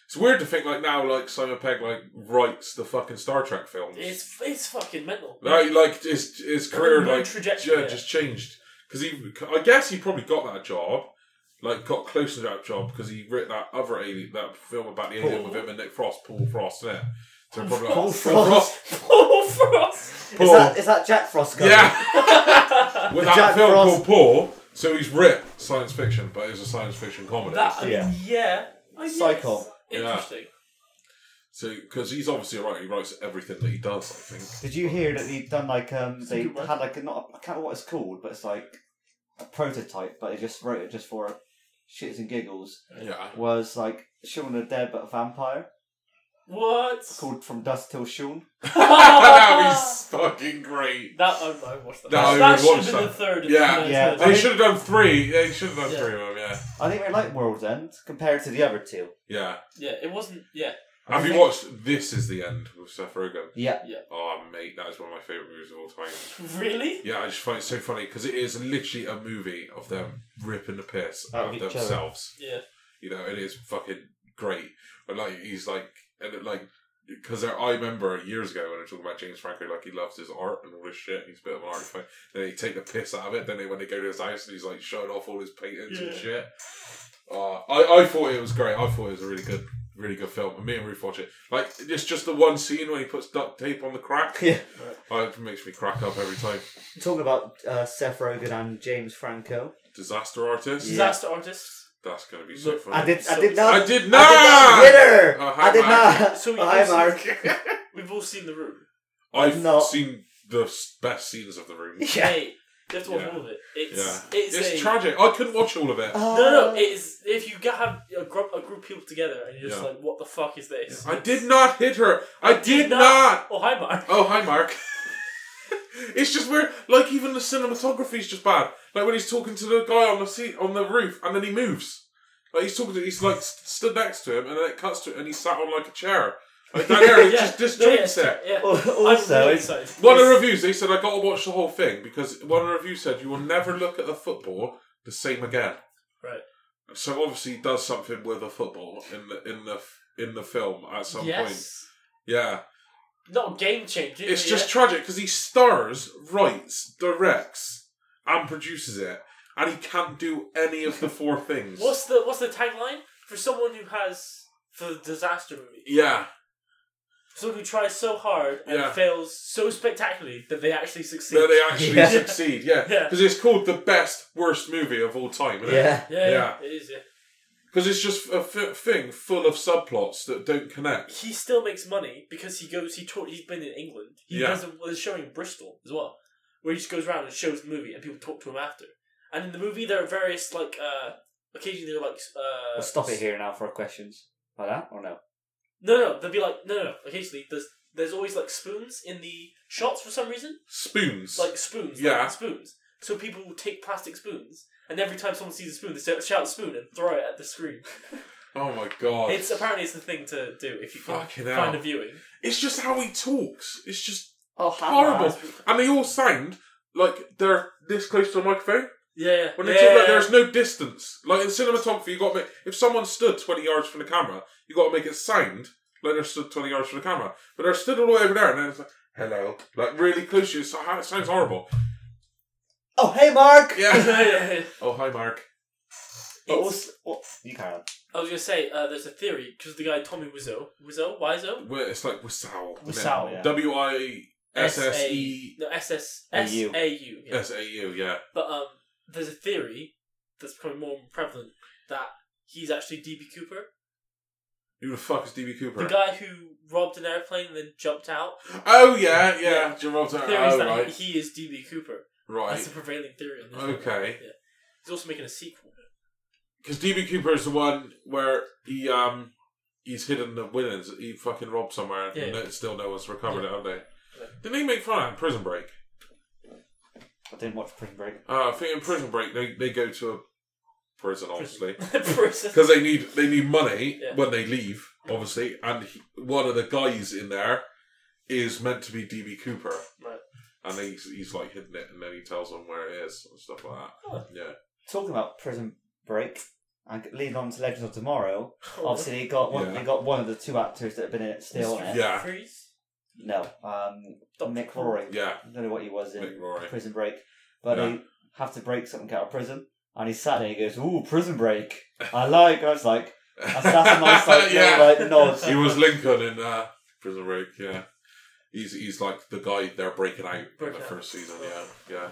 [SPEAKER 1] It's weird to think like now, like Simon Pegg like writes the fucking Star Trek films.
[SPEAKER 3] it's it's fucking mental.
[SPEAKER 1] Like, like his his career
[SPEAKER 3] No
[SPEAKER 1] like
[SPEAKER 3] trajectory.
[SPEAKER 1] yeah, just changed because he. I guess he probably got that job, like got close to that job because he wrote that other alien, that film about the alien
[SPEAKER 3] Paul.
[SPEAKER 1] with him and Nick Frost, Paul Frost. Yeah, so probably
[SPEAKER 2] Paul
[SPEAKER 1] like,
[SPEAKER 2] Frost.
[SPEAKER 3] Paul Frost.
[SPEAKER 1] Paul.
[SPEAKER 2] Is that is that Jack Frost guy?
[SPEAKER 1] yeah, with that
[SPEAKER 2] Jack
[SPEAKER 1] film
[SPEAKER 2] Frost.
[SPEAKER 1] called Paul. So he's ripped science fiction, but it's a science fiction comedy.
[SPEAKER 3] That I mean,
[SPEAKER 2] Yeah.
[SPEAKER 3] yeah. yeah. I guess.
[SPEAKER 2] Psycho.
[SPEAKER 3] Interesting.
[SPEAKER 1] so because he's obviously a writer, he writes everything that he does. I think.
[SPEAKER 2] Did you hear that they've done like um they
[SPEAKER 3] It's a good one.
[SPEAKER 2] had like a, not a, I can't remember what it's called, but it's like a prototype, but they just wrote it just for shits and giggles.
[SPEAKER 1] Yeah.
[SPEAKER 2] Was like Shaun of the Dead but a vampire
[SPEAKER 3] What?
[SPEAKER 2] called From Dusk Till Shaun.
[SPEAKER 1] that was fucking great.
[SPEAKER 3] That I, I watched that.
[SPEAKER 1] No, I
[SPEAKER 3] that
[SPEAKER 1] would
[SPEAKER 3] should
[SPEAKER 1] watch
[SPEAKER 3] have been the
[SPEAKER 1] that.
[SPEAKER 3] third.
[SPEAKER 1] Yeah.
[SPEAKER 3] no,
[SPEAKER 2] Yeah.
[SPEAKER 3] it's
[SPEAKER 1] They
[SPEAKER 3] not.
[SPEAKER 1] should have done three. They should have done
[SPEAKER 3] Yeah.
[SPEAKER 1] three of them. Yeah.
[SPEAKER 2] I think they like World's End compared to the other two.
[SPEAKER 1] Yeah.
[SPEAKER 3] Yeah, it wasn't. Yeah,
[SPEAKER 1] Have you
[SPEAKER 2] think-
[SPEAKER 1] watched This Is the End with Seth Rogen?
[SPEAKER 2] Yeah.
[SPEAKER 1] Oh, mate, that is one of my favourite movies of all time.
[SPEAKER 3] really.
[SPEAKER 1] Yeah, I just find it so funny because it is literally a movie of them ripping the piss
[SPEAKER 2] Out
[SPEAKER 1] out
[SPEAKER 2] of
[SPEAKER 1] of
[SPEAKER 2] each other.
[SPEAKER 1] themselves.
[SPEAKER 3] Yeah,
[SPEAKER 1] You know, it is fucking great. But like, he's like, and it, like, because I remember years ago when I was talking about James Franco, like he loves his art and all this shit. He's a bit of an art fan. Then he take the piss out of it. Then they, when they go to his house and he's like showing off all his paintings and
[SPEAKER 3] Yeah.
[SPEAKER 1] shit. Uh, I I thought it was great. I thought it was a really good, really good film. And me and Ruth watch it. Like it's just the one scene when he puts duct tape on the crack.
[SPEAKER 2] Yeah.
[SPEAKER 1] Oh, it makes me crack up every time.
[SPEAKER 2] Talking about uh, Seth Rogen and James Franco.
[SPEAKER 1] Disaster artist.
[SPEAKER 2] Yeah.
[SPEAKER 3] disaster artists.
[SPEAKER 1] That's gonna be so
[SPEAKER 3] Look,
[SPEAKER 1] funny.
[SPEAKER 2] I did I
[SPEAKER 3] So-
[SPEAKER 2] did
[SPEAKER 1] I
[SPEAKER 2] not
[SPEAKER 1] did
[SPEAKER 2] I
[SPEAKER 1] not.
[SPEAKER 2] did not hit her.
[SPEAKER 1] Oh, hi,
[SPEAKER 2] I did
[SPEAKER 1] Mark.
[SPEAKER 2] not.
[SPEAKER 3] So
[SPEAKER 2] oh, hi,
[SPEAKER 3] you-
[SPEAKER 2] Mark.
[SPEAKER 3] We've all seen the room.
[SPEAKER 1] I've
[SPEAKER 2] No.
[SPEAKER 1] seen the s- best scenes of the room.
[SPEAKER 2] Yeah.
[SPEAKER 3] Hey, you have to watch
[SPEAKER 1] Yeah.
[SPEAKER 3] all of it. It's
[SPEAKER 1] Yeah.
[SPEAKER 3] it's,
[SPEAKER 1] It's
[SPEAKER 3] a,
[SPEAKER 1] tragic. I couldn't watch all of it.
[SPEAKER 2] Oh.
[SPEAKER 3] no, no, no. It's if you get, have a group a group of people together and you're just
[SPEAKER 1] Yeah.
[SPEAKER 3] like, what the fuck is this?
[SPEAKER 1] I did not hit her. I, did, not.
[SPEAKER 3] Oh hi, Mark.
[SPEAKER 1] Oh, hi, Mark. it's just weird. Like even the cinematography's just bad. Like when he's talking to the guy on the seat on the roof, and then he moves. Like he's talking to, he's like s- stood next to him, and then it cuts to, and he sat on like a chair. Like down there, it's
[SPEAKER 3] Yeah.
[SPEAKER 1] just
[SPEAKER 3] No, yeah,
[SPEAKER 1] disjoints it.
[SPEAKER 3] Yeah. I'm
[SPEAKER 2] also,
[SPEAKER 3] really
[SPEAKER 2] it's
[SPEAKER 3] excited.
[SPEAKER 1] One of the
[SPEAKER 3] It's-
[SPEAKER 1] reviews, they said I got to watch the whole thing because one of the reviews said you will never look at a football the same again.
[SPEAKER 3] Right.
[SPEAKER 1] So obviously he does something with a football in the in the f- in the film at some point.
[SPEAKER 3] Yes.
[SPEAKER 1] Yeah.
[SPEAKER 3] Not game changing.
[SPEAKER 1] It's
[SPEAKER 3] but
[SPEAKER 1] just
[SPEAKER 3] yeah.
[SPEAKER 1] tragic because he stars, writes, directs, and produces it, and he can't do any of the four things.
[SPEAKER 3] What's the what's the tagline for someone who has for the disaster movie?
[SPEAKER 1] yeah,
[SPEAKER 3] Someone who tries so hard and
[SPEAKER 1] Yeah.
[SPEAKER 3] fails so spectacularly that they actually succeed.
[SPEAKER 1] no, they actually
[SPEAKER 2] Yeah.
[SPEAKER 1] succeed. Yeah,
[SPEAKER 3] Yeah.
[SPEAKER 1] because it's called the best worst movie of all time. Isn't
[SPEAKER 2] Uh, Yeah.
[SPEAKER 3] yeah, yeah,
[SPEAKER 1] Yeah.
[SPEAKER 3] it is. Yeah,
[SPEAKER 1] because it's just a f- thing full of subplots that don't connect.
[SPEAKER 3] he still makes money because he goes. He taught. He's been in England. He
[SPEAKER 1] Yeah.
[SPEAKER 3] does a, there's a showing in Bristol as well, where he just goes around and shows the movie, and people talk to him after. And in the movie, there are various like uh, occasionally they're like uh,
[SPEAKER 2] We'll stop it here now for questions. Like that or no?
[SPEAKER 3] No, no, they'll be like no, no, no. Occasionally, there's there's always like spoons in the shots for some reason,
[SPEAKER 1] Spoons.
[SPEAKER 3] like spoons, yeah,
[SPEAKER 1] Yeah.
[SPEAKER 3] spoons. So people will take plastic spoons, and every time someone sees a spoon, they shout- shout "spoon" and throw it at the screen.
[SPEAKER 1] oh my god!
[SPEAKER 3] It's apparently it's the thing to do if you can
[SPEAKER 1] Fucking
[SPEAKER 3] find
[SPEAKER 1] hell.
[SPEAKER 3] a viewing.
[SPEAKER 1] It's just how he talks. It's just
[SPEAKER 2] Oh,
[SPEAKER 1] horrible, and they all sound like they're this close to a microphone.
[SPEAKER 3] Yeah, yeah.
[SPEAKER 1] When they
[SPEAKER 3] yeah,
[SPEAKER 1] talk
[SPEAKER 3] yeah,
[SPEAKER 1] about there's no distance. Like in cinematography, you got to make if someone stood twenty yards from the camera, you got to make it sound like they're stood twenty yards from the camera. But they're stood all the way over there, and then it's like hello, like really close to you. So it sounds horrible.
[SPEAKER 2] Oh, hey, Mark.
[SPEAKER 1] Yeah.
[SPEAKER 3] yeah, yeah, yeah.
[SPEAKER 1] oh hi, Mark.
[SPEAKER 2] But
[SPEAKER 3] It's-
[SPEAKER 2] also, what, you can.
[SPEAKER 3] I was gonna say uh, there's a theory because the guy Tommy Wiseau, Wiseau, Wiseau,
[SPEAKER 1] Well, it's like Wasau.
[SPEAKER 3] Wasau,
[SPEAKER 2] yeah.
[SPEAKER 1] W I S S E
[SPEAKER 3] no S S S
[SPEAKER 2] AU.
[SPEAKER 3] A U. yeah.
[SPEAKER 1] S A U. Yeah.
[SPEAKER 3] But um, there's a theory that's becoming more and more prevalent that he's actually DB Cooper,
[SPEAKER 1] Who the fuck is DB Cooper?
[SPEAKER 3] the guy who robbed an airplane and then jumped out.
[SPEAKER 1] Oh yeah, yeah.
[SPEAKER 3] Yeah.
[SPEAKER 1] Gibraltar.
[SPEAKER 3] The theory is
[SPEAKER 1] Oh
[SPEAKER 3] that
[SPEAKER 1] right,
[SPEAKER 3] he is DB Cooper. That's
[SPEAKER 1] right.
[SPEAKER 3] the prevailing theory on this.
[SPEAKER 1] Okay.
[SPEAKER 3] Yeah. He's also making a sequel.
[SPEAKER 1] Because DB Cooper is the one where he um he's hidden the winnings. He fucking robbed somewhere, and
[SPEAKER 3] Yeah.
[SPEAKER 1] no- still no one's recovered
[SPEAKER 3] Yeah.
[SPEAKER 1] it, have they?
[SPEAKER 3] Yeah.
[SPEAKER 1] Didn't they make fun of that in Prison Break?
[SPEAKER 2] I didn't watch Prison Break.
[SPEAKER 1] Uh, I think in Prison Break they, they go to a prison, obviously,
[SPEAKER 3] Prison.
[SPEAKER 1] because they need they need money
[SPEAKER 3] Yeah.
[SPEAKER 1] when they leave, obviously. And he, one of the guys in there is meant to be DB Cooper,
[SPEAKER 3] Right.
[SPEAKER 1] and he's he's like hidden it, and then he tells them where it is and stuff like that.
[SPEAKER 3] Oh.
[SPEAKER 1] Yeah.
[SPEAKER 2] Talking about Prison Break and leading on to Legends of Tomorrow,
[SPEAKER 3] Oh,
[SPEAKER 2] obviously they got one.
[SPEAKER 1] Yeah.
[SPEAKER 2] They got one of the two actors that have been in it still in
[SPEAKER 3] Mr.
[SPEAKER 2] it.
[SPEAKER 1] Yeah.
[SPEAKER 3] Freeze?
[SPEAKER 2] No, um,
[SPEAKER 3] Dr.
[SPEAKER 2] Nick Rory.
[SPEAKER 1] Yeah,
[SPEAKER 2] I don't know what he was in
[SPEAKER 1] Nick Rory.
[SPEAKER 2] Prison Break, but
[SPEAKER 1] Yeah.
[SPEAKER 2] he have to break something out of prison. And he sat there. He goes, "Ooh, Prison Break. I like." I was like, "That's, that's a nice like,
[SPEAKER 1] yeah.
[SPEAKER 2] little, like nod."
[SPEAKER 1] he was Lincoln in uh, Prison Break. Yeah, he's he's like the guy they're breaking out in the
[SPEAKER 3] Breaking out.
[SPEAKER 1] first season. Yeah, yeah,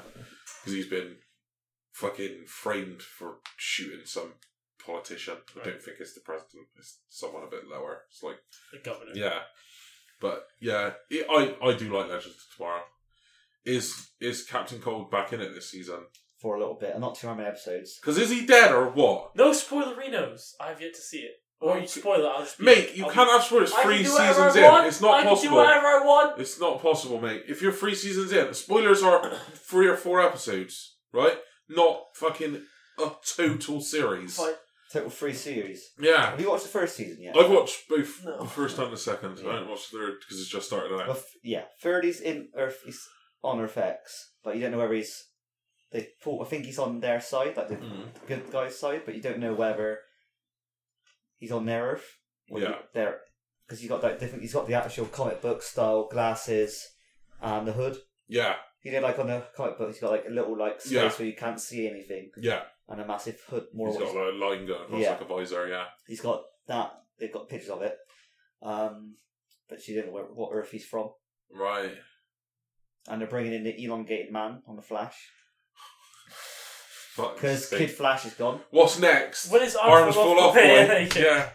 [SPEAKER 1] because he's been fucking framed for shooting some politician. I don't think it's the president. It's someone a bit lower. It's like
[SPEAKER 3] The governor.
[SPEAKER 1] yeah, but yeah, it, I I do like Legends of Tomorrow. Is is Captain Cold back in it this season?
[SPEAKER 2] for a little bit. I'm not too how many episodes.
[SPEAKER 1] Because is he dead or what?
[SPEAKER 3] No spoilerinos. I have yet to see it. Or you
[SPEAKER 1] Okay.
[SPEAKER 3] spoil it, I'll just be
[SPEAKER 1] Oh, Mate, you
[SPEAKER 3] I'll be-
[SPEAKER 1] can't have spoilers.
[SPEAKER 3] I can
[SPEAKER 1] Three
[SPEAKER 3] do whatever
[SPEAKER 1] seasons
[SPEAKER 3] I
[SPEAKER 1] in,
[SPEAKER 3] want,
[SPEAKER 1] it's not
[SPEAKER 3] I
[SPEAKER 1] possible.
[SPEAKER 3] can do whatever I want.
[SPEAKER 1] It's not possible, mate. If you're three seasons in, spoilers are three or four episodes, right? Not fucking a total series.
[SPEAKER 3] Fine.
[SPEAKER 2] Total three series.
[SPEAKER 1] Yeah.
[SPEAKER 2] Have you watched the first season yet?
[SPEAKER 1] I've watched both
[SPEAKER 3] No.
[SPEAKER 1] the first and the second.
[SPEAKER 2] Yeah.
[SPEAKER 1] I haven't watched the third because it's just started
[SPEAKER 2] Well,
[SPEAKER 1] out.
[SPEAKER 2] f- yeah, third is in Earth. He's on Earth X, but you don't know whether he's. They thought I think he's on their side, like the
[SPEAKER 1] Mm.
[SPEAKER 2] good guys' side, but you don't know whether he's on their Earth. Or
[SPEAKER 1] Yeah.
[SPEAKER 2] Their because he's got that different. He's got the actual comic book style glasses and the hood.
[SPEAKER 1] Yeah,
[SPEAKER 2] You know, like on the comic book, he's got like a little like space
[SPEAKER 1] Yeah.
[SPEAKER 2] where you can't see anything,
[SPEAKER 1] yeah.
[SPEAKER 2] and a massive hood. More
[SPEAKER 1] He's
[SPEAKER 2] or less.
[SPEAKER 1] got like, a line going across
[SPEAKER 2] Yeah.
[SPEAKER 1] like a visor, yeah.
[SPEAKER 2] He's got that. They've got pictures of it, um, but she didn't know where, what Earth he's from.
[SPEAKER 1] Right.
[SPEAKER 2] And they're bringing in the elongated man on the Flash
[SPEAKER 1] Fuck's
[SPEAKER 2] because
[SPEAKER 1] sake.
[SPEAKER 2] Kid Flash is gone.
[SPEAKER 1] What's next?
[SPEAKER 3] When his
[SPEAKER 1] Arms fall off, boy.
[SPEAKER 3] Yeah.
[SPEAKER 1] yeah.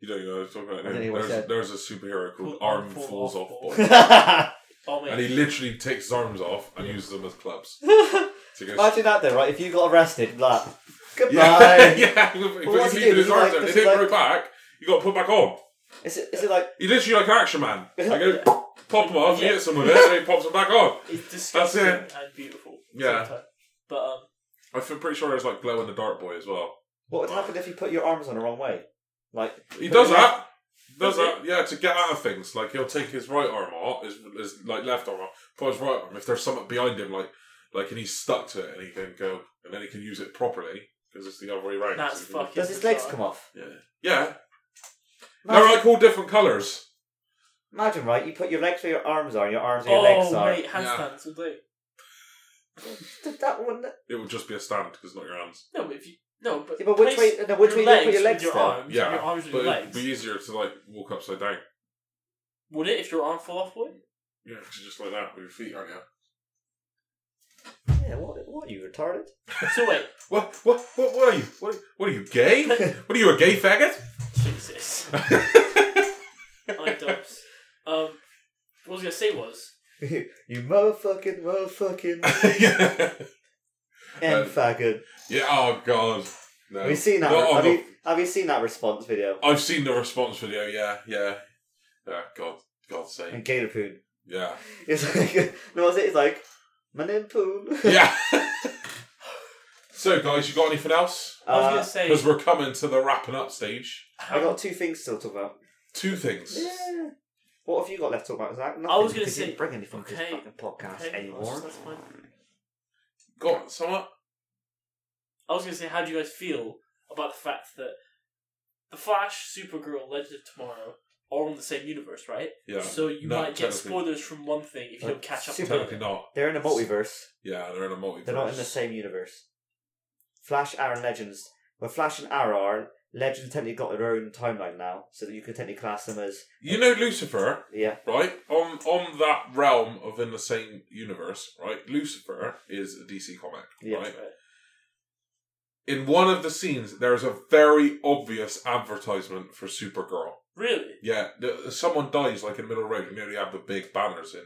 [SPEAKER 1] You don't even know what I'm talking
[SPEAKER 2] I
[SPEAKER 1] about.
[SPEAKER 2] don't know what I
[SPEAKER 1] There's,
[SPEAKER 2] said.
[SPEAKER 1] there's a superhero called
[SPEAKER 3] Cool.
[SPEAKER 1] Arm
[SPEAKER 3] Fall
[SPEAKER 1] Falls
[SPEAKER 3] Off
[SPEAKER 1] Off
[SPEAKER 3] Boy.
[SPEAKER 1] Boy.
[SPEAKER 2] Imagine
[SPEAKER 3] Oh, mate.
[SPEAKER 1] and he literally takes his arms off and uses them as clubs. So he goes,
[SPEAKER 2] that though, right? If you got arrested, like goodbye.
[SPEAKER 1] Yeah, yeah. If
[SPEAKER 2] what
[SPEAKER 1] he's
[SPEAKER 2] do
[SPEAKER 1] leaving
[SPEAKER 2] you do?
[SPEAKER 1] his
[SPEAKER 2] You
[SPEAKER 1] arms out,
[SPEAKER 2] like-
[SPEAKER 1] they
[SPEAKER 2] does he
[SPEAKER 1] don't grow
[SPEAKER 2] like-
[SPEAKER 1] back. You got to put back on.
[SPEAKER 2] Is it is it like
[SPEAKER 1] He literally like an action man. I go pop him off, you hit someone with it, and he pops him back on.
[SPEAKER 3] It's disgusting
[SPEAKER 1] it.
[SPEAKER 3] and beautiful.
[SPEAKER 1] Yeah.
[SPEAKER 3] sometimes. But um,
[SPEAKER 1] I'm pretty sure it's like glow in the dark boy as well.
[SPEAKER 2] what would happen if you put your arms on the wrong way? Like
[SPEAKER 1] He
[SPEAKER 2] put
[SPEAKER 1] does
[SPEAKER 2] your-
[SPEAKER 1] that. Does
[SPEAKER 3] Does
[SPEAKER 1] that?
[SPEAKER 3] he?
[SPEAKER 1] Yeah, to get out of things. Like he'll take his right arm off, his, his like left arm off, put his right arm. If there's something behind him, like like, and he's stuck to it, and he can go, and then he can use it properly because it's the other way around.
[SPEAKER 3] That's
[SPEAKER 1] So he can-
[SPEAKER 3] fucking-
[SPEAKER 2] Does his legs come off?
[SPEAKER 1] Yeah, they're
[SPEAKER 2] Imagine,
[SPEAKER 1] like all different colours.
[SPEAKER 2] imagine, right? You put your legs where your arms are, and your arms where your
[SPEAKER 3] oh
[SPEAKER 2] legs are.
[SPEAKER 3] mate, handstands will do.
[SPEAKER 2] Did that one?
[SPEAKER 1] It would just be a stand because not your hands.
[SPEAKER 3] No, but if you no, but
[SPEAKER 2] Yeah, but which
[SPEAKER 3] place
[SPEAKER 2] way- no, which
[SPEAKER 3] your
[SPEAKER 2] way do you put your
[SPEAKER 3] with
[SPEAKER 2] legs
[SPEAKER 3] your
[SPEAKER 2] though?
[SPEAKER 3] arms,
[SPEAKER 1] Yeah,
[SPEAKER 3] your arms with
[SPEAKER 1] But
[SPEAKER 3] your
[SPEAKER 1] it'd
[SPEAKER 3] legs.
[SPEAKER 1] be easier to like walk upside down.
[SPEAKER 3] Would it if your arm fall off? Would
[SPEAKER 1] Yeah, 'cause you're just like that with your feet, aren't you?
[SPEAKER 2] Yeah. What? What? You retarded?
[SPEAKER 3] so wait,
[SPEAKER 1] What? What? What, what are you? What? What are you gay? what are you a gay faggot?
[SPEAKER 3] Jesus, I dumps. Um, what I was gonna say was
[SPEAKER 2] you motherfucking motherfucking
[SPEAKER 1] yeah.
[SPEAKER 2] and
[SPEAKER 1] Um,
[SPEAKER 2] faggot.
[SPEAKER 1] yeah. Oh god. No. oh,
[SPEAKER 2] Have you seen that?
[SPEAKER 1] No, I've,
[SPEAKER 2] have,
[SPEAKER 1] got-
[SPEAKER 2] you, have you seen that response video?
[SPEAKER 1] I've seen the response video. Yeah. Yeah. Yeah. God. God's
[SPEAKER 2] And
[SPEAKER 1] sake.
[SPEAKER 2] Gator Poon.
[SPEAKER 1] Yeah.
[SPEAKER 2] It's like no, it's it's like my name Poon.
[SPEAKER 1] Yeah. so guys, you got anything else?
[SPEAKER 3] I was
[SPEAKER 2] Uh,
[SPEAKER 3] gonna say
[SPEAKER 1] Because we're coming to the wrapping up stage.
[SPEAKER 2] I
[SPEAKER 3] how,
[SPEAKER 2] got two things still to talk about.
[SPEAKER 1] Two things.
[SPEAKER 2] Yeah. What have you got left to talk about, Zach? Nothing,
[SPEAKER 3] I was gonna
[SPEAKER 2] because you
[SPEAKER 3] say-
[SPEAKER 2] didn't bring anything to this
[SPEAKER 3] okay,
[SPEAKER 2] fucking podcast
[SPEAKER 3] okay,
[SPEAKER 2] anymore.
[SPEAKER 3] that's fine.
[SPEAKER 1] Got somewhat.
[SPEAKER 3] I was gonna say, how do you guys feel about the fact that the Flash, Supergirl, Legend of Tomorrow are all in the same universe, right?
[SPEAKER 1] Yeah.
[SPEAKER 3] So you
[SPEAKER 1] No,
[SPEAKER 3] might get
[SPEAKER 1] technically-
[SPEAKER 3] spoilers from one thing if you
[SPEAKER 2] Uh,
[SPEAKER 3] don't catch up.
[SPEAKER 2] Super-
[SPEAKER 3] to
[SPEAKER 1] Technically
[SPEAKER 3] it.
[SPEAKER 1] not.
[SPEAKER 2] They're in a multiverse.
[SPEAKER 1] Yeah, they're in a multiverse.
[SPEAKER 2] They're not in the same universe. Flash, Arrow, and Legends. Where Flash and Arrow are, Legends technically got their own timeline now, so that you could technically class them as
[SPEAKER 1] You know Lucifer,
[SPEAKER 2] yeah,
[SPEAKER 1] right? On on that realm of in the same universe, right? Lucifer is a DC comic,
[SPEAKER 2] Yeah.
[SPEAKER 1] right?
[SPEAKER 3] Right.
[SPEAKER 1] In one of the scenes, there is a very obvious advertisement for Supergirl.
[SPEAKER 3] Really?
[SPEAKER 1] Yeah, the, someone dies like in middle of the road. You know they have the big banners in.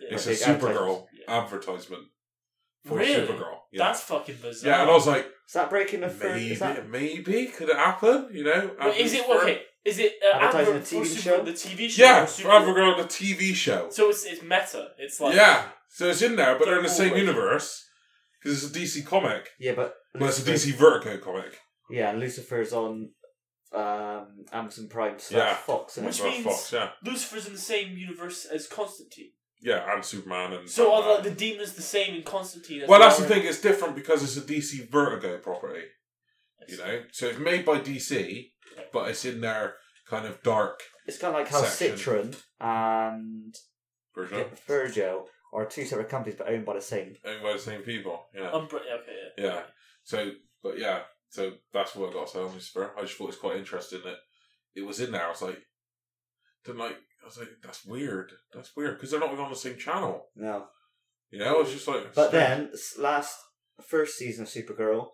[SPEAKER 3] Yeah.
[SPEAKER 1] It's a
[SPEAKER 2] Big
[SPEAKER 1] Supergirl
[SPEAKER 3] advertisement.
[SPEAKER 1] advertisement for
[SPEAKER 3] Really?
[SPEAKER 1] Supergirl. Yeah.
[SPEAKER 3] That's fucking bizarre.
[SPEAKER 1] yeah, and I was like,
[SPEAKER 2] Is that breaking the third?
[SPEAKER 1] maybe,
[SPEAKER 2] Is that,
[SPEAKER 1] maybe could it happen? You know,
[SPEAKER 3] Wait, is it
[SPEAKER 1] Advertisement for-
[SPEAKER 3] okay? Is it uh,
[SPEAKER 2] Advertising
[SPEAKER 3] advert
[SPEAKER 2] a
[SPEAKER 3] for
[SPEAKER 2] TV
[SPEAKER 3] Super-
[SPEAKER 2] show?
[SPEAKER 3] The TV show.
[SPEAKER 1] Yeah,
[SPEAKER 3] or
[SPEAKER 1] for
[SPEAKER 3] Super-
[SPEAKER 1] Advergirl on the TV show.
[SPEAKER 3] So it's it's meta. It's like
[SPEAKER 1] yeah, so it's in there, but they're in the
[SPEAKER 3] Don't
[SPEAKER 1] same
[SPEAKER 3] always.
[SPEAKER 1] universe because it's a DC comic.
[SPEAKER 2] yeah, but
[SPEAKER 1] Well, it's a DC Vertigo comic.
[SPEAKER 2] Yeah, and Lucifer's on um, Amazon Prime slash
[SPEAKER 1] Yeah.
[SPEAKER 2] Fox. And
[SPEAKER 3] Which
[SPEAKER 1] Well,
[SPEAKER 3] means-
[SPEAKER 1] Fox, yeah,
[SPEAKER 3] Lucifer's in the same universe as Constantine.
[SPEAKER 1] yeah, and Superman and
[SPEAKER 3] So are
[SPEAKER 1] Batman.
[SPEAKER 3] like, the demons the same in Constantine? As
[SPEAKER 1] well,
[SPEAKER 3] they
[SPEAKER 1] that's the
[SPEAKER 3] are
[SPEAKER 1] thing. It's different because it's a DC Vertigo property. You
[SPEAKER 3] in-
[SPEAKER 1] know, so it's made by DC, but it's in their kind of dark
[SPEAKER 2] it's kind of like how
[SPEAKER 1] Section.
[SPEAKER 2] Citron and
[SPEAKER 1] version,
[SPEAKER 2] Virgo are two separate companies but owned by the same.
[SPEAKER 1] owned by the same people. Yeah.
[SPEAKER 3] Umbra- yeah, okay, yeah.
[SPEAKER 1] Yeah. So, but yeah, so that's what I got said on Lucifer. I just thought it was quite interesting that it was in there. I was like, didn't like. I was like, that's weird. That's weird because they're not even on the same channel.
[SPEAKER 2] No,
[SPEAKER 1] You know, it's just like.
[SPEAKER 2] but then s- last first season of Supergirl,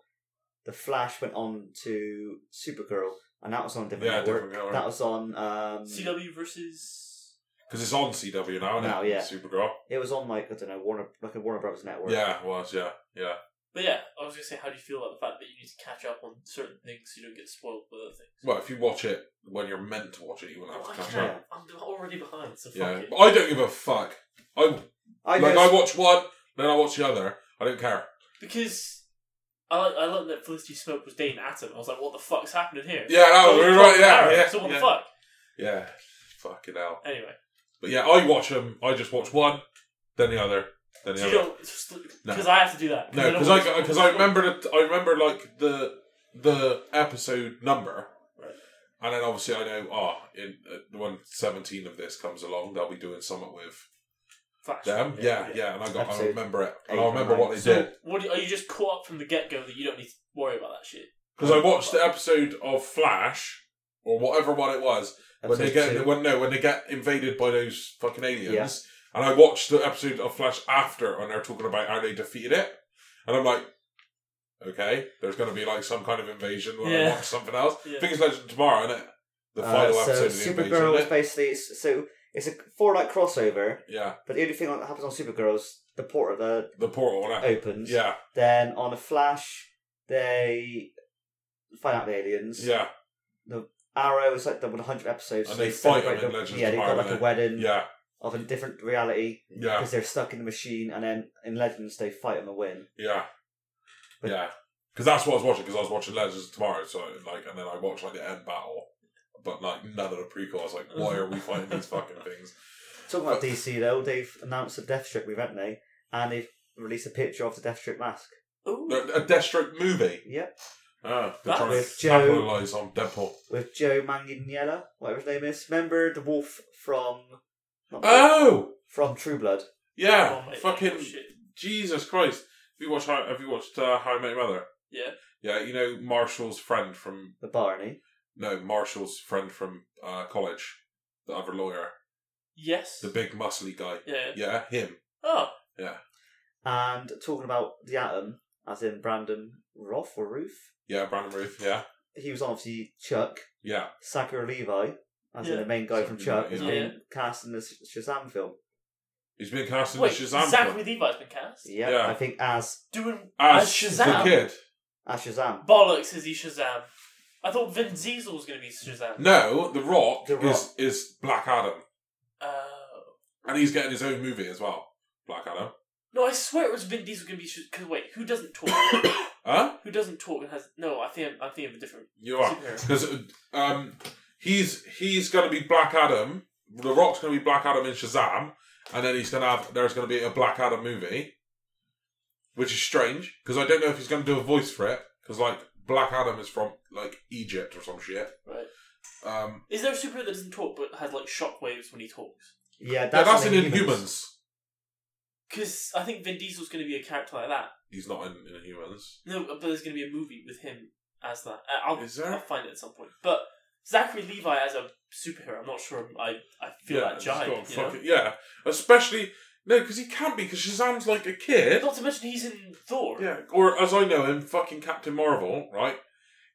[SPEAKER 2] the Flash went on to Supergirl, and that was on a different
[SPEAKER 1] Yeah,
[SPEAKER 2] network.
[SPEAKER 1] different network.
[SPEAKER 2] That was on. Um,
[SPEAKER 3] CW versus.
[SPEAKER 1] because it's on CW now, isn't
[SPEAKER 2] Now,
[SPEAKER 1] it?
[SPEAKER 2] yeah.
[SPEAKER 1] Supergirl.
[SPEAKER 2] It was on like I don't know Warner like a Warner Brothers network.
[SPEAKER 1] Yeah, it was. Yeah, yeah.
[SPEAKER 3] But yeah, I was gonna say, how do you feel about the fact that you need to catch up on certain things so you don't get spoiled with other things?
[SPEAKER 1] Well, if you watch it when you're meant to watch it, you won't
[SPEAKER 3] Well,
[SPEAKER 1] have
[SPEAKER 3] Oh, I
[SPEAKER 1] to catch
[SPEAKER 3] can't.
[SPEAKER 1] up.
[SPEAKER 3] I'm already behind, so fuck
[SPEAKER 1] Yeah,
[SPEAKER 3] it.
[SPEAKER 1] but I don't give a fuck. I
[SPEAKER 2] I
[SPEAKER 1] like.
[SPEAKER 2] know.
[SPEAKER 1] I watch one, then I watch the other. I don't care.
[SPEAKER 3] Because I like I learned that Felicity Smoke was dating Atom. I was like, what the fuck's happening here?
[SPEAKER 1] Yeah, that was
[SPEAKER 3] Oh,
[SPEAKER 1] we're
[SPEAKER 3] it's
[SPEAKER 1] right.
[SPEAKER 3] Colin
[SPEAKER 1] Yeah,
[SPEAKER 3] Farrell,
[SPEAKER 1] yeah.
[SPEAKER 3] So what
[SPEAKER 1] yeah.
[SPEAKER 3] the fuck?
[SPEAKER 1] Yeah. Fucking hell.
[SPEAKER 3] Anyway,
[SPEAKER 1] But yeah, I watch them. I just watch one, then the other, then the
[SPEAKER 3] so you
[SPEAKER 1] other.
[SPEAKER 3] don't because I have to do that.
[SPEAKER 1] No,
[SPEAKER 3] don't
[SPEAKER 1] because
[SPEAKER 3] want
[SPEAKER 1] I
[SPEAKER 3] to-
[SPEAKER 1] because I remember that I remember like the the episode number,
[SPEAKER 3] Right.
[SPEAKER 1] and then obviously I know ah in uh, when seventeen of this comes along they'll be doing something with
[SPEAKER 3] Flash.
[SPEAKER 1] them. Yeah, yeah, and I got I
[SPEAKER 2] Episode
[SPEAKER 1] remember it. And
[SPEAKER 2] eight
[SPEAKER 1] I
[SPEAKER 2] or
[SPEAKER 1] remember what they
[SPEAKER 3] So
[SPEAKER 1] did
[SPEAKER 3] what do you- are you just caught up from the get go that you don't need to worry about that shit?
[SPEAKER 1] because I watched the episode of Flash or whatever one it was when they
[SPEAKER 2] Episode
[SPEAKER 1] get
[SPEAKER 2] two.
[SPEAKER 1] when no when they get invaded by those fucking aliens.
[SPEAKER 2] Yeah.
[SPEAKER 1] And I watched the episode of Flash after, and they're talking about how they defeated it, and I'm like, okay, there's going to be like some kind of invasion when I
[SPEAKER 3] Yeah.
[SPEAKER 1] watch something else.
[SPEAKER 3] Yeah.
[SPEAKER 1] I think it's Legend tomorrow, isn't it? The final
[SPEAKER 2] Uh,
[SPEAKER 1] episode
[SPEAKER 2] so
[SPEAKER 1] of the invasion.
[SPEAKER 2] Supergirl is
[SPEAKER 1] Isn't it?
[SPEAKER 2] basically it's, so it's a four light crossover.
[SPEAKER 1] Yeah,
[SPEAKER 2] But the only thing that happens on Supergirl is the portal that
[SPEAKER 1] the portal. Isn't it?
[SPEAKER 2] opens.
[SPEAKER 1] Yeah,
[SPEAKER 2] Then on a Flash, they find out the aliens.
[SPEAKER 1] yeah,
[SPEAKER 2] Arrow is like the 100th episode.
[SPEAKER 1] And they fight
[SPEAKER 2] celebrate
[SPEAKER 1] them in
[SPEAKER 2] the-
[SPEAKER 1] Legends
[SPEAKER 2] Yeah, they've got
[SPEAKER 1] tomorrow,
[SPEAKER 2] like
[SPEAKER 1] don't
[SPEAKER 2] a
[SPEAKER 1] they?
[SPEAKER 2] wedding
[SPEAKER 1] yeah,
[SPEAKER 2] of a different reality
[SPEAKER 1] yeah,
[SPEAKER 2] because they're stuck in the machine. And then in Legends, they fight them and win.
[SPEAKER 1] yeah,
[SPEAKER 2] But-
[SPEAKER 1] yeah. Because that's what I was watching. Because I was watching Legends tomorrow, so like, and then I watched like the end battle, but like none of the prequel. I was like, why are we fighting these fucking things?
[SPEAKER 2] Talking about DC though, they've announced a Death Strip move, haven't they? And they've released a picture of the Death Strip mask.
[SPEAKER 3] Ooh.
[SPEAKER 1] They're- A Deathstroke movie.
[SPEAKER 2] Yep,
[SPEAKER 1] Ah, they're
[SPEAKER 3] That's-
[SPEAKER 1] trying to
[SPEAKER 2] With Joe-
[SPEAKER 1] capitalise on Deadpool.
[SPEAKER 2] with Joe Manganiello, whatever his name is. Remember the wolf from not
[SPEAKER 1] Oh,
[SPEAKER 2] from True Blood?
[SPEAKER 1] yeah,
[SPEAKER 3] Oh my
[SPEAKER 1] fucking
[SPEAKER 3] shit.
[SPEAKER 1] Jesus Christ! Have you watched How, have you watched uh, How I Met Your Mother?
[SPEAKER 3] Yeah.
[SPEAKER 1] Yeah, you know Marshall's friend from
[SPEAKER 2] The Barney.
[SPEAKER 1] no Marshall's friend from uh, college, the other lawyer,
[SPEAKER 3] Yes.
[SPEAKER 1] the big muscly guy.
[SPEAKER 3] yeah.
[SPEAKER 1] Yeah, him.
[SPEAKER 3] Oh.
[SPEAKER 2] And talking about the Atom, as in Brandon Roth or Roof,
[SPEAKER 1] Yeah, Brandon Ruth. Yeah,
[SPEAKER 2] he was on obviously Chuck.
[SPEAKER 1] yeah,
[SPEAKER 2] Sakura Levi, as in
[SPEAKER 3] Yeah.
[SPEAKER 2] the main guy from Chuck, has
[SPEAKER 1] Yeah.
[SPEAKER 2] been cast in the Sh- Shazam film.
[SPEAKER 1] he's been cast in
[SPEAKER 3] Wait.
[SPEAKER 1] the Shazam
[SPEAKER 3] Zachary
[SPEAKER 1] film
[SPEAKER 3] Levi's been cast.
[SPEAKER 2] Yeah,
[SPEAKER 1] Yeah.
[SPEAKER 2] I think as
[SPEAKER 3] Doing
[SPEAKER 1] as,
[SPEAKER 3] as Shazam.
[SPEAKER 1] the kid.
[SPEAKER 2] as Shazam.
[SPEAKER 3] Bollocks! Is he Shazam? I thought Vin Diesel was gonna be Shazam.
[SPEAKER 1] No, the Rock,
[SPEAKER 2] The
[SPEAKER 1] is
[SPEAKER 2] Rock.
[SPEAKER 1] is Black Adam,
[SPEAKER 3] Oh.
[SPEAKER 1] and he's getting his own movie as well. Black Adam.
[SPEAKER 3] No, I swear it was Vin Diesel gonna be Shazam. Cause wait, who doesn't talk?
[SPEAKER 1] Huh?
[SPEAKER 3] who doesn't talk and has no? I think I'm, I'm thinking of a different
[SPEAKER 1] You are.
[SPEAKER 3] superhero.
[SPEAKER 1] Because um, he's he's going to be Black Adam. The Rock's going to be Black Adam in Shazam, and then he's going to have there's going to be a Black Adam movie, which is strange because I don't know if he's going to do a voice for it because like Black Adam is from like Egypt or some shit.
[SPEAKER 3] Right.
[SPEAKER 1] Um,
[SPEAKER 3] Is there a superhero that doesn't talk but has like shockwaves when he talks?
[SPEAKER 2] Yeah,
[SPEAKER 1] yeah,
[SPEAKER 2] that's,
[SPEAKER 1] that's
[SPEAKER 2] an
[SPEAKER 1] in Inhumans.
[SPEAKER 3] Because I think Vin Diesel's going to be a character like that.
[SPEAKER 1] he's not in, in Humans.
[SPEAKER 3] No, but there's going to be a movie with him as that. Uh, I'll,
[SPEAKER 1] Is there?
[SPEAKER 3] I'll find it at some point. But Zachary Levi as a superhero, I'm not sure. I I feel that
[SPEAKER 1] he's got
[SPEAKER 3] jive. You know?
[SPEAKER 1] fucking- yeah, especially no, because he can't be because Shazam's like a kid.
[SPEAKER 3] Not to mention he's in Thor.
[SPEAKER 1] Yeah, or as I know him, fucking Captain Marvel, right?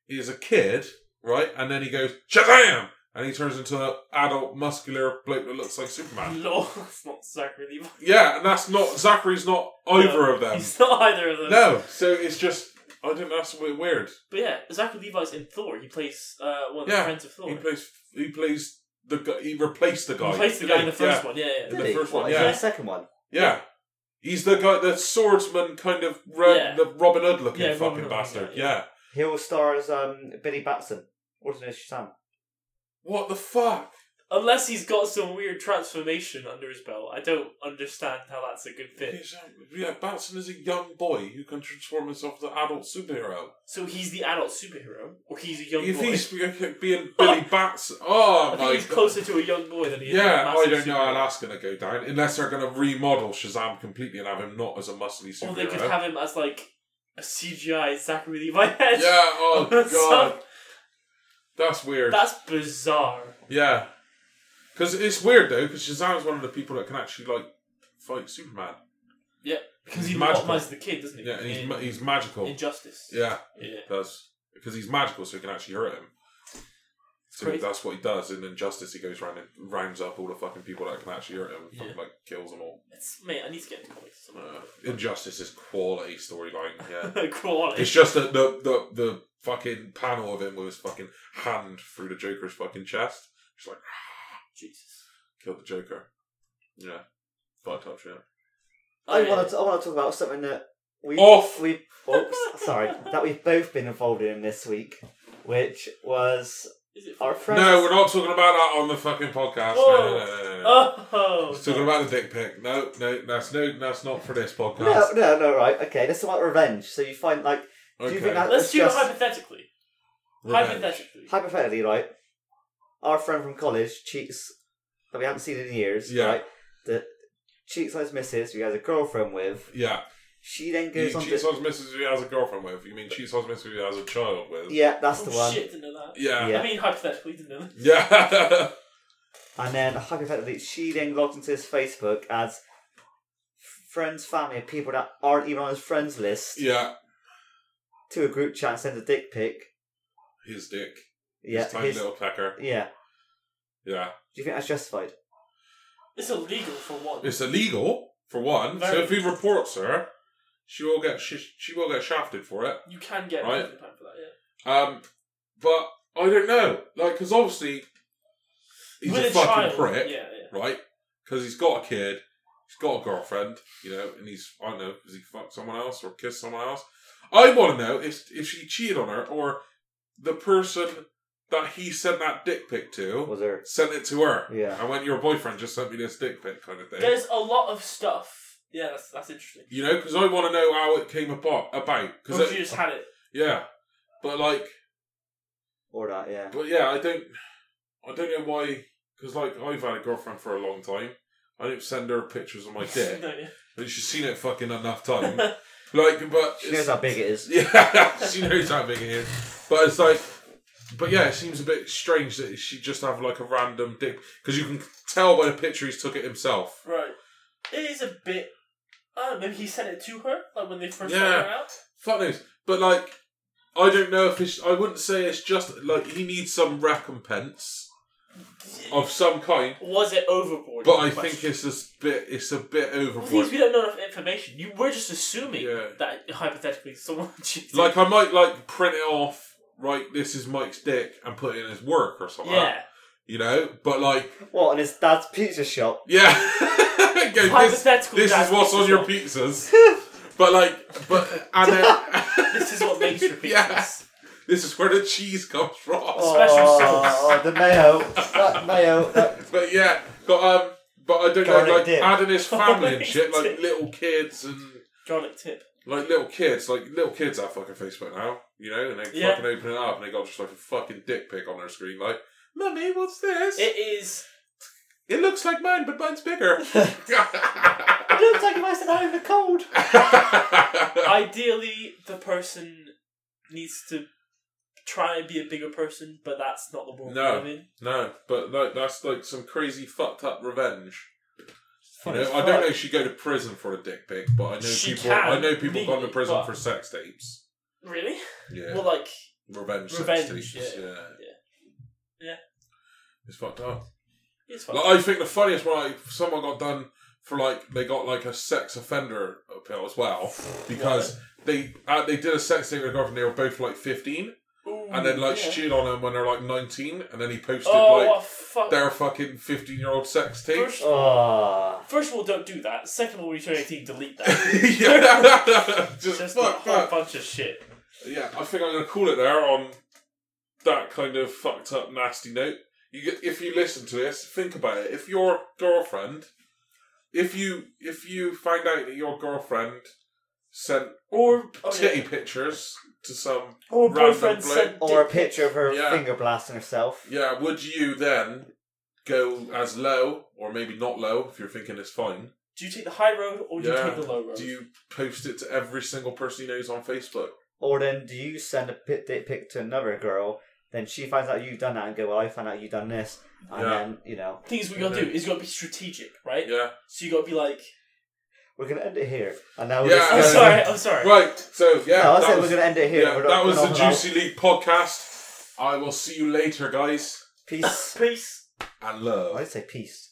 [SPEAKER 1] He is a kid, right? And then he goes Shazam, and he turns into an adult, muscular bloke that looks like Superman.
[SPEAKER 3] Lol, it's not Zachary Levi.
[SPEAKER 1] Yeah, and that's not Zachary's not either
[SPEAKER 3] No,
[SPEAKER 1] of them.
[SPEAKER 3] He's not either of them.
[SPEAKER 1] Um, No, so it's just I don't know. That's a bit weird.
[SPEAKER 3] But yeah, Zachary Levi's in Thor. He plays uh, one of
[SPEAKER 1] Yeah,
[SPEAKER 3] the friends of Thor.
[SPEAKER 1] He plays. He plays the. gu- He replaced the guy.
[SPEAKER 3] He plays the guy in the first
[SPEAKER 1] yeah.
[SPEAKER 3] one. Yeah, yeah.
[SPEAKER 1] In
[SPEAKER 2] Did
[SPEAKER 1] the
[SPEAKER 2] he?
[SPEAKER 1] first
[SPEAKER 2] What,
[SPEAKER 1] one,
[SPEAKER 2] is
[SPEAKER 1] yeah.
[SPEAKER 2] there a second one?
[SPEAKER 1] Yeah. He's the guy, the swordsman kind of red,
[SPEAKER 3] Yeah.
[SPEAKER 1] the Robin Hood looking
[SPEAKER 3] Yeah, Robin
[SPEAKER 1] fucking
[SPEAKER 3] Hood,
[SPEAKER 1] bastard.
[SPEAKER 3] yeah,
[SPEAKER 1] Yeah,
[SPEAKER 3] yeah.
[SPEAKER 2] He will star as um, Billy Batson, also known as Shazam.
[SPEAKER 1] What the fuck?
[SPEAKER 3] Unless he's got some weird transformation under his belt, I don't understand how that's a good fit.
[SPEAKER 1] He's, um, yeah, Batson is a young boy who can transform himself into adult superhero.
[SPEAKER 3] So he's the adult superhero, or he's a young
[SPEAKER 1] if
[SPEAKER 3] boy.
[SPEAKER 1] he's be- being Billy Batson, oh
[SPEAKER 3] I
[SPEAKER 1] my
[SPEAKER 3] think he's
[SPEAKER 1] God.
[SPEAKER 3] closer to a young boy than he is.
[SPEAKER 1] yeah,
[SPEAKER 3] a
[SPEAKER 1] I
[SPEAKER 3] massive
[SPEAKER 1] don't know
[SPEAKER 3] superhero.
[SPEAKER 1] how that's going to go down. Unless they're going to remodel Shazam completely and have him not as a muscly
[SPEAKER 3] Or they
[SPEAKER 1] superhero.
[SPEAKER 3] could have him as like a CGI Zachary Levi
[SPEAKER 1] yeah,
[SPEAKER 3] head.
[SPEAKER 1] oh
[SPEAKER 3] So-
[SPEAKER 1] God. That's weird.
[SPEAKER 3] That's bizarre.
[SPEAKER 1] Yeah, because it's weird though. Because Shazam's one of the people that can actually like fight Superman.
[SPEAKER 3] Yeah, because he
[SPEAKER 1] He's magical.
[SPEAKER 3] lobotomizes the kid, doesn't he?
[SPEAKER 1] Yeah, and he's
[SPEAKER 3] In-
[SPEAKER 1] ma- he's magical.
[SPEAKER 3] Injustice.
[SPEAKER 1] yeah,
[SPEAKER 3] Yeah.
[SPEAKER 1] he does because he's magical, so he can actually hurt him. So
[SPEAKER 3] crazy.
[SPEAKER 1] that's what he does. In Injustice, he goes round and rounds up all the fucking people that can actually hurt him. and fucking,
[SPEAKER 3] Yeah.
[SPEAKER 1] Like kills them all.
[SPEAKER 3] It's, mate, I need to get into comics.
[SPEAKER 1] Uh, Injustice is quality storyline. Yeah,
[SPEAKER 3] Quality.
[SPEAKER 1] it's just that the the the fucking panel of him with his fucking hand through the Joker's fucking chest. Just like
[SPEAKER 3] Jesus.
[SPEAKER 1] killed the Joker. Yeah, but touch yeah.
[SPEAKER 2] I
[SPEAKER 3] Oh, yeah.
[SPEAKER 2] want to. I want to talk about something that we
[SPEAKER 1] Oh, Off.
[SPEAKER 2] we oops, sorry that we've both been involved in this week, which was
[SPEAKER 3] Is it
[SPEAKER 2] our friends.
[SPEAKER 1] No, we're not talking about that on the fucking podcast. No, no, no, no, no. no.
[SPEAKER 3] Oh.
[SPEAKER 1] We're talking about the dick pic. No, no, that's no, that's not for this podcast.
[SPEAKER 2] no, no, no, right, okay. This is about revenge. So you find like
[SPEAKER 1] okay.
[SPEAKER 2] do you think that
[SPEAKER 3] Let's
[SPEAKER 2] it's
[SPEAKER 3] do
[SPEAKER 2] just-
[SPEAKER 3] it hypothetically.
[SPEAKER 1] Revenge.
[SPEAKER 3] Hypothetically.
[SPEAKER 2] hypothetically, right? Our friend from college cheats that we haven't seen in years,
[SPEAKER 1] Yeah.
[SPEAKER 2] right? That cheats on his missus, who he has a girlfriend with.
[SPEAKER 1] Yeah,
[SPEAKER 2] She then
[SPEAKER 1] he
[SPEAKER 2] goes on
[SPEAKER 1] cheats
[SPEAKER 2] to
[SPEAKER 1] on his missus who he has a girlfriend with. You mean cheats on his missus who he has a child with?
[SPEAKER 2] yeah, that's
[SPEAKER 3] oh,
[SPEAKER 2] the one.
[SPEAKER 3] shit, didn't know that.
[SPEAKER 1] Yeah,
[SPEAKER 2] Yeah.
[SPEAKER 3] I mean, hypothetically, didn't know that.
[SPEAKER 1] yeah.
[SPEAKER 2] And then hypothetically, she then logs into his Facebook as friends, family, and people that aren't even on his friends list
[SPEAKER 1] yeah.
[SPEAKER 2] to a group chat and sends a dick pic.
[SPEAKER 1] His dick.
[SPEAKER 2] Yeah,
[SPEAKER 1] His tiny
[SPEAKER 2] his-
[SPEAKER 1] little pecker.
[SPEAKER 2] yeah.
[SPEAKER 1] Yeah.
[SPEAKER 2] Do you think that's justified?
[SPEAKER 3] It's illegal for one.
[SPEAKER 1] It's illegal for one. so
[SPEAKER 3] Very.
[SPEAKER 1] if he reports her, she will get she, she will get shafted for it.
[SPEAKER 3] you can get
[SPEAKER 1] Right.
[SPEAKER 3] prison time for that, yeah.
[SPEAKER 1] Um, but I don't know, like, because obviously he's
[SPEAKER 3] With
[SPEAKER 1] a, fucking
[SPEAKER 3] child,
[SPEAKER 1] prick.
[SPEAKER 3] Yeah, yeah.
[SPEAKER 1] right? Because he's got a kid, he's got a girlfriend, you know, and he's I don't know, has he fucked someone else or kissed someone else? I want to know if if she cheated on her or the person that he sent that dick pic to
[SPEAKER 2] Was there?
[SPEAKER 1] sent it to her.
[SPEAKER 2] Yeah.
[SPEAKER 1] And went, your boyfriend just sent me this dick pic kind of thing.
[SPEAKER 3] There's a lot of stuff. Yeah, that's, that's interesting.
[SPEAKER 1] you know, because I want to know how it came about. About
[SPEAKER 3] Because
[SPEAKER 1] because
[SPEAKER 3] you just had it.
[SPEAKER 1] yeah, but like,
[SPEAKER 2] Or that, yeah.
[SPEAKER 1] but yeah, I don't, I don't know why. Because like, I've had a girlfriend for a long time. I don't send her pictures of my dick.
[SPEAKER 3] no, yeah.
[SPEAKER 1] But she's seen it fucking enough time. like, but
[SPEAKER 2] She knows
[SPEAKER 1] it's-
[SPEAKER 2] how big it is.
[SPEAKER 1] yeah, she knows how big it is. But it's like, but yeah, it seems a bit strange that she just have like a random dick because you can tell by the picture he's took it himself.
[SPEAKER 3] Right. It is a bit. I don't know, maybe he sent it to her, like when they first
[SPEAKER 1] Yeah.
[SPEAKER 3] found her out.
[SPEAKER 1] Fuck knows. But like, I don't know if it's. I wouldn't say it's just like he needs some recompense of some kind.
[SPEAKER 3] Was it overboard?
[SPEAKER 1] But I
[SPEAKER 3] Question.
[SPEAKER 1] think it's a bit. It's a bit
[SPEAKER 3] Well, things we
[SPEAKER 1] overboard.
[SPEAKER 3] don't know enough information. You were just assuming
[SPEAKER 1] Yeah.
[SPEAKER 3] that hypothetically someone cheated.
[SPEAKER 1] Like I might like print it off. Right, this is Mike's dick, and put it in his work or something.
[SPEAKER 3] yeah,
[SPEAKER 1] you know. But like,
[SPEAKER 2] What, in his dad's pizza shop?
[SPEAKER 1] Yeah. Go, this
[SPEAKER 3] hypothetical.
[SPEAKER 1] this
[SPEAKER 3] dad
[SPEAKER 1] is what's
[SPEAKER 3] thinks
[SPEAKER 1] on your
[SPEAKER 3] so.
[SPEAKER 1] pizzas. but like, but and then
[SPEAKER 3] This is what makes your pizzas.
[SPEAKER 1] Yeah. this is where the cheese comes from.
[SPEAKER 3] Special sauce.
[SPEAKER 2] oh, the mayo. That mayo. That,
[SPEAKER 1] But yeah, but um, but I don't know,
[SPEAKER 2] Garlic
[SPEAKER 1] like
[SPEAKER 2] dip.
[SPEAKER 1] adding his family and
[SPEAKER 3] Garlic
[SPEAKER 1] shit, like
[SPEAKER 3] dip.
[SPEAKER 1] little kids and
[SPEAKER 3] Garlic tip.
[SPEAKER 1] like little kids, like little kids have fucking Facebook now, you know, and they
[SPEAKER 3] Yeah.
[SPEAKER 1] fucking open it up and they got just like a fucking dick pic on their screen, like, mummy, what's this?
[SPEAKER 3] It is
[SPEAKER 1] It looks like mine, but mine's bigger.
[SPEAKER 2] It looks like a mouse that in the cold.
[SPEAKER 3] Ideally, the person needs to try and be a bigger person, but that's not the world
[SPEAKER 1] No.
[SPEAKER 3] we live in.
[SPEAKER 1] no, but like that's like some crazy fucked up revenge.
[SPEAKER 3] It's
[SPEAKER 1] You
[SPEAKER 3] fun as
[SPEAKER 1] know, I don't know
[SPEAKER 3] fuck.
[SPEAKER 1] if she'd go to prison for a dick pic, but I know
[SPEAKER 3] She
[SPEAKER 1] people.
[SPEAKER 3] can,
[SPEAKER 1] I know people gone to
[SPEAKER 3] legally,
[SPEAKER 1] prison
[SPEAKER 3] but-
[SPEAKER 1] for sex tapes.
[SPEAKER 3] Really?
[SPEAKER 1] Yeah,
[SPEAKER 3] Well, like,
[SPEAKER 1] revenge,
[SPEAKER 3] revenge,
[SPEAKER 1] sex tapes.
[SPEAKER 3] yeah.
[SPEAKER 1] Yeah.
[SPEAKER 3] Yeah. Yeah.
[SPEAKER 1] It's fucked up.
[SPEAKER 3] it's fun.
[SPEAKER 1] Like, I think the funniest one, like, someone got done for like they got like a sex offender appeal as well because they uh, they did a sex thing with a girlfriend. They were both like fifteen,
[SPEAKER 3] Ooh,
[SPEAKER 1] and then like
[SPEAKER 3] Mm, yeah.
[SPEAKER 1] she cheated on him when they're like nineteen, and then he posted
[SPEAKER 3] Oh,
[SPEAKER 1] like
[SPEAKER 3] what a fuck.
[SPEAKER 1] their fucking fifteen-year-old sex tape.
[SPEAKER 3] First,
[SPEAKER 2] Oh.
[SPEAKER 3] first of all, don't do that. Second of all, when you turn 18, delete that.
[SPEAKER 1] yeah, just,
[SPEAKER 3] Just a
[SPEAKER 1] fuck
[SPEAKER 3] whole
[SPEAKER 1] that.
[SPEAKER 3] bunch of shit.
[SPEAKER 1] Yeah, I think I'm gonna call it there on that kind of fucked up, nasty note. You, get, if you listen to this, think about it. If your girlfriend, if you if you find out that your girlfriend sent
[SPEAKER 3] Or oh, yeah.
[SPEAKER 1] titty pictures to some,
[SPEAKER 3] Or
[SPEAKER 1] Random
[SPEAKER 3] boyfriend
[SPEAKER 1] bloke.
[SPEAKER 3] sent
[SPEAKER 2] Or a
[SPEAKER 3] dick pics.
[SPEAKER 2] picture of her
[SPEAKER 1] Yeah.
[SPEAKER 2] finger blasting herself.
[SPEAKER 1] yeah, would you then go as low or maybe not low if you're thinking it's fine?
[SPEAKER 3] Do you take the high road or do
[SPEAKER 1] Yeah.
[SPEAKER 3] you take the low road?
[SPEAKER 1] Do you post it to every single person you know who's on Facebook?
[SPEAKER 2] Or then do you send a pit dick pic to another girl, then she finds out you've done that and go, well, I found out you've done this. And
[SPEAKER 1] Yeah.
[SPEAKER 2] then, you know,
[SPEAKER 3] Things what you gotta do is you gotta be strategic, right?
[SPEAKER 1] Yeah.
[SPEAKER 3] So you gotta be like,
[SPEAKER 2] we're going to end it here. And now we're
[SPEAKER 1] Yeah,
[SPEAKER 2] just
[SPEAKER 3] I'm
[SPEAKER 1] no,
[SPEAKER 2] gonna-
[SPEAKER 3] sorry, I'm sorry.
[SPEAKER 1] Right. So yeah,
[SPEAKER 2] No, I
[SPEAKER 1] that
[SPEAKER 2] said
[SPEAKER 1] was-
[SPEAKER 2] we're going to end it here.
[SPEAKER 1] Yeah,
[SPEAKER 2] We're not-
[SPEAKER 1] that was
[SPEAKER 2] we're
[SPEAKER 1] the
[SPEAKER 2] not allowed-
[SPEAKER 1] Juicy League podcast. I will see you later, guys,
[SPEAKER 2] Peace.
[SPEAKER 3] Peace.
[SPEAKER 1] and love.
[SPEAKER 2] I'd say peace.